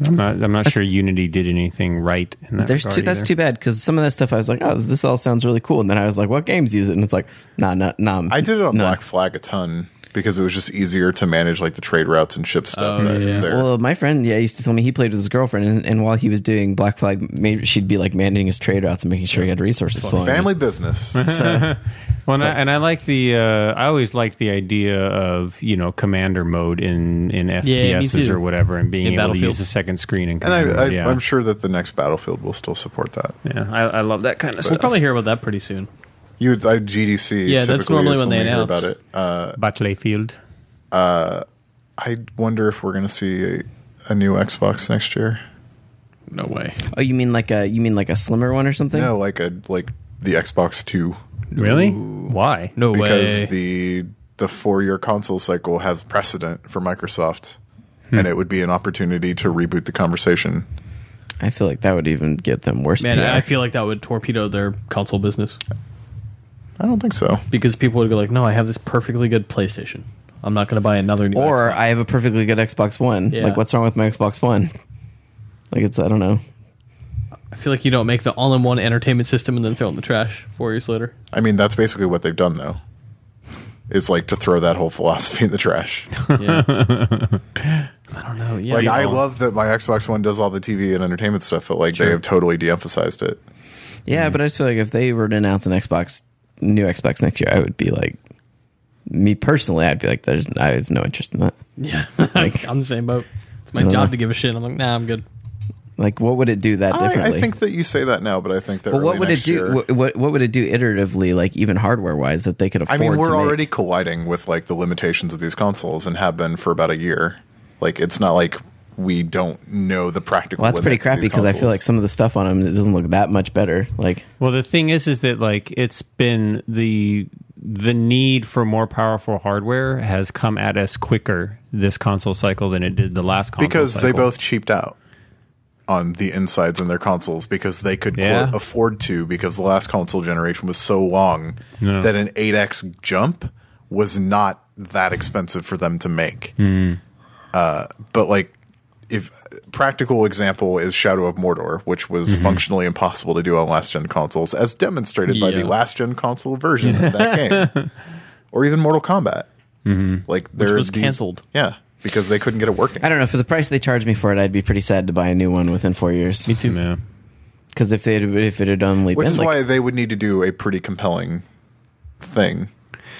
[SPEAKER 4] I'm not. I'm not sure Unity did anything right in that.
[SPEAKER 1] There's
[SPEAKER 4] regard
[SPEAKER 1] too, that's
[SPEAKER 4] either.
[SPEAKER 1] too bad because some of that stuff I was like, oh, this all sounds really cool, and then I was like, what games use it? And it's like, nah, nah, nah.
[SPEAKER 2] i did it on
[SPEAKER 1] nah.
[SPEAKER 2] black flag a ton because it was just easier to manage like the trade routes and ship
[SPEAKER 4] Oh,
[SPEAKER 2] stuff right there
[SPEAKER 1] Well, my friend, yeah, used to tell me he played with his girlfriend, and, and while he was doing Black Flag, maybe she'd be like managing his trade routes and making sure he had resources flowing. in.
[SPEAKER 2] family business
[SPEAKER 1] So,
[SPEAKER 4] Well, and, I, and I like the. Uh, I always liked the idea of you know commander mode in in FPSs
[SPEAKER 3] too.
[SPEAKER 4] or whatever, and being
[SPEAKER 3] In
[SPEAKER 4] able to
[SPEAKER 3] Battlefield.
[SPEAKER 4] use the second screen and
[SPEAKER 2] and I,
[SPEAKER 4] commander.
[SPEAKER 2] I,
[SPEAKER 4] mode, yeah.
[SPEAKER 2] i'm sure that the next battlefield will still support that
[SPEAKER 4] Yeah, I, I love that kind of
[SPEAKER 3] We'll
[SPEAKER 4] stuff.
[SPEAKER 3] probably hear about that pretty soon.
[SPEAKER 2] you would I, gdc
[SPEAKER 3] Yeah, that's
[SPEAKER 2] typically
[SPEAKER 3] normally
[SPEAKER 2] is
[SPEAKER 3] when they
[SPEAKER 2] we hear
[SPEAKER 3] announce.
[SPEAKER 2] about it uh,
[SPEAKER 4] Battlefield.
[SPEAKER 2] i wonder if we're going to see a, a new xbox next year
[SPEAKER 3] No way.
[SPEAKER 1] oh, you mean like a you mean like a slimmer one or something?
[SPEAKER 2] no like a like the xbox 2
[SPEAKER 4] Really? Why?
[SPEAKER 3] No
[SPEAKER 2] because
[SPEAKER 3] way.
[SPEAKER 2] the the four year console cycle has precedent for Microsoft, and it would be an opportunity to reboot the conversation.
[SPEAKER 1] I feel like that would even get them worse.
[SPEAKER 3] Man,
[SPEAKER 1] PR.
[SPEAKER 3] I feel like that would torpedo their console business
[SPEAKER 2] I don't think so.
[SPEAKER 3] because people would go like, "No, I have this perfectly good PlayStation. I'm not going to buy another new."
[SPEAKER 1] or
[SPEAKER 3] Xbox."
[SPEAKER 1] I have a perfectly good Xbox One.
[SPEAKER 3] Yeah.
[SPEAKER 1] Like, what's wrong with my Xbox One? Like, it's I don't know.
[SPEAKER 3] I feel like you don't make the all-in-one entertainment system and then throw it in the trash four years later.
[SPEAKER 2] I mean, that's basically what they've done, though. Is like to throw that whole philosophy in the trash.
[SPEAKER 3] Yeah. I don't know. Yeah,
[SPEAKER 2] Like
[SPEAKER 3] you-
[SPEAKER 2] I love that my Xbox One does all the TV and entertainment stuff, but like they have totally de-emphasized it.
[SPEAKER 1] Yeah, but I just feel like if they were to announce an Xbox new Xbox next year, I would be like, me personally, I'd be like, there's I have no interest in that.
[SPEAKER 3] yeah.
[SPEAKER 1] Like-
[SPEAKER 3] I'm the same boat. It's my
[SPEAKER 1] I don't
[SPEAKER 3] job
[SPEAKER 1] know.
[SPEAKER 3] to give a shit. I'm like, nah, I'm good.
[SPEAKER 1] Like, what would it do that
[SPEAKER 2] I,
[SPEAKER 1] differently?
[SPEAKER 2] I think that you say that now, but I think that.
[SPEAKER 1] But what
[SPEAKER 2] early
[SPEAKER 1] would it
[SPEAKER 2] next
[SPEAKER 1] do?
[SPEAKER 2] year-
[SPEAKER 1] What, what what would it do iteratively? Like even hardware wise, that they could
[SPEAKER 2] I
[SPEAKER 1] afford.
[SPEAKER 2] mean,
[SPEAKER 1] to
[SPEAKER 2] we're
[SPEAKER 1] make?
[SPEAKER 2] already colliding with like the limitations of these consoles and have been for about a year. Like it's not like we don't know the practical.
[SPEAKER 1] Well, that's pretty
[SPEAKER 2] limits of
[SPEAKER 1] crappy
[SPEAKER 2] these
[SPEAKER 1] because I feel
[SPEAKER 2] consoles.
[SPEAKER 1] like some of the stuff on them it doesn't look that much better. Like,
[SPEAKER 4] Well, the thing is, is that like it's been the the need for more powerful hardware has come at us quicker this console cycle than it did the last console
[SPEAKER 2] because they
[SPEAKER 4] cycle.
[SPEAKER 2] both cheaped out on the insides in their consoles because they could
[SPEAKER 4] Yeah.
[SPEAKER 2] quote, afford to because the last console generation was so long that an 8x jump was not that expensive for them to make
[SPEAKER 4] Hmm.
[SPEAKER 2] uh, but like if practical example is shadow of mordor which was
[SPEAKER 4] Mm-hmm.
[SPEAKER 2] functionally impossible to do on last gen consoles as demonstrated by the
[SPEAKER 3] Yeah.
[SPEAKER 2] last gen console version of that game or even mortal kombat
[SPEAKER 4] Mm-hmm.
[SPEAKER 2] like there
[SPEAKER 3] was
[SPEAKER 2] are these-
[SPEAKER 3] canceled.
[SPEAKER 2] yeah because they couldn't get it working
[SPEAKER 1] I don't know for the price they charged me for it, I'd be pretty sad to buy a new one within four years.
[SPEAKER 4] too. Yeah.
[SPEAKER 1] Because if it if it had only
[SPEAKER 2] Which
[SPEAKER 1] been
[SPEAKER 2] is
[SPEAKER 1] like
[SPEAKER 2] why they would need to do a pretty compelling thing.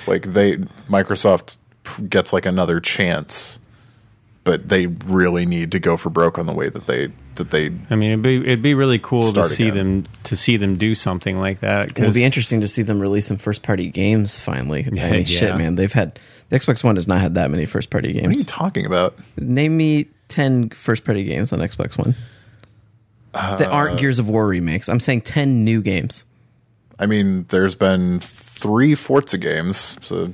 [SPEAKER 2] Like they Microsoft p- gets like another chance, but they really need to go for broke on the way that they that they
[SPEAKER 4] I mean, it'd be it'd be really cool
[SPEAKER 2] Start
[SPEAKER 4] to see
[SPEAKER 2] again.
[SPEAKER 4] them to see them do something like that.
[SPEAKER 1] It'll
[SPEAKER 4] 'cause-
[SPEAKER 1] be interesting to see them release some first party games finally. I
[SPEAKER 4] Yeah,
[SPEAKER 1] mean, shit,
[SPEAKER 4] yeah.
[SPEAKER 1] man. They've had the Xbox One has not had that many first party
[SPEAKER 2] What are you
[SPEAKER 1] games.
[SPEAKER 2] talking about?
[SPEAKER 1] Name me 10 first party games on Xbox One that
[SPEAKER 2] Uh,
[SPEAKER 1] aren't Gears of War remakes. I'm saying 10 new games.
[SPEAKER 2] I mean, there's been three Forza games, so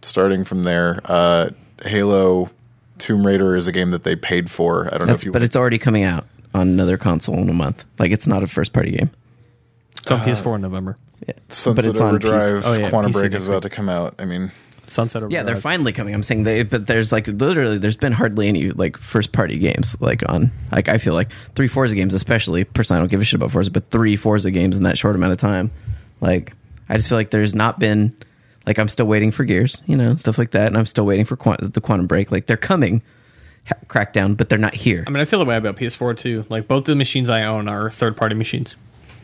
[SPEAKER 2] starting from there, uh Halo Tomb Raider is a game that they paid for. I don't know if
[SPEAKER 1] That's,
[SPEAKER 2] you
[SPEAKER 1] but it's already coming out on another console in a month. Like, it's not a first party game.
[SPEAKER 4] Uh,
[SPEAKER 3] It's on PS4 in November.
[SPEAKER 1] but
[SPEAKER 2] Sunset
[SPEAKER 1] it's on PC.
[SPEAKER 2] Overdrive
[SPEAKER 3] Oh, yeah,
[SPEAKER 2] Quantum
[SPEAKER 3] PC
[SPEAKER 2] Break
[SPEAKER 3] next
[SPEAKER 2] is about to come out. I mean,
[SPEAKER 3] Sunset.
[SPEAKER 1] Yeah, they're
[SPEAKER 3] Overdrive.
[SPEAKER 1] finally coming. I'm saying they, but there's like literally, there's been hardly any like first party games like on like I feel like three Forza games, especially. Personally, I don't give a shit about Forza, but three Forza games in that short amount of time, like I just feel like there's not been like I'm still waiting for Gears, you know, and stuff like that, and I'm still waiting for Quant- the Quantum Break. Like they're coming, ha- Crackdown, but they're not here.
[SPEAKER 3] I mean, I feel the way about PS4 too. Like both the machines I own are third-party machines.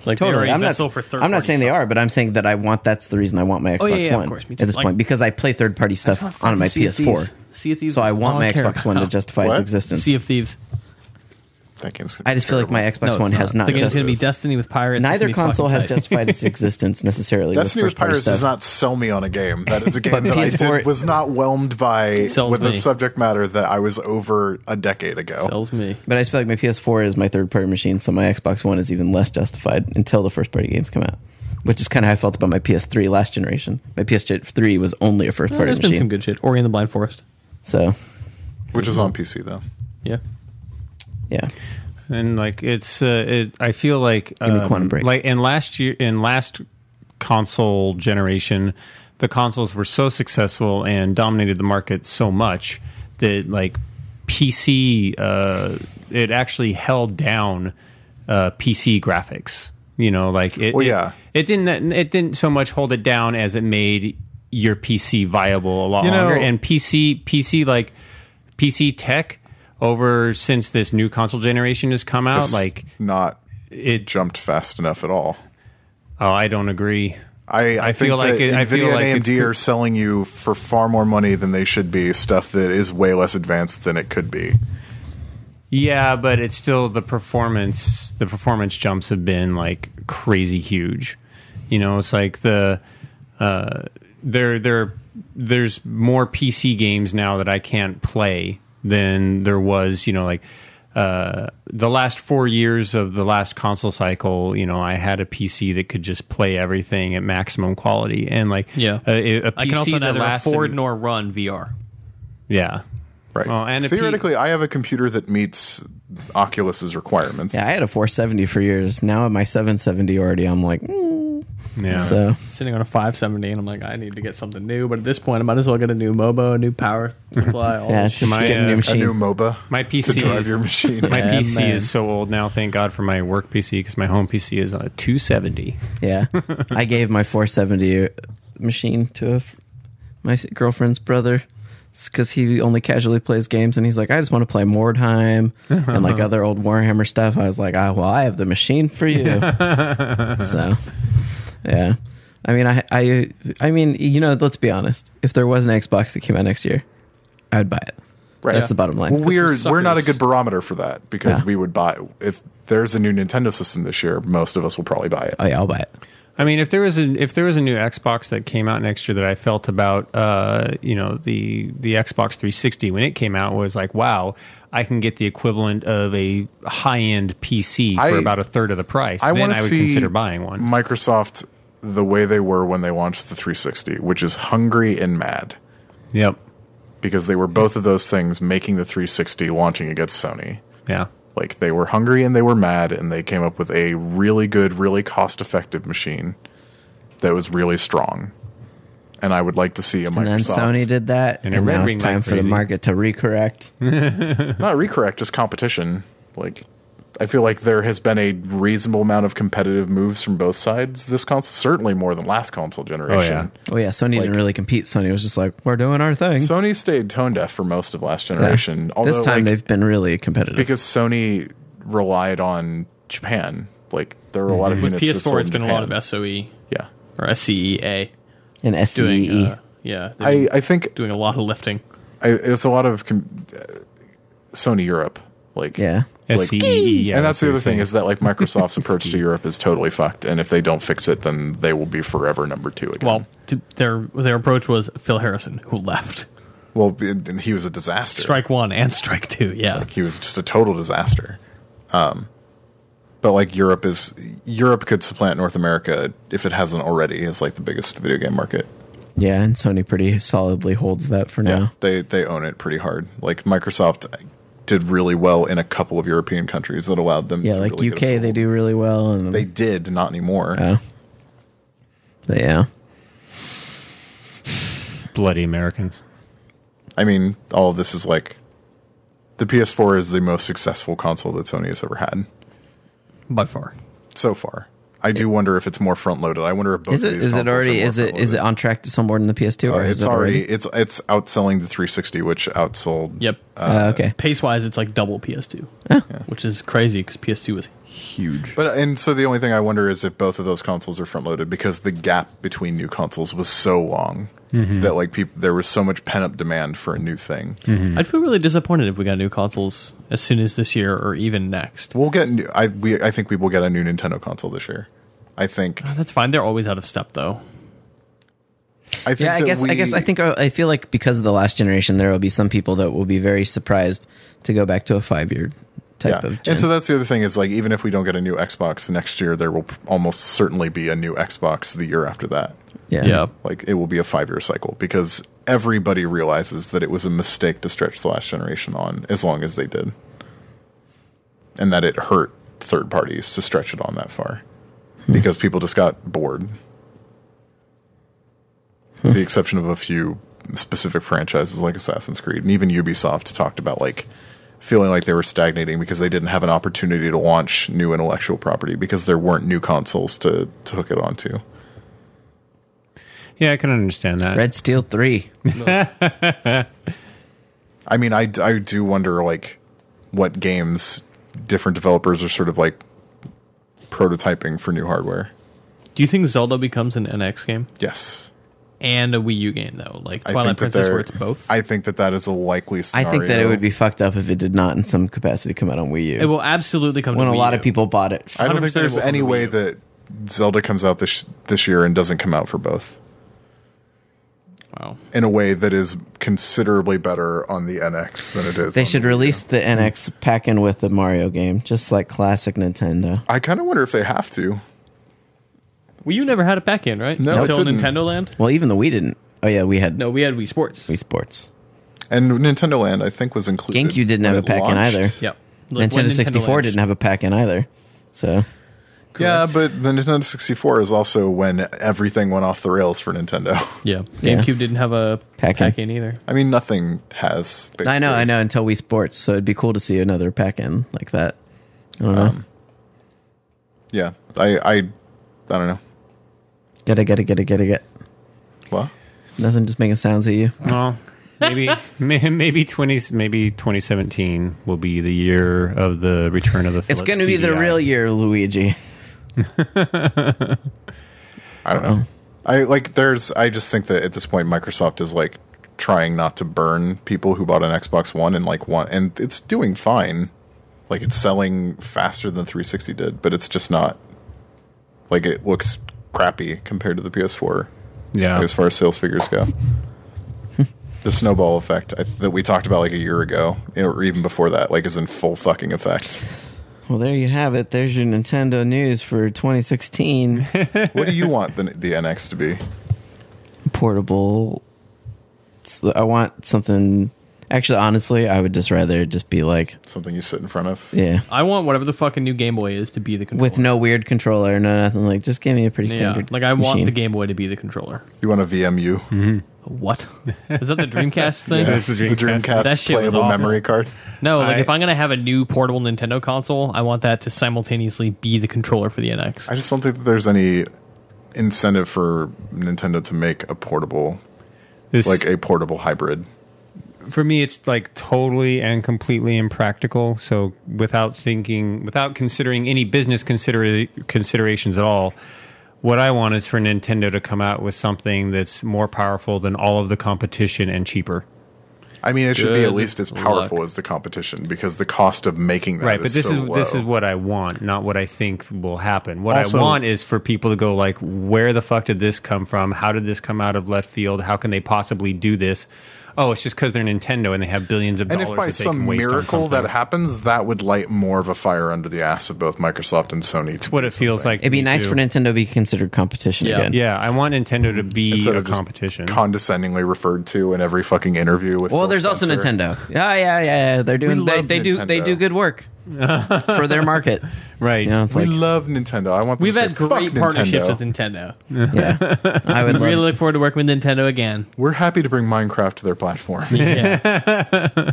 [SPEAKER 3] Like they are a
[SPEAKER 1] I'm not,
[SPEAKER 3] vessel for third.
[SPEAKER 1] I'm not saying they are, but I'm saying that I want. That's the reason I want my Xbox
[SPEAKER 3] Oh, yeah, yeah, of
[SPEAKER 1] One
[SPEAKER 3] course, me
[SPEAKER 1] at
[SPEAKER 3] too.
[SPEAKER 1] this
[SPEAKER 3] Like-
[SPEAKER 1] point because I play third party stuff on my PS4.
[SPEAKER 3] Sea of Thieves.
[SPEAKER 1] So I want my Xbox One to
[SPEAKER 3] just
[SPEAKER 1] justify
[SPEAKER 2] What?
[SPEAKER 1] its existence.
[SPEAKER 3] Sea of Thieves.
[SPEAKER 2] that game's
[SPEAKER 1] I just feel like my Xbox
[SPEAKER 3] it's
[SPEAKER 1] One has not.
[SPEAKER 3] The game's
[SPEAKER 1] just-
[SPEAKER 3] going to be Destiny with pirates.
[SPEAKER 1] neither console has
[SPEAKER 3] just.
[SPEAKER 1] justified its existence necessarily.
[SPEAKER 2] That's
[SPEAKER 1] with
[SPEAKER 2] New
[SPEAKER 1] first party
[SPEAKER 2] Pirates
[SPEAKER 1] stuff.
[SPEAKER 2] does not sell me on a game. That is a game
[SPEAKER 1] But
[SPEAKER 2] that I
[SPEAKER 1] PS4
[SPEAKER 2] did, was not whelmed by
[SPEAKER 3] Sells
[SPEAKER 2] with a
[SPEAKER 3] me.
[SPEAKER 2] subject matter that I was over a decade ago.
[SPEAKER 3] Tells me.
[SPEAKER 1] But I just feel like my PS4 is my third party machine, so my Xbox One is even less justified until the first party games come out. Which is kind of how I felt about my PS3 last generation. My PS3 was only a first party
[SPEAKER 3] There's
[SPEAKER 1] machine.
[SPEAKER 3] been some good shit. Ori and the Blind Forest.
[SPEAKER 1] So,
[SPEAKER 2] Which is on PC though.
[SPEAKER 3] Yeah.
[SPEAKER 1] yeah.
[SPEAKER 4] and like it's uh, it, I feel like um,
[SPEAKER 1] me Quantum Break.
[SPEAKER 4] Like in last year, in last console generation, the consoles were so successful and dominated the market so much that like PC, uh, it actually held down uh, PC graphics. You know, like it.
[SPEAKER 2] Well, Oh,
[SPEAKER 4] it-
[SPEAKER 2] yeah.
[SPEAKER 4] it didn't. It didn't so much hold it down as it made your PC viable a lot
[SPEAKER 2] You know-
[SPEAKER 4] longer. And PC, PC like PC tech over since this new console generation has come out.
[SPEAKER 2] It's
[SPEAKER 4] like
[SPEAKER 2] not
[SPEAKER 4] it,
[SPEAKER 2] jumped fast enough at all.
[SPEAKER 4] oh, I don't agree.
[SPEAKER 2] I, I, think
[SPEAKER 4] feel like
[SPEAKER 2] that
[SPEAKER 4] it- I
[SPEAKER 2] Nvidia
[SPEAKER 4] feel like
[SPEAKER 2] and
[SPEAKER 4] it's
[SPEAKER 2] AMD
[SPEAKER 4] co-
[SPEAKER 2] are selling you for far more money than they should be stuff that is way less advanced than it could be.
[SPEAKER 4] Yeah, but it's still the performance. The performance jumps have been like crazy huge. You know, it's like the uh, there there there's more PC games now that I can't play than there was. You know, like uh, the last four years of the last console cycle. You know, I had a PC that could just play everything at maximum quality, and like
[SPEAKER 3] Yeah.
[SPEAKER 4] a, a PC
[SPEAKER 3] I can also
[SPEAKER 4] that
[SPEAKER 3] neither
[SPEAKER 4] lasted-
[SPEAKER 3] afford nor run VR.
[SPEAKER 4] yeah.
[SPEAKER 2] Right.
[SPEAKER 4] Well, and a P-
[SPEAKER 2] Theoretically, I have a computer that meets Oculus's requirements.
[SPEAKER 1] Yeah, I had a 470 for years. Now at my 770 already, I'm like, mm.
[SPEAKER 4] yeah.
[SPEAKER 1] so
[SPEAKER 3] Sitting on a 570, and I'm like, I need to get something new. But at this point, I might as well get a new MOBO, a new power supply. All
[SPEAKER 1] yeah,
[SPEAKER 3] this
[SPEAKER 1] it's just
[SPEAKER 4] my,
[SPEAKER 1] get a
[SPEAKER 4] uh,
[SPEAKER 1] new
[SPEAKER 4] a
[SPEAKER 2] A
[SPEAKER 1] machine.
[SPEAKER 2] new MOBA
[SPEAKER 4] My
[SPEAKER 2] to
[SPEAKER 4] PC
[SPEAKER 2] drive
[SPEAKER 4] is-
[SPEAKER 2] your machine.
[SPEAKER 4] My
[SPEAKER 1] Yeah,
[SPEAKER 4] PC
[SPEAKER 1] man.
[SPEAKER 4] is so old now. Thank God for my work PC because my home PC is uh, a 270.
[SPEAKER 1] yeah, I gave my 470 machine to a f- my s- girlfriend's brother because he only casually plays games, and he's like, I just want to play Mordheim and like other old Warhammer stuff. I was like, ah, well, I have the machine for you. so, yeah. I mean, I, I, I mean, you know, let's be honest. If there was an Xbox that came out next year, I would buy it.
[SPEAKER 2] Right.
[SPEAKER 1] That's the bottom line.
[SPEAKER 2] Well, we're
[SPEAKER 3] suckers.
[SPEAKER 2] we're not a good barometer for that because
[SPEAKER 1] Yeah.
[SPEAKER 2] we would buy if there's a new Nintendo system this year. Most of us will probably buy it.
[SPEAKER 1] Oh yeah, I'll buy it.
[SPEAKER 4] I mean, if there was a if there was a new Xbox that came out next year that I felt about, uh, you know, the the Xbox 360 when it came out was like, wow, I can get the equivalent of a high end PC for
[SPEAKER 2] I-
[SPEAKER 4] about a third of the price.
[SPEAKER 2] I
[SPEAKER 4] then
[SPEAKER 2] want
[SPEAKER 4] I
[SPEAKER 2] to
[SPEAKER 4] would
[SPEAKER 2] see
[SPEAKER 4] consider buying one.
[SPEAKER 2] Microsoft the way they were when they launched the 360, which is hungry and mad
[SPEAKER 4] Yep.
[SPEAKER 2] because they were both of those things making the 360 launching against Sony.
[SPEAKER 4] Yeah.
[SPEAKER 2] Like they were hungry and they were mad and they came up with a really good, really cost-effective machine that was really strong. And I would like to see a Microsoft
[SPEAKER 1] And then Sony did that,
[SPEAKER 4] And
[SPEAKER 1] and,
[SPEAKER 4] it red
[SPEAKER 1] now it's
[SPEAKER 4] ringed like
[SPEAKER 1] time for the
[SPEAKER 4] crazy.
[SPEAKER 1] market to recorrect.
[SPEAKER 2] not recorrect, just competition. Like, I feel like there has been a reasonable amount of competitive moves from both sides this console, certainly more than last console generation.
[SPEAKER 1] Oh yeah, Sony didn't really compete. Sony was just like, we're doing our thing.
[SPEAKER 2] Sony stayed tone deaf for most of last
[SPEAKER 1] Yeah.
[SPEAKER 2] generation, although
[SPEAKER 1] this time
[SPEAKER 2] like,
[SPEAKER 1] they've been really competitive.
[SPEAKER 2] because Sony relied on Japan. Like, there were a lot of
[SPEAKER 1] Mm-hmm.
[SPEAKER 3] With
[SPEAKER 2] units that
[SPEAKER 3] PS4,
[SPEAKER 2] sold
[SPEAKER 3] it's
[SPEAKER 2] in
[SPEAKER 3] been a lot
[SPEAKER 2] Japan.
[SPEAKER 3] of SOE
[SPEAKER 2] yeah.
[SPEAKER 3] or SCEA
[SPEAKER 1] and
[SPEAKER 3] doing,
[SPEAKER 1] SCE,
[SPEAKER 3] uh, yeah, they've been
[SPEAKER 2] E I, I think
[SPEAKER 3] doing a lot of lifting.
[SPEAKER 2] I, it's a lot of com- uh, Sony Europe. Like,
[SPEAKER 1] yeah,
[SPEAKER 2] Like,
[SPEAKER 4] SCE, E yeah,
[SPEAKER 2] and that's the
[SPEAKER 4] what
[SPEAKER 2] other
[SPEAKER 4] you're saying.
[SPEAKER 2] thing is that like Microsoft's approach to Europe is totally fucked, and if they don't fix it, then they will be forever number two again.
[SPEAKER 3] Well, to, their their approach was Phil Harrison, who left.
[SPEAKER 2] well, it- and he was a disaster.
[SPEAKER 3] Strike one and strike two. Yeah,
[SPEAKER 2] He was just a total disaster. Um, but like Europe is Europe could supplant North America if it hasn't already as like the biggest video game market.
[SPEAKER 1] yeah, and Sony pretty solidly holds that for now.
[SPEAKER 2] they they own it pretty hard. Like Microsoft did really well in a couple of European countries that allowed them.
[SPEAKER 1] Yeah,
[SPEAKER 2] to
[SPEAKER 1] like
[SPEAKER 2] really get
[SPEAKER 1] UK, they
[SPEAKER 2] approval.
[SPEAKER 1] do really well, and
[SPEAKER 2] They did not anymore.
[SPEAKER 1] oh, But yeah,
[SPEAKER 4] bloody Americans.
[SPEAKER 2] I mean, all of this is like the PS4 is the most successful console that Sony has ever had
[SPEAKER 3] by far.
[SPEAKER 2] so far. I do wonder if it's more front loaded. I wonder if both
[SPEAKER 1] is
[SPEAKER 2] of
[SPEAKER 1] it
[SPEAKER 2] these
[SPEAKER 1] is it
[SPEAKER 2] consoles are
[SPEAKER 1] already
[SPEAKER 2] more
[SPEAKER 1] is it is
[SPEAKER 2] front-loaded.
[SPEAKER 1] it on track to some more than the PS2
[SPEAKER 2] Uh,
[SPEAKER 1] or
[SPEAKER 2] it's
[SPEAKER 1] is it
[SPEAKER 2] already
[SPEAKER 1] already?
[SPEAKER 2] it's it's outselling the 360, which outsold.
[SPEAKER 3] Yep.
[SPEAKER 1] Uh, okay,
[SPEAKER 3] Pace wise, it's like double PS2, which is crazy because PS2 was huge.
[SPEAKER 2] But and so the only thing I wonder is if both of those consoles are front loaded because the gap between new consoles was so long
[SPEAKER 1] Mm-hmm.
[SPEAKER 2] that like people there was so much pent up demand for a new thing.
[SPEAKER 4] Hmm.
[SPEAKER 3] I'd feel really disappointed if we got new consoles as soon as this year or even next.
[SPEAKER 2] We'll get new, I we I think we will get a new Nintendo console this year. I think
[SPEAKER 3] That's fine. They're always out of step though.
[SPEAKER 2] I think
[SPEAKER 1] Yeah, I
[SPEAKER 2] that
[SPEAKER 1] guess
[SPEAKER 2] we-
[SPEAKER 1] I guess I think uh, I I feel like because of the last generation, there will be some people that will be very surprised to go back to a five year type of. Gen.
[SPEAKER 2] And so that's the other thing is like even if we don't get a new Xbox next year, there will p- almost certainly be a new Xbox the year after that.
[SPEAKER 1] yeah,
[SPEAKER 3] Yeah.
[SPEAKER 2] Like it will be a five year cycle because everybody realizes that it was a mistake to stretch the last generation on as long as they did. And that it hurt third parties to stretch it on that far. Because people just got bored. With the exception of a few specific franchises like Assassin's Creed. And even Ubisoft talked about like feeling like they were stagnating because they didn't have an opportunity to launch new intellectual property because there weren't new consoles to, to hook it onto.
[SPEAKER 4] Yeah, I can understand that.
[SPEAKER 1] Red Steel Three.
[SPEAKER 2] I mean, I, I do wonder like what games different developers are sort of like prototyping for new hardware.
[SPEAKER 3] Do you think Zelda becomes an NX game
[SPEAKER 2] Yes,
[SPEAKER 3] and a Wii U game though? Like
[SPEAKER 2] I
[SPEAKER 3] Twilight Princess,
[SPEAKER 2] they're-
[SPEAKER 3] where it's both.
[SPEAKER 2] I think that that is a likely.
[SPEAKER 1] I
[SPEAKER 2] Scenario.
[SPEAKER 1] think that it would be fucked up if it did not, in some capacity, come out on Wii U.
[SPEAKER 3] it will absolutely come.
[SPEAKER 1] when
[SPEAKER 3] to
[SPEAKER 1] a
[SPEAKER 3] Wii
[SPEAKER 1] lot of
[SPEAKER 3] U.
[SPEAKER 1] people bought it.
[SPEAKER 2] I don't
[SPEAKER 3] 100%
[SPEAKER 2] think there's
[SPEAKER 3] it will
[SPEAKER 2] any
[SPEAKER 3] for the Wii
[SPEAKER 2] way
[SPEAKER 3] U.
[SPEAKER 2] that Zelda comes out this this year and doesn't come out for both
[SPEAKER 3] Wow.
[SPEAKER 2] in a way that is considerably better on the NX than it is.
[SPEAKER 1] They
[SPEAKER 2] on
[SPEAKER 1] should
[SPEAKER 2] the Wii U.
[SPEAKER 1] release the NX pack in with the Mario game, just like classic Nintendo.
[SPEAKER 2] I kind of wonder if they have to.
[SPEAKER 3] Wii U never had a back end, right?
[SPEAKER 2] No, it
[SPEAKER 3] until
[SPEAKER 2] didn't.
[SPEAKER 3] Nintendo Land.
[SPEAKER 1] Well, even though we didn't. Oh yeah, we had
[SPEAKER 3] No, we had Wii Sports.
[SPEAKER 1] Wii Sports.
[SPEAKER 2] And Nintendo Land, I think, was included.
[SPEAKER 1] GameCube didn't
[SPEAKER 2] when
[SPEAKER 1] have
[SPEAKER 2] it
[SPEAKER 1] a pack in
[SPEAKER 2] launched.
[SPEAKER 1] either.
[SPEAKER 3] Yep. Like, when
[SPEAKER 1] Nintendo 64
[SPEAKER 3] launched.
[SPEAKER 1] didn't have a pack in either. So
[SPEAKER 2] Yeah, but the Nintendo 64 is also when everything went off the rails for Nintendo.
[SPEAKER 3] Yeah.
[SPEAKER 1] Yeah.
[SPEAKER 3] GameCube didn't have a pack,
[SPEAKER 1] Pack-in.
[SPEAKER 3] in either.
[SPEAKER 2] I mean, nothing has. Basically.
[SPEAKER 1] I know, I know. Until Wii Sports, so it'd be cool to see another pack in like that. I don't know.
[SPEAKER 2] Yeah, I, I, I don't know.
[SPEAKER 1] get it, get it, get it, get it, get. it.
[SPEAKER 2] What?
[SPEAKER 1] Nothing, just making sounds at you.
[SPEAKER 4] Well, maybe may- maybe twenty maybe twenty seventeen will be the year of the return of the. uh,
[SPEAKER 1] It's
[SPEAKER 4] Philips
[SPEAKER 1] going to be the
[SPEAKER 4] CDI.
[SPEAKER 1] real year, Luigi.
[SPEAKER 2] I don't
[SPEAKER 1] Uh-huh.
[SPEAKER 2] know. I like. There's. I just think that at this point, Microsoft is like trying not to burn people who bought an Xbox One and like one, and it's doing fine. Like it's selling faster than 360 did, but it's just not. Like it looks crappy compared to the PS4
[SPEAKER 4] Yeah,
[SPEAKER 2] as far as sales figures go. the snowball effect I, that we talked about like a year ago, or even before that, like is in full fucking effect.
[SPEAKER 1] Well, there you have it. There's your Nintendo news for 2016.
[SPEAKER 2] what do you want the, the NX to be?
[SPEAKER 1] Portable. It's- I want something. Actually, honestly, I would just rather it just be like,
[SPEAKER 2] Something you sit in front of?
[SPEAKER 1] yeah,
[SPEAKER 3] I want whatever the fucking new Game Boy is to be the controller.
[SPEAKER 1] with no weird controller, no nothing. Like, just give me a pretty
[SPEAKER 3] yeah.
[SPEAKER 1] standard.
[SPEAKER 3] Like I want
[SPEAKER 1] machine.
[SPEAKER 3] the Game Boy to be the controller.
[SPEAKER 2] You want a VMU?
[SPEAKER 3] What? Is that the Dreamcast thing?
[SPEAKER 4] That's the
[SPEAKER 2] the
[SPEAKER 4] Dreamcast.
[SPEAKER 2] Dreamcast,
[SPEAKER 3] That shit was
[SPEAKER 2] playable
[SPEAKER 3] awful.
[SPEAKER 2] memory card.
[SPEAKER 3] No, like
[SPEAKER 4] I-
[SPEAKER 3] if I'm gonna have a new portable Nintendo console, I want that to simultaneously be the controller for the NX.
[SPEAKER 2] I just don't think that there's any incentive for Nintendo to make a portable,
[SPEAKER 4] this,
[SPEAKER 2] like a portable hybrid.
[SPEAKER 4] for me, it's like totally and completely impractical. So without thinking, without considering any business considera- considerations at all, what I want is for Nintendo to come out with something that's more powerful than all of the competition and cheaper.
[SPEAKER 2] I mean, it should be
[SPEAKER 3] Good
[SPEAKER 2] at least as powerful
[SPEAKER 3] luck.
[SPEAKER 2] as the competition because the cost of making that
[SPEAKER 4] right but this
[SPEAKER 2] so
[SPEAKER 4] is
[SPEAKER 2] low.
[SPEAKER 4] this is what i want not what i think will happen what
[SPEAKER 2] Also-
[SPEAKER 4] i want is for people to go like where the fuck did this come from how did this come out of left field how can they possibly do this oh it's just because they're nintendo and they have billions of
[SPEAKER 2] and
[SPEAKER 4] dollars
[SPEAKER 2] if by
[SPEAKER 4] that they
[SPEAKER 2] some
[SPEAKER 4] can waste
[SPEAKER 2] miracle
[SPEAKER 4] on something.
[SPEAKER 2] that happens, that would light more of a fire under the ass of both Microsoft and Sony. to
[SPEAKER 4] what
[SPEAKER 2] do
[SPEAKER 4] it feels
[SPEAKER 2] something.
[SPEAKER 4] like to
[SPEAKER 1] It'd be
[SPEAKER 4] me,
[SPEAKER 1] nice
[SPEAKER 4] too.
[SPEAKER 1] for Nintendo to be considered competition
[SPEAKER 3] Yeah.
[SPEAKER 1] again.
[SPEAKER 4] yeah i want nintendo to be
[SPEAKER 2] Instead
[SPEAKER 4] a
[SPEAKER 2] of just
[SPEAKER 4] competition
[SPEAKER 2] condescendingly referred to in every fucking interview with.
[SPEAKER 1] Well,
[SPEAKER 2] Phil
[SPEAKER 1] there's also
[SPEAKER 2] Spencer.
[SPEAKER 1] Nintendo. Oh, Yeah, yeah, yeah. yeah. They're doing. They,
[SPEAKER 2] love
[SPEAKER 1] they do. They
[SPEAKER 2] Nintendo.
[SPEAKER 1] do good work for their market.
[SPEAKER 4] right
[SPEAKER 1] You know, it's
[SPEAKER 2] We
[SPEAKER 1] like
[SPEAKER 2] love Nintendo. I want. Them
[SPEAKER 3] We've
[SPEAKER 2] to
[SPEAKER 3] had
[SPEAKER 2] say,
[SPEAKER 3] great
[SPEAKER 2] "Fuck
[SPEAKER 3] partnerships
[SPEAKER 2] Nintendo.
[SPEAKER 3] with Nintendo.
[SPEAKER 1] yeah. I would
[SPEAKER 3] really
[SPEAKER 1] love.
[SPEAKER 3] look forward to working with Nintendo again.
[SPEAKER 2] We're happy to bring Minecraft to their platform.
[SPEAKER 3] Yeah.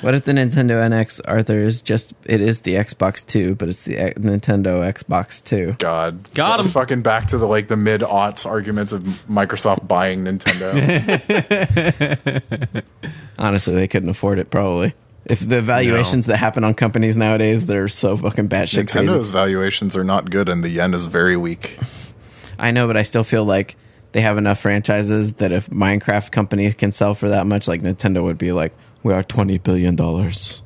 [SPEAKER 1] What if the Nintendo NX Arthur is just? It is the Xbox Two, but it's the X- Nintendo Xbox Two.
[SPEAKER 2] God,
[SPEAKER 3] Got 'em.
[SPEAKER 2] Fucking back to the like the mid aughts arguments of Microsoft buying Nintendo.
[SPEAKER 1] Honestly, they couldn't afford it probably. If the valuations that happen on companies nowadays, they're so fucking batshit crazy.
[SPEAKER 2] Nintendo's valuations are not good, and the yen is very weak.
[SPEAKER 1] I know, but I still feel like they have enough franchises that if Minecraft companies can sell for that much, like Nintendo would be like, we are twenty billion dollars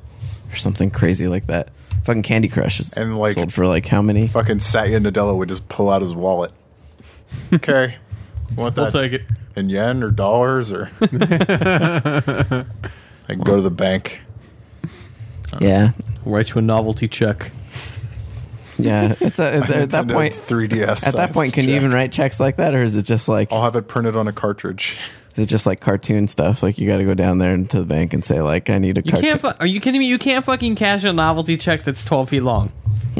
[SPEAKER 1] or something crazy like that. Fucking Candy Crush is
[SPEAKER 2] And, like,
[SPEAKER 1] sold for like how many?
[SPEAKER 2] Fucking Satya Nadella would just pull out his wallet. Okay, want
[SPEAKER 3] we'll
[SPEAKER 2] that
[SPEAKER 3] take it.
[SPEAKER 2] in yen or dollars or? I go to the bank.
[SPEAKER 1] Yeah,
[SPEAKER 3] Write you a novelty check.
[SPEAKER 1] yeah. It's a, at, at that
[SPEAKER 2] Nintendo
[SPEAKER 1] point.
[SPEAKER 2] 3DS.
[SPEAKER 1] At that point, can you even write checks like that, or is it just like
[SPEAKER 2] I'll have it printed on a cartridge.
[SPEAKER 1] is it just like cartoon stuff? Like you got to go down there into the bank and say like I need a
[SPEAKER 3] You
[SPEAKER 1] cartoon.
[SPEAKER 3] can't. Fu- are you kidding me? You can't fucking cash a novelty check that's twelve feet long.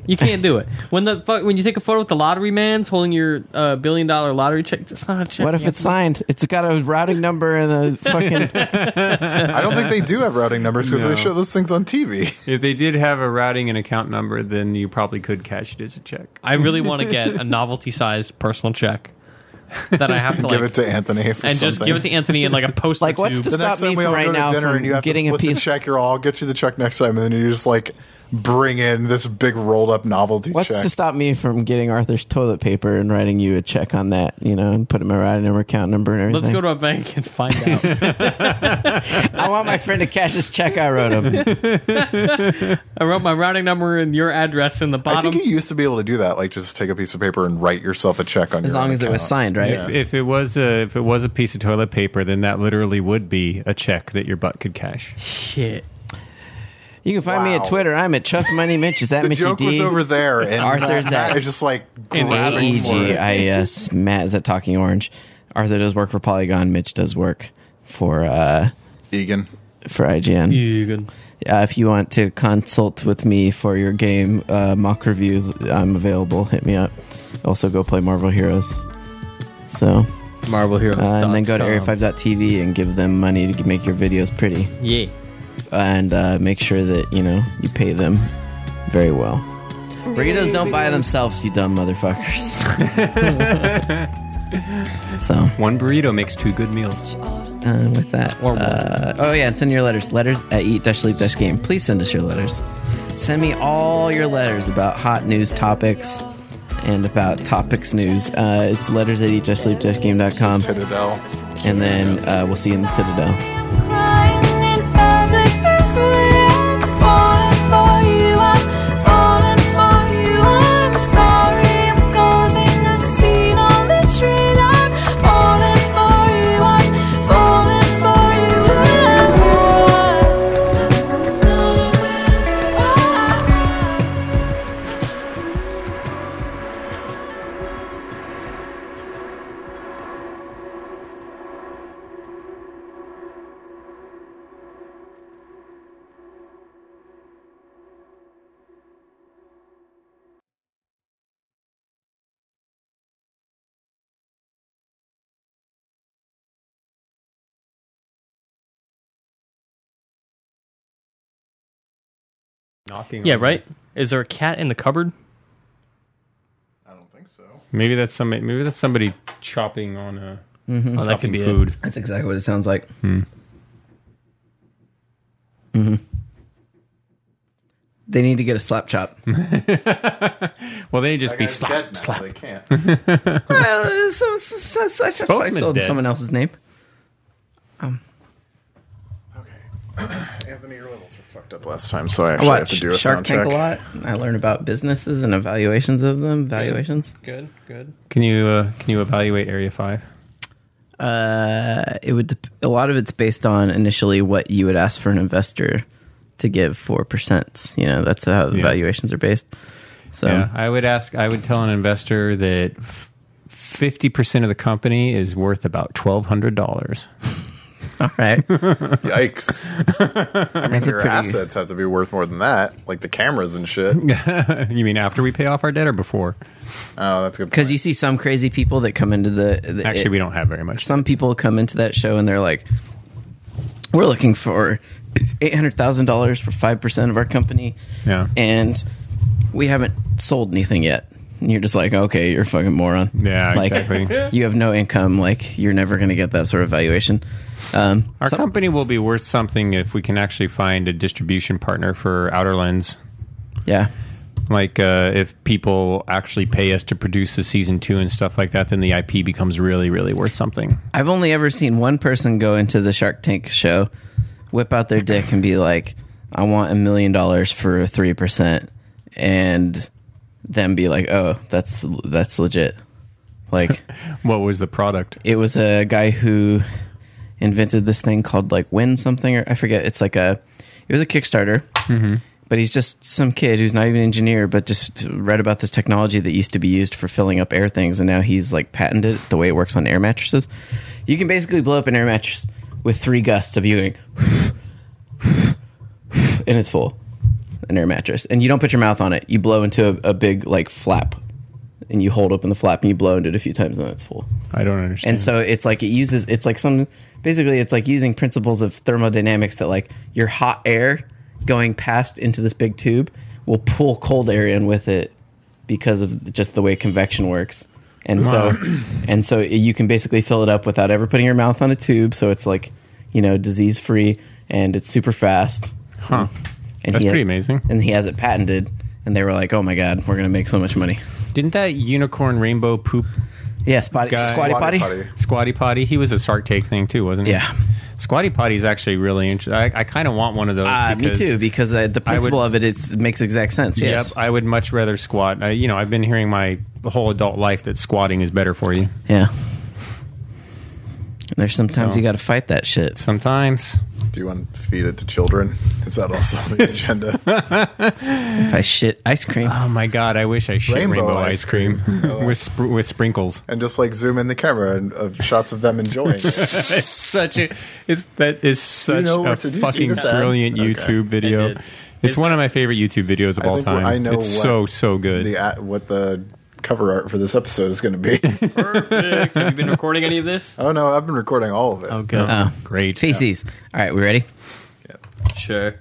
[SPEAKER 3] You can't do it. When the fu- when you take a photo with the lottery man's holding your uh, billion dollar lottery check, that's not a check.
[SPEAKER 1] what if it's signed? It's got a routing number and a fucking.
[SPEAKER 2] I don't think they do have routing numbers because
[SPEAKER 4] No.
[SPEAKER 2] they show those things on TV.
[SPEAKER 4] if they did have a routing and account number then you probably could cash it as a check
[SPEAKER 3] I really want to get a novelty sized personal check that I have to like
[SPEAKER 2] give it to Anthony for
[SPEAKER 3] and
[SPEAKER 2] something.
[SPEAKER 3] just give it to Anthony and like a post.
[SPEAKER 1] Like, what's
[SPEAKER 3] to,
[SPEAKER 1] the- stop me from right now from getting a piece-
[SPEAKER 2] the check. You're all I'll get you the check next time, and then you just like bring in this big rolled up novelty
[SPEAKER 1] What's
[SPEAKER 2] check.
[SPEAKER 1] to stop me from getting Arthur's toilet paper and writing you a check on that? You know, and putting my routing number, account number, and everything.
[SPEAKER 3] Let's go to a bank and find out.
[SPEAKER 1] I want my friend to cash his check. I wrote him.
[SPEAKER 3] I wrote my routing number and your address in the
[SPEAKER 2] I think
[SPEAKER 3] bottom.
[SPEAKER 2] you used to be able to do that, like just take a piece of paper and write yourself a check on
[SPEAKER 1] As
[SPEAKER 2] your
[SPEAKER 1] long
[SPEAKER 2] own
[SPEAKER 1] as it was
[SPEAKER 2] account.
[SPEAKER 1] signed, right?
[SPEAKER 4] if, if it was a if it was a piece of toilet paper then that literally would be a check that your butt could cash
[SPEAKER 3] Shit.
[SPEAKER 1] You can find me at
[SPEAKER 2] Wow.
[SPEAKER 1] Twitter. I'm at Chuff Money Mitch. Is that
[SPEAKER 2] The
[SPEAKER 1] Mitchy
[SPEAKER 2] joke
[SPEAKER 1] D?
[SPEAKER 2] was over there, and
[SPEAKER 1] Arthur's
[SPEAKER 2] Matt- Matt
[SPEAKER 1] at-
[SPEAKER 2] is just like
[SPEAKER 1] in
[SPEAKER 2] grabbing for it.
[SPEAKER 1] AEGIS. Matt is at Talking Orange. Arthur does work for Polygon. Mitch does work for uh,
[SPEAKER 2] Egan.
[SPEAKER 1] for IGN.
[SPEAKER 3] You good?
[SPEAKER 1] Uh, if you want to consult with me for your game uh, mock reviews, I'm available. Hit me up. Also, go play Marvel Heroes. So,
[SPEAKER 3] Marvel Heroes.
[SPEAKER 1] uh, and then go to area5.tv and give them money to g- make your videos pretty,
[SPEAKER 3] Yeah.
[SPEAKER 1] and uh, make sure that you know you pay them very well. Burritos don't buy themselves, you dumb motherfuckers. so.
[SPEAKER 4] One burrito makes two good meals.
[SPEAKER 1] uh, with that.
[SPEAKER 3] Or one.
[SPEAKER 1] Uh, oh, yeah, and send your letters. Letters at eat sleep game. Please send us your letters. Send me all your letters about hot news topics and about topics news. Uh, it's letters at eat sleep game.com.
[SPEAKER 2] Citadel.
[SPEAKER 1] And then uh, we'll see you in the Citadel.
[SPEAKER 5] Crying in public this way. I'm falling for you. I'm falling for you. I'm sorry I'm causing a scene on the train. I'm falling for you. I'm falling for you.
[SPEAKER 4] Knocking.
[SPEAKER 3] Yeah.
[SPEAKER 4] on-
[SPEAKER 3] Right. Is there a cat in the cupboard?
[SPEAKER 2] I don't think so.
[SPEAKER 4] Maybe that's somebody. Maybe that's somebody chopping on a
[SPEAKER 3] Oh, that could
[SPEAKER 4] chopping
[SPEAKER 3] be
[SPEAKER 4] food.
[SPEAKER 1] That's exactly what it sounds like. Hmm. Mm-hmm. They need to get a slap chop.
[SPEAKER 4] Well, they just be
[SPEAKER 2] That guy's dead now.
[SPEAKER 4] slap.
[SPEAKER 2] They can't.
[SPEAKER 1] well, Uh, so, so, so, so, I just
[SPEAKER 4] Spokesman's
[SPEAKER 1] sold in
[SPEAKER 4] dead.
[SPEAKER 1] someone else's name.
[SPEAKER 2] Anthony, your levels were fucked up last time, so I
[SPEAKER 1] I
[SPEAKER 2] actually have
[SPEAKER 1] watch
[SPEAKER 2] to do a
[SPEAKER 1] Shark
[SPEAKER 2] sound
[SPEAKER 1] Tank
[SPEAKER 2] check.
[SPEAKER 1] a lot. I learn about businesses and evaluations of them. Valuations.
[SPEAKER 3] it. Good. Good.
[SPEAKER 4] Can you uh, can you evaluate Area Five?
[SPEAKER 1] Uh, it would. dep- A lot of it's based on initially what you would ask for an investor to give four percent. You know, that's how the
[SPEAKER 4] Yeah.
[SPEAKER 1] valuations are based. So
[SPEAKER 4] yeah, I would ask. I would tell an investor that fifty percent of the company is worth about twelve hundred dollars.
[SPEAKER 1] all right,
[SPEAKER 2] Yikes! I mean, your
[SPEAKER 1] pretty-
[SPEAKER 2] assets have to be worth more than that, like the cameras and shit.
[SPEAKER 4] you mean after we pay off our debt or before?
[SPEAKER 2] Oh, that's a good.
[SPEAKER 1] because
[SPEAKER 2] point.
[SPEAKER 1] you see some crazy people that come into the, the
[SPEAKER 4] Actually,
[SPEAKER 1] it-
[SPEAKER 4] we don't have very much.
[SPEAKER 1] some people come into that show and they're like, "We're looking for eight hundred thousand dollars for five percent of our company,
[SPEAKER 4] Yeah.
[SPEAKER 1] and we haven't sold anything yet." And you're just like, "Okay, you're a fucking moron."
[SPEAKER 4] Yeah,
[SPEAKER 1] like,
[SPEAKER 4] exactly.
[SPEAKER 1] You have no income. Like, you're never going to get that sort of valuation. Um,
[SPEAKER 4] Our
[SPEAKER 1] some-
[SPEAKER 4] company will be worth something if we can actually find a distribution partner for Outer Lens.
[SPEAKER 1] yeah,
[SPEAKER 4] Like uh, if people actually pay us to produce the season two and stuff like that, then the IP becomes really, really worth something.
[SPEAKER 1] I've only ever seen one person go into the Shark Tank show, whip out their dick, and be like, "I want a million dollars for three percent," and then be like, "Oh, that's that's legit." Like
[SPEAKER 4] What was the product?
[SPEAKER 1] it was a guy who invented this thing called like Win something or I forget. It's like a it was a Kickstarter, but he's just some kid who's not even an engineer, but just read about this technology that used to be used for filling up air things, and now he's like patented it, the way it works on air mattresses. You can basically blow up an air mattress with three gusts of you going, and it's full, an air mattress, and you don't put your mouth on it. You blow into a, a big like flap. And you hold open the flap and you blow into it a few times, and then it's full.
[SPEAKER 4] I don't understand.
[SPEAKER 1] And so it's like it uses it's like some basically it's like using principles of thermodynamics that like your hot air going past into this big tube will pull cold air in with it because of just the way convection works. And so and so you can basically fill it up without ever putting your mouth on a tube so it's like, you know, disease free and it's super fast.
[SPEAKER 4] huh?
[SPEAKER 1] And
[SPEAKER 4] That's
[SPEAKER 1] he-
[SPEAKER 4] pretty amazing.
[SPEAKER 1] And he has it patented and they were like, "Oh my god, we're going to make so much money."
[SPEAKER 4] Didn't that unicorn rainbow poop
[SPEAKER 1] Yeah, spotty,
[SPEAKER 4] Guy-
[SPEAKER 1] squatty
[SPEAKER 2] Squatty
[SPEAKER 1] potty.
[SPEAKER 2] potty.
[SPEAKER 4] Squatty Potty? He was a Sark Take thing too, wasn't he?
[SPEAKER 1] Yeah.
[SPEAKER 4] Squatty Potty is actually really interesting. I, I kind of want one of those.
[SPEAKER 1] Uh, me
[SPEAKER 4] because-
[SPEAKER 1] too, because uh, the principle of it is, makes exact sense. Yes.
[SPEAKER 4] Yep, I would much rather squat. I, you know, I've been hearing my whole adult life that squatting is better for you.
[SPEAKER 1] Yeah. And there's sometimes
[SPEAKER 4] So-
[SPEAKER 1] you got to fight that shit.
[SPEAKER 4] Sometimes
[SPEAKER 2] Do you want to feed it to children? Is that also on the agenda?
[SPEAKER 1] If I shit ice cream.
[SPEAKER 4] Oh my god! I wish I shit
[SPEAKER 2] Rainbow
[SPEAKER 4] rainbow,
[SPEAKER 2] ice
[SPEAKER 4] ice cream, with spr- with sprinkles.
[SPEAKER 2] and just like zoom in the camera and of shots of them enjoying it.
[SPEAKER 4] Such a it's that is such
[SPEAKER 2] know where
[SPEAKER 4] a
[SPEAKER 2] to do- see
[SPEAKER 4] fucking
[SPEAKER 2] this ad?
[SPEAKER 4] brilliant
[SPEAKER 2] Okay.
[SPEAKER 4] YouTube video.
[SPEAKER 3] I did.
[SPEAKER 4] It's, one of my favorite YouTube videos of
[SPEAKER 2] I
[SPEAKER 4] all
[SPEAKER 2] think we're-
[SPEAKER 4] time.
[SPEAKER 2] I know
[SPEAKER 4] it's
[SPEAKER 2] what
[SPEAKER 4] so so good.
[SPEAKER 2] The at, what the cover art for this episode is going to be.
[SPEAKER 3] Perfect. Have you been recording any of this?
[SPEAKER 2] oh no, I've been recording all of it.
[SPEAKER 3] Oh, good.
[SPEAKER 1] Oh,
[SPEAKER 4] Great.
[SPEAKER 1] feces. All right, we ready?
[SPEAKER 3] Sure.